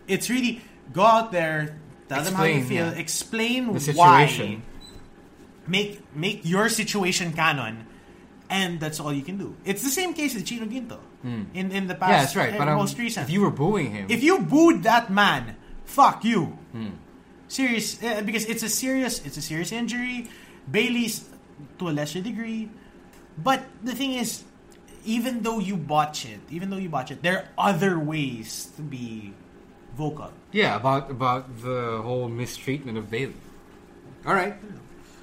[SPEAKER 6] It's really go out there, tell them how you
[SPEAKER 5] Explain,
[SPEAKER 6] feel,
[SPEAKER 5] yeah.
[SPEAKER 6] explain
[SPEAKER 5] The
[SPEAKER 6] why,
[SPEAKER 5] situation.
[SPEAKER 6] make make your situation canon, and that's all you can do. It's the same case with Chino Ginto in in the past,
[SPEAKER 5] Hmm. Yeah, that's right.
[SPEAKER 6] eh,
[SPEAKER 5] But um,
[SPEAKER 6] most recent.
[SPEAKER 5] if you were booing him,
[SPEAKER 6] If you booed that man, fuck you. Serious, uh, because it's a serious, it's a serious injury. Bailey's to a lesser degree, but the thing is, even though you botch it, even though you botch it, there are other ways to be vocal.
[SPEAKER 5] yeah, about about the whole mistreatment of Bailey.
[SPEAKER 4] All right.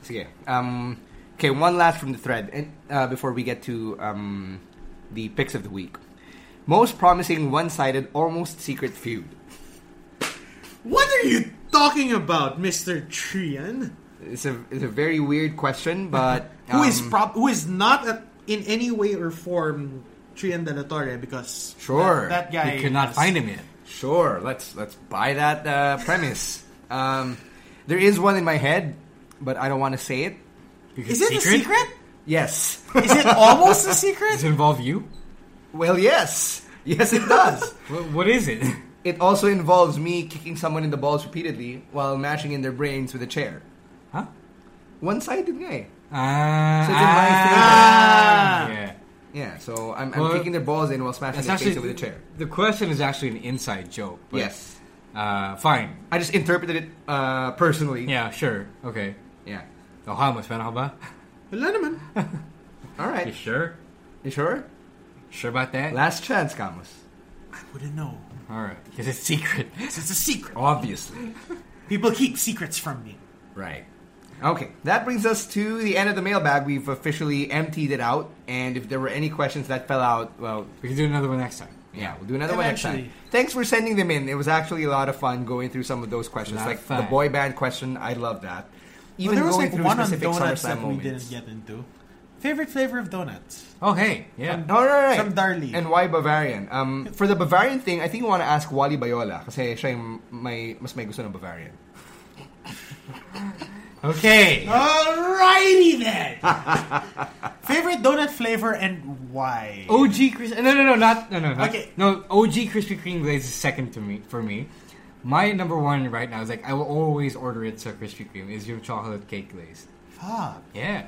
[SPEAKER 4] Sige. Um, okay, one last from the thread and, uh, before we get to um, the picks of the week. Most promising one-sided, almost secret feud.
[SPEAKER 6] What are you talking about, Mister Trian?
[SPEAKER 4] It's a it's a very weird question, but
[SPEAKER 6] Who is
[SPEAKER 4] um,
[SPEAKER 6] prop? Who is not a, in any way or form Trian de la Torre? Because
[SPEAKER 4] Sure.
[SPEAKER 6] that, that guy
[SPEAKER 5] You could not
[SPEAKER 6] has-
[SPEAKER 5] find him yet.
[SPEAKER 4] Sure, let's let's buy that uh, premise. um, there is one in my head, but I don't want to say it.
[SPEAKER 6] Is it a secret?
[SPEAKER 4] Yes.
[SPEAKER 6] Is it almost a secret?
[SPEAKER 5] Does it involve you?
[SPEAKER 4] well, yes. Yes, it does.
[SPEAKER 5] What, what is it?
[SPEAKER 4] it also involves me kicking someone in the balls repeatedly while mashing in their brains with a chair.
[SPEAKER 5] Huh?
[SPEAKER 4] One-sided guy.
[SPEAKER 5] Ah,
[SPEAKER 4] So it's in my
[SPEAKER 5] ah, yeah.
[SPEAKER 4] Yeah, so I'm, I'm
[SPEAKER 5] Well,
[SPEAKER 4] kicking their balls in while smashing
[SPEAKER 5] That's
[SPEAKER 4] their
[SPEAKER 5] actually
[SPEAKER 4] face with a chair.
[SPEAKER 5] The question is actually an inside joke. But,
[SPEAKER 4] yes.
[SPEAKER 5] Uh, fine.
[SPEAKER 4] I just interpreted it uh, personally.
[SPEAKER 5] Yeah, sure. Okay.
[SPEAKER 4] Yeah.
[SPEAKER 5] So how much, man? How about?
[SPEAKER 6] Wala naman.
[SPEAKER 4] All
[SPEAKER 5] You
[SPEAKER 4] right.
[SPEAKER 5] sure?
[SPEAKER 4] You sure?
[SPEAKER 5] Sure about that?
[SPEAKER 4] Last chance, Camus.
[SPEAKER 6] Wouldn't know.
[SPEAKER 5] All right. Because it's secret.
[SPEAKER 6] It's a secret.
[SPEAKER 4] Obviously.
[SPEAKER 6] People keep secrets from me.
[SPEAKER 4] Right. Okay, that brings us to the end of the mailbag. We've officially emptied it out, and if there were any questions that fell out, well,
[SPEAKER 5] We can do another one next time.
[SPEAKER 4] Yeah, we'll do another one next time.
[SPEAKER 6] Eventually.
[SPEAKER 4] Thanks for sending them in. It was actually a lot of fun going through some of those questions,
[SPEAKER 5] Lot of
[SPEAKER 4] like
[SPEAKER 5] fun.
[SPEAKER 4] the boy band question. I love that.
[SPEAKER 6] Well,
[SPEAKER 4] Even
[SPEAKER 6] there was
[SPEAKER 4] going
[SPEAKER 6] like
[SPEAKER 4] through
[SPEAKER 6] one on
[SPEAKER 4] specific SummerSlam
[SPEAKER 6] donuts that we
[SPEAKER 4] moments.
[SPEAKER 6] didn't get into. Favorite flavor of donuts?
[SPEAKER 5] Oh, hey, yeah.
[SPEAKER 4] No, no, no, right.
[SPEAKER 6] From Darlie.
[SPEAKER 4] And why Bavarian? Um, for the Bavarian thing, I think you want to ask Wally Bayola kasi siya yung may, mas may gusto ng Bavarian.
[SPEAKER 5] Okay.
[SPEAKER 6] Alrighty then. Favorite donut flavor and why?
[SPEAKER 4] Oh,
[SPEAKER 5] OG Chris. No, no, no, not no, no, not,
[SPEAKER 6] Okay.
[SPEAKER 5] No, OG Krispy Kreme glaze is second to me for me. My number one right now is like I will always order it to Krispy Kreme is your chocolate cake glaze.
[SPEAKER 6] Fuck.
[SPEAKER 5] Yeah.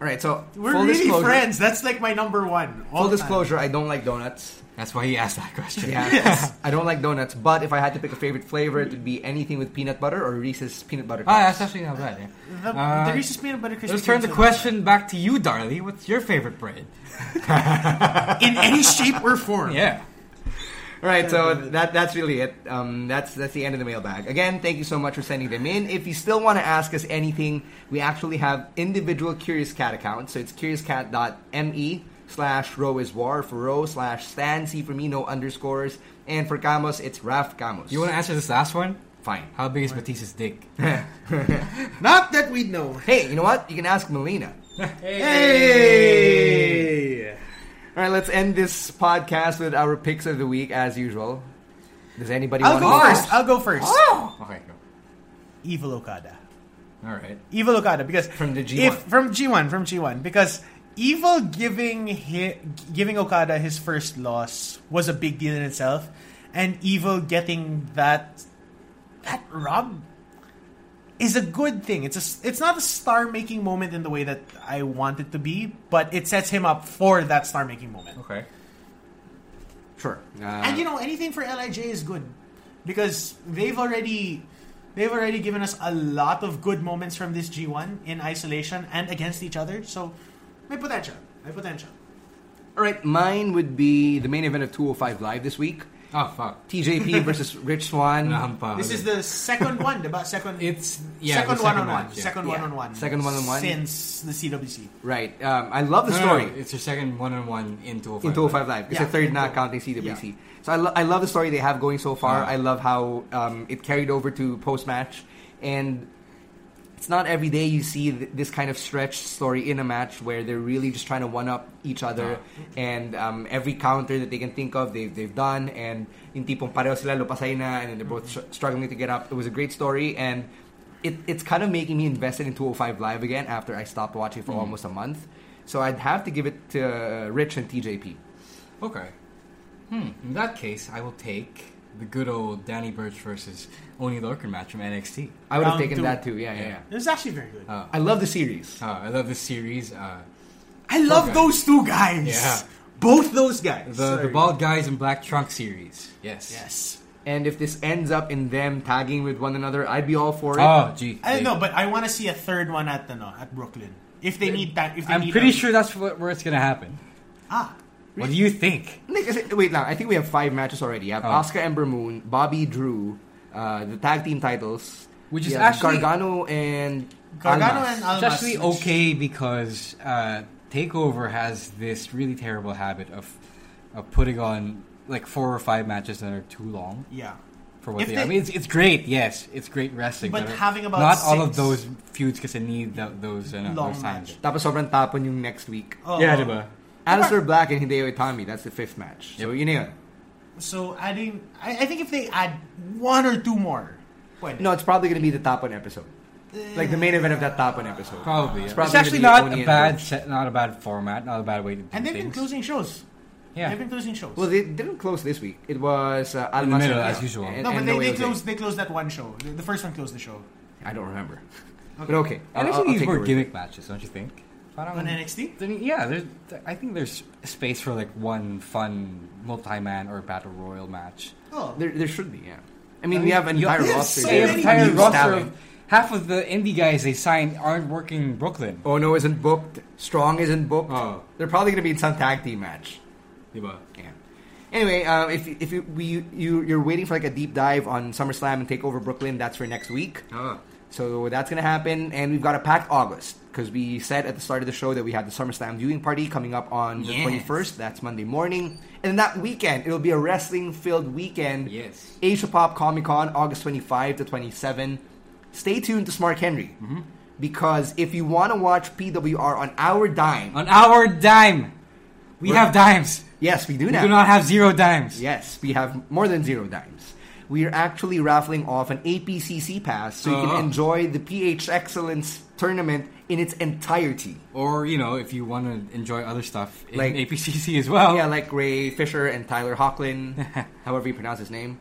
[SPEAKER 4] All right, so
[SPEAKER 6] Ah, We're
[SPEAKER 4] full
[SPEAKER 6] really
[SPEAKER 4] disclosure,
[SPEAKER 6] friends. That's like my number one. All
[SPEAKER 4] Full
[SPEAKER 6] time.
[SPEAKER 4] disclosure, I don't like donuts.
[SPEAKER 5] That's why he asked that question.
[SPEAKER 4] Yeah, I don't like donuts. But if I had to pick a favorite flavor, it would be anything with peanut butter or Reese's peanut butter.
[SPEAKER 5] Ah,
[SPEAKER 4] cups.
[SPEAKER 5] that's actually not bad. Yeah.
[SPEAKER 6] The,
[SPEAKER 4] Uh,
[SPEAKER 6] the Reese's peanut butter crispy.
[SPEAKER 5] Let's turn the question back to you, Darlie. What's your favorite bread?
[SPEAKER 6] in any shape or form.
[SPEAKER 5] Yeah.
[SPEAKER 4] All right, so that that's really it. Um, that's that's the end of the mailbag. Again, thank you so much for sending them in. If you still want to ask us anything, we actually have individual Curious Cat accounts. So it's curiouscat.me slash row is war for row slash stan c for me no underscores and for Camus it's Raf Camus.
[SPEAKER 5] You want to answer this last one?
[SPEAKER 4] fine?
[SPEAKER 5] How big is Batista's dick?
[SPEAKER 6] Not that we know.
[SPEAKER 4] Hey, you know what? You can ask Melina.
[SPEAKER 6] Hey.
[SPEAKER 4] All right, let's end this podcast with our picks of the week as usual. Does anybody
[SPEAKER 6] I'll
[SPEAKER 4] want
[SPEAKER 6] go
[SPEAKER 4] to
[SPEAKER 6] first. I'll go first.
[SPEAKER 4] Ah.
[SPEAKER 5] Okay, go.
[SPEAKER 6] Evil Okada.
[SPEAKER 5] All right.
[SPEAKER 6] Evil Okada because
[SPEAKER 4] From the G1.
[SPEAKER 6] if, from G1 from G1 because Evil giving hi, giving Okada his first loss was a big deal in itself, and Evil getting that that rub is a good thing. It's a s- it's not a star making moment in the way that I want it to be, but it sets him up for that star making moment.
[SPEAKER 5] Okay.
[SPEAKER 4] Sure. Uh,
[SPEAKER 6] And you know, anything for Lij is good because they've already they've already given us a lot of good moments from this G1 in isolation and against each other. So, may potential, may potential.
[SPEAKER 4] all right, mine would be the main event of 205 Live this week.
[SPEAKER 5] Oh fuck.
[SPEAKER 4] TJP versus Rich Swan.
[SPEAKER 5] Nahampa.
[SPEAKER 6] This is the second one, about second.
[SPEAKER 5] It's- yeah, the
[SPEAKER 6] second
[SPEAKER 5] second
[SPEAKER 6] one on one,
[SPEAKER 5] match, yeah.
[SPEAKER 6] second
[SPEAKER 4] Yeah.
[SPEAKER 6] one on one,
[SPEAKER 4] Second one-on-one.
[SPEAKER 6] since the CWC.
[SPEAKER 4] Right. Um, I love the
[SPEAKER 5] No, no,
[SPEAKER 4] story
[SPEAKER 5] no, It's your second one-on-one in 205.
[SPEAKER 4] in 205 Live. It's
[SPEAKER 6] Yeah,
[SPEAKER 4] the third
[SPEAKER 6] in
[SPEAKER 4] not
[SPEAKER 6] 205.
[SPEAKER 4] counting CWC. So I, lo- I love the story they have going so far. I love how um, it carried over to post match. And it's not every day you see th- this kind of stretched story in a match where they're really just trying to one up each other. And um, every counter that they can think of, they've, they've done. And in tipong pareho sila lupasay na, and then they're both str- struggling to get up. It was a great story. And it, it's kind of making me invested in 205 Live again after I stopped watching for almost a month. So I'd have to give it to uh, Rich and TJP.
[SPEAKER 5] Okay. Hmm. In that case, I will take the good old Danny Birch versus Oni Lorcan match from NXT.
[SPEAKER 4] I would have
[SPEAKER 6] Round
[SPEAKER 4] taken
[SPEAKER 6] two.
[SPEAKER 4] that too. Yeah, yeah, yeah.
[SPEAKER 6] It was actually very good.
[SPEAKER 4] I love the series.
[SPEAKER 5] Uh, I love this series. Uh,
[SPEAKER 6] I love
[SPEAKER 5] okay.
[SPEAKER 6] those two guys.
[SPEAKER 5] Yeah.
[SPEAKER 6] both those guys.
[SPEAKER 5] the the bald guys in black trunk series. Yes.
[SPEAKER 6] Yes.
[SPEAKER 4] And if this ends up in them tagging with one another, I'd be all for it.
[SPEAKER 5] Oh, gee.
[SPEAKER 6] I don't
[SPEAKER 5] they-
[SPEAKER 6] know, but I want to see a third one at the no, at Brooklyn. If they need that, if they
[SPEAKER 5] I'm
[SPEAKER 6] need
[SPEAKER 5] pretty
[SPEAKER 6] a-
[SPEAKER 5] sure that's what, where it's gonna happen.
[SPEAKER 6] Ah,
[SPEAKER 5] What do you think?
[SPEAKER 4] Nick, is it- wait, now I think we have five matches already. You have
[SPEAKER 5] Oh.
[SPEAKER 4] Oscar Ember Moon, Bobby Drew, uh, the tag team titles,
[SPEAKER 5] Which is
[SPEAKER 4] You have
[SPEAKER 5] actually-
[SPEAKER 4] Gargano and
[SPEAKER 6] Gargano
[SPEAKER 4] Almas.
[SPEAKER 6] and
[SPEAKER 5] It's
[SPEAKER 6] Almas.
[SPEAKER 5] actually
[SPEAKER 6] which-
[SPEAKER 5] okay because uh, Takeover has this really terrible habit of of putting on like four or five matches that are too long.
[SPEAKER 6] Yeah.
[SPEAKER 5] for what
[SPEAKER 6] If
[SPEAKER 5] they,
[SPEAKER 6] they-
[SPEAKER 5] are. I mean, it's, it's great. Yes, it's great wrestling. uh,
[SPEAKER 6] But having about
[SPEAKER 5] not all of
[SPEAKER 6] six
[SPEAKER 5] those feuds because I need tho- those uh,
[SPEAKER 6] long
[SPEAKER 5] those times.
[SPEAKER 6] match.
[SPEAKER 4] Tapos sobrang tapon yung next week.
[SPEAKER 6] Oh.
[SPEAKER 5] Yeah, diba?
[SPEAKER 4] Alistair Black and Hideo Itami. That's the fifth match. So yun na yun.
[SPEAKER 6] So adding, I, I think if they add one or two more, pwede.
[SPEAKER 4] No, it's probably gonna be the tapon episode,
[SPEAKER 6] Eh.
[SPEAKER 4] like the main event of that tapon episode.
[SPEAKER 5] Probably. yeah.
[SPEAKER 4] probably
[SPEAKER 5] It's actually
[SPEAKER 4] gonna be
[SPEAKER 5] not
[SPEAKER 4] Oni
[SPEAKER 5] a
[SPEAKER 4] and
[SPEAKER 5] bad
[SPEAKER 4] Birch.
[SPEAKER 5] set, not a bad format, not a bad way to do
[SPEAKER 6] and they've been
[SPEAKER 5] things.
[SPEAKER 6] closing shows.
[SPEAKER 5] Yeah.
[SPEAKER 6] They've been closing shows.
[SPEAKER 4] Well, they didn't close this week. It was uh, Almas
[SPEAKER 5] middle,
[SPEAKER 4] and-
[SPEAKER 5] as usual.
[SPEAKER 4] and-
[SPEAKER 6] no, but
[SPEAKER 4] and
[SPEAKER 6] they,
[SPEAKER 4] Noe
[SPEAKER 6] they
[SPEAKER 4] Jose.
[SPEAKER 6] closed they closed that one show. The, the first one closed the show
[SPEAKER 4] I don't remember. But okay, I'll,
[SPEAKER 5] And I
[SPEAKER 4] I'll, I'll
[SPEAKER 5] think these
[SPEAKER 4] take
[SPEAKER 5] were
[SPEAKER 4] your word for it.
[SPEAKER 5] gimmick matches, don't you think? Parang-
[SPEAKER 6] on NXT.
[SPEAKER 5] I mean, yeah, there's, I think there's space for like one fun multi-man or battle royal match.
[SPEAKER 6] Oh,
[SPEAKER 4] There, there should be, yeah. I mean, we have an entire
[SPEAKER 6] have
[SPEAKER 4] roster.
[SPEAKER 6] so
[SPEAKER 4] there.
[SPEAKER 6] many
[SPEAKER 5] entire
[SPEAKER 6] new
[SPEAKER 5] roster of half of the indie guys they signed aren't working in Brooklyn.
[SPEAKER 4] Ono Oh, isn't booked. Strong isn't booked.
[SPEAKER 5] Oh.
[SPEAKER 4] They're probably going to be in some tag team match. Yeah. Anyway, uh, if if you, we, you you're waiting for like a deep dive on SummerSlam and Takeover Brooklyn, that's for next week.
[SPEAKER 5] Oh.
[SPEAKER 4] So that's going to happen, and we've got a packed August because we said at the start of the show that we had the SummerSlam viewing party coming up on the
[SPEAKER 5] Yes.
[SPEAKER 4] 21st. That's Monday morning. And that weekend, it'll be a wrestling filled weekend.
[SPEAKER 5] Yes.
[SPEAKER 4] Asia Pop Comic Con, August 25 to 27. Stay tuned to Smart Henry
[SPEAKER 5] Mm-hmm.
[SPEAKER 4] because if you want to watch PWR on our dime,
[SPEAKER 5] On our dime, we have dimes.
[SPEAKER 4] yes, we do
[SPEAKER 5] We
[SPEAKER 4] now.
[SPEAKER 5] do not have zero dimes.
[SPEAKER 4] Yes, we have more than zero dimes. We are actually raffling off an APCC pass so you
[SPEAKER 5] Uh-huh.
[SPEAKER 4] can enjoy the PH Excellence tournament in its entirety.
[SPEAKER 5] Or you know, if you want to enjoy other stuff, in
[SPEAKER 4] Like-
[SPEAKER 5] APCC as well.
[SPEAKER 4] Yeah, like Ray Fisher and Tyler Hoechlin, however you pronounce his name.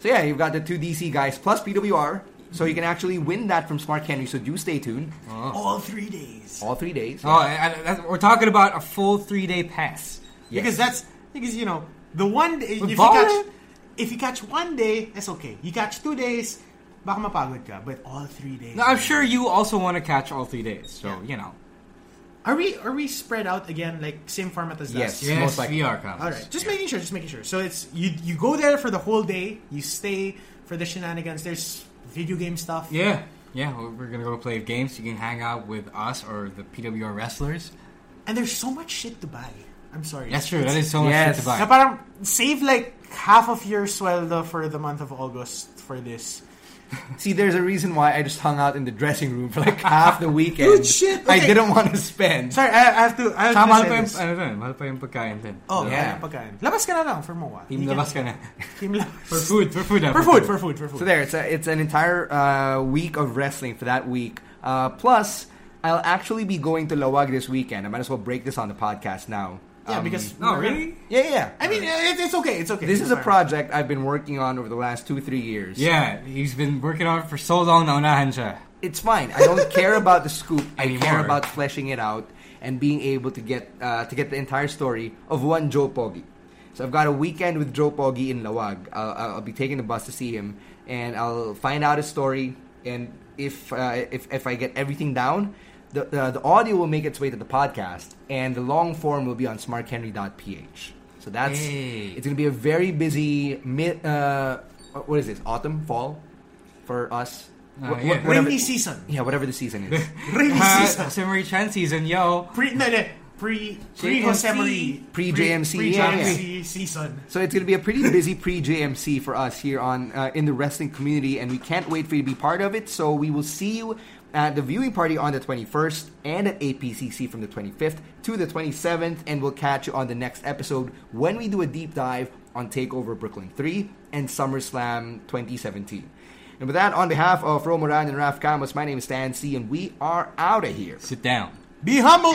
[SPEAKER 4] So yeah, you've got the two DC guys plus PWR, so you can actually win that from Smart Henry. So do stay tuned.
[SPEAKER 6] All three days.
[SPEAKER 4] All three days.
[SPEAKER 6] Uh-huh.
[SPEAKER 5] Oh, I, I, that's, we're talking about a full three day pass.
[SPEAKER 6] Because that's because you know the one day if you
[SPEAKER 5] ball-
[SPEAKER 6] catch if you catch one day, that's okay. You catch two days, baka mapagod ka, but all three days.
[SPEAKER 5] Now, I'm sure you also want to catch all three days, so you know.
[SPEAKER 6] Are we are we spread out again like same format as
[SPEAKER 4] Yes.
[SPEAKER 6] last?
[SPEAKER 4] Yes, most likely.
[SPEAKER 5] we are counts.
[SPEAKER 6] All right, just making sure, just making sure. So it's you you go there for the whole day, you stay for the shenanigans. There's video game stuff.
[SPEAKER 5] Yeah, yeah. We're, we're gonna go play games. You can hang out with us or the PWR wrestlers.
[SPEAKER 6] and there's so much shit to buy. I'm sorry.
[SPEAKER 5] That's true. That is so much
[SPEAKER 4] Yes.
[SPEAKER 5] shit to
[SPEAKER 6] Na
[SPEAKER 5] buy.
[SPEAKER 6] parang save like half of your sweldo for the month of August for this.
[SPEAKER 4] See, there's a reason why I just hung out in the dressing room for like half the weekend.
[SPEAKER 6] Dude, shit,
[SPEAKER 4] I
[SPEAKER 6] okay.
[SPEAKER 4] didn't want to spend.
[SPEAKER 6] Sorry, I, I have to. I have
[SPEAKER 5] Tsaka mahal pa
[SPEAKER 6] to say
[SPEAKER 5] yung,
[SPEAKER 6] this.
[SPEAKER 5] ano dun, mahal pa yung pagkain din.
[SPEAKER 6] Oh,
[SPEAKER 5] So,
[SPEAKER 6] yeah. pagkain. Labas ka na lang for mo. ah.
[SPEAKER 5] Team
[SPEAKER 6] You can-
[SPEAKER 5] labas ka na.
[SPEAKER 6] Team labas.
[SPEAKER 5] For food, for food. ah,
[SPEAKER 6] For food, for food, for food.
[SPEAKER 4] So there, it's a, it's an entire uh, week of wrestling for that week. Uh, plus, I'll actually be going to Lawag this weekend. I might as well break this on the podcast now.
[SPEAKER 6] yeah,
[SPEAKER 4] Um,
[SPEAKER 6] because
[SPEAKER 5] No, really?
[SPEAKER 4] yeah, yeah.
[SPEAKER 6] I mean, it, it's okay. It's okay.
[SPEAKER 4] this
[SPEAKER 6] It's
[SPEAKER 4] is a
[SPEAKER 6] fine.
[SPEAKER 4] project I've been working on over the last two three years.
[SPEAKER 5] Yeah, he's been working on it for so long, naunahan siya.
[SPEAKER 4] it's fine. I don't care about the scoop. I care
[SPEAKER 5] Anymore.
[SPEAKER 4] about fleshing it out and being able to get uh, to get the entire story of one Joe Poggi. So I've got a weekend with Joe Poggi in Lawag. I'll, I'll I'll be taking the bus to see him, and I'll find out his story. And if uh, if if I get everything down, the, the the audio will make its way to the podcast, and the long form will be on smarthenry.ph. So that's
[SPEAKER 5] Hey.
[SPEAKER 4] it's going to be a very busy mid. Uh, what is this? Autumn, fall, for us. Wh- wh-
[SPEAKER 5] Uh, yeah.
[SPEAKER 4] whatever-
[SPEAKER 6] Rainy season.
[SPEAKER 4] yeah, whatever the season is.
[SPEAKER 6] Rainy
[SPEAKER 5] Uh,
[SPEAKER 6] season.
[SPEAKER 5] Summery Chan season, yo.
[SPEAKER 6] Pre, no, no, pre, pre Jose Marie.
[SPEAKER 4] Pre-JMC,
[SPEAKER 6] Pre
[SPEAKER 4] yeah,
[SPEAKER 6] JMC season.
[SPEAKER 4] so it's going to be a pretty busy pre-JMC for us here on uh, in the wrestling community, and we can't wait for you to be part of it. So we will see you at the viewing party on the 21st and at APCC from the 25th to the 27th, and we'll catch you on the next episode when we do a deep dive on Takeover Brooklyn 3 and SummerSlam 2017. And with that, on behalf of Ro Moran and Raf Camus, my name is Stan C, and we are out of here.
[SPEAKER 5] Sit down.
[SPEAKER 6] Be humble.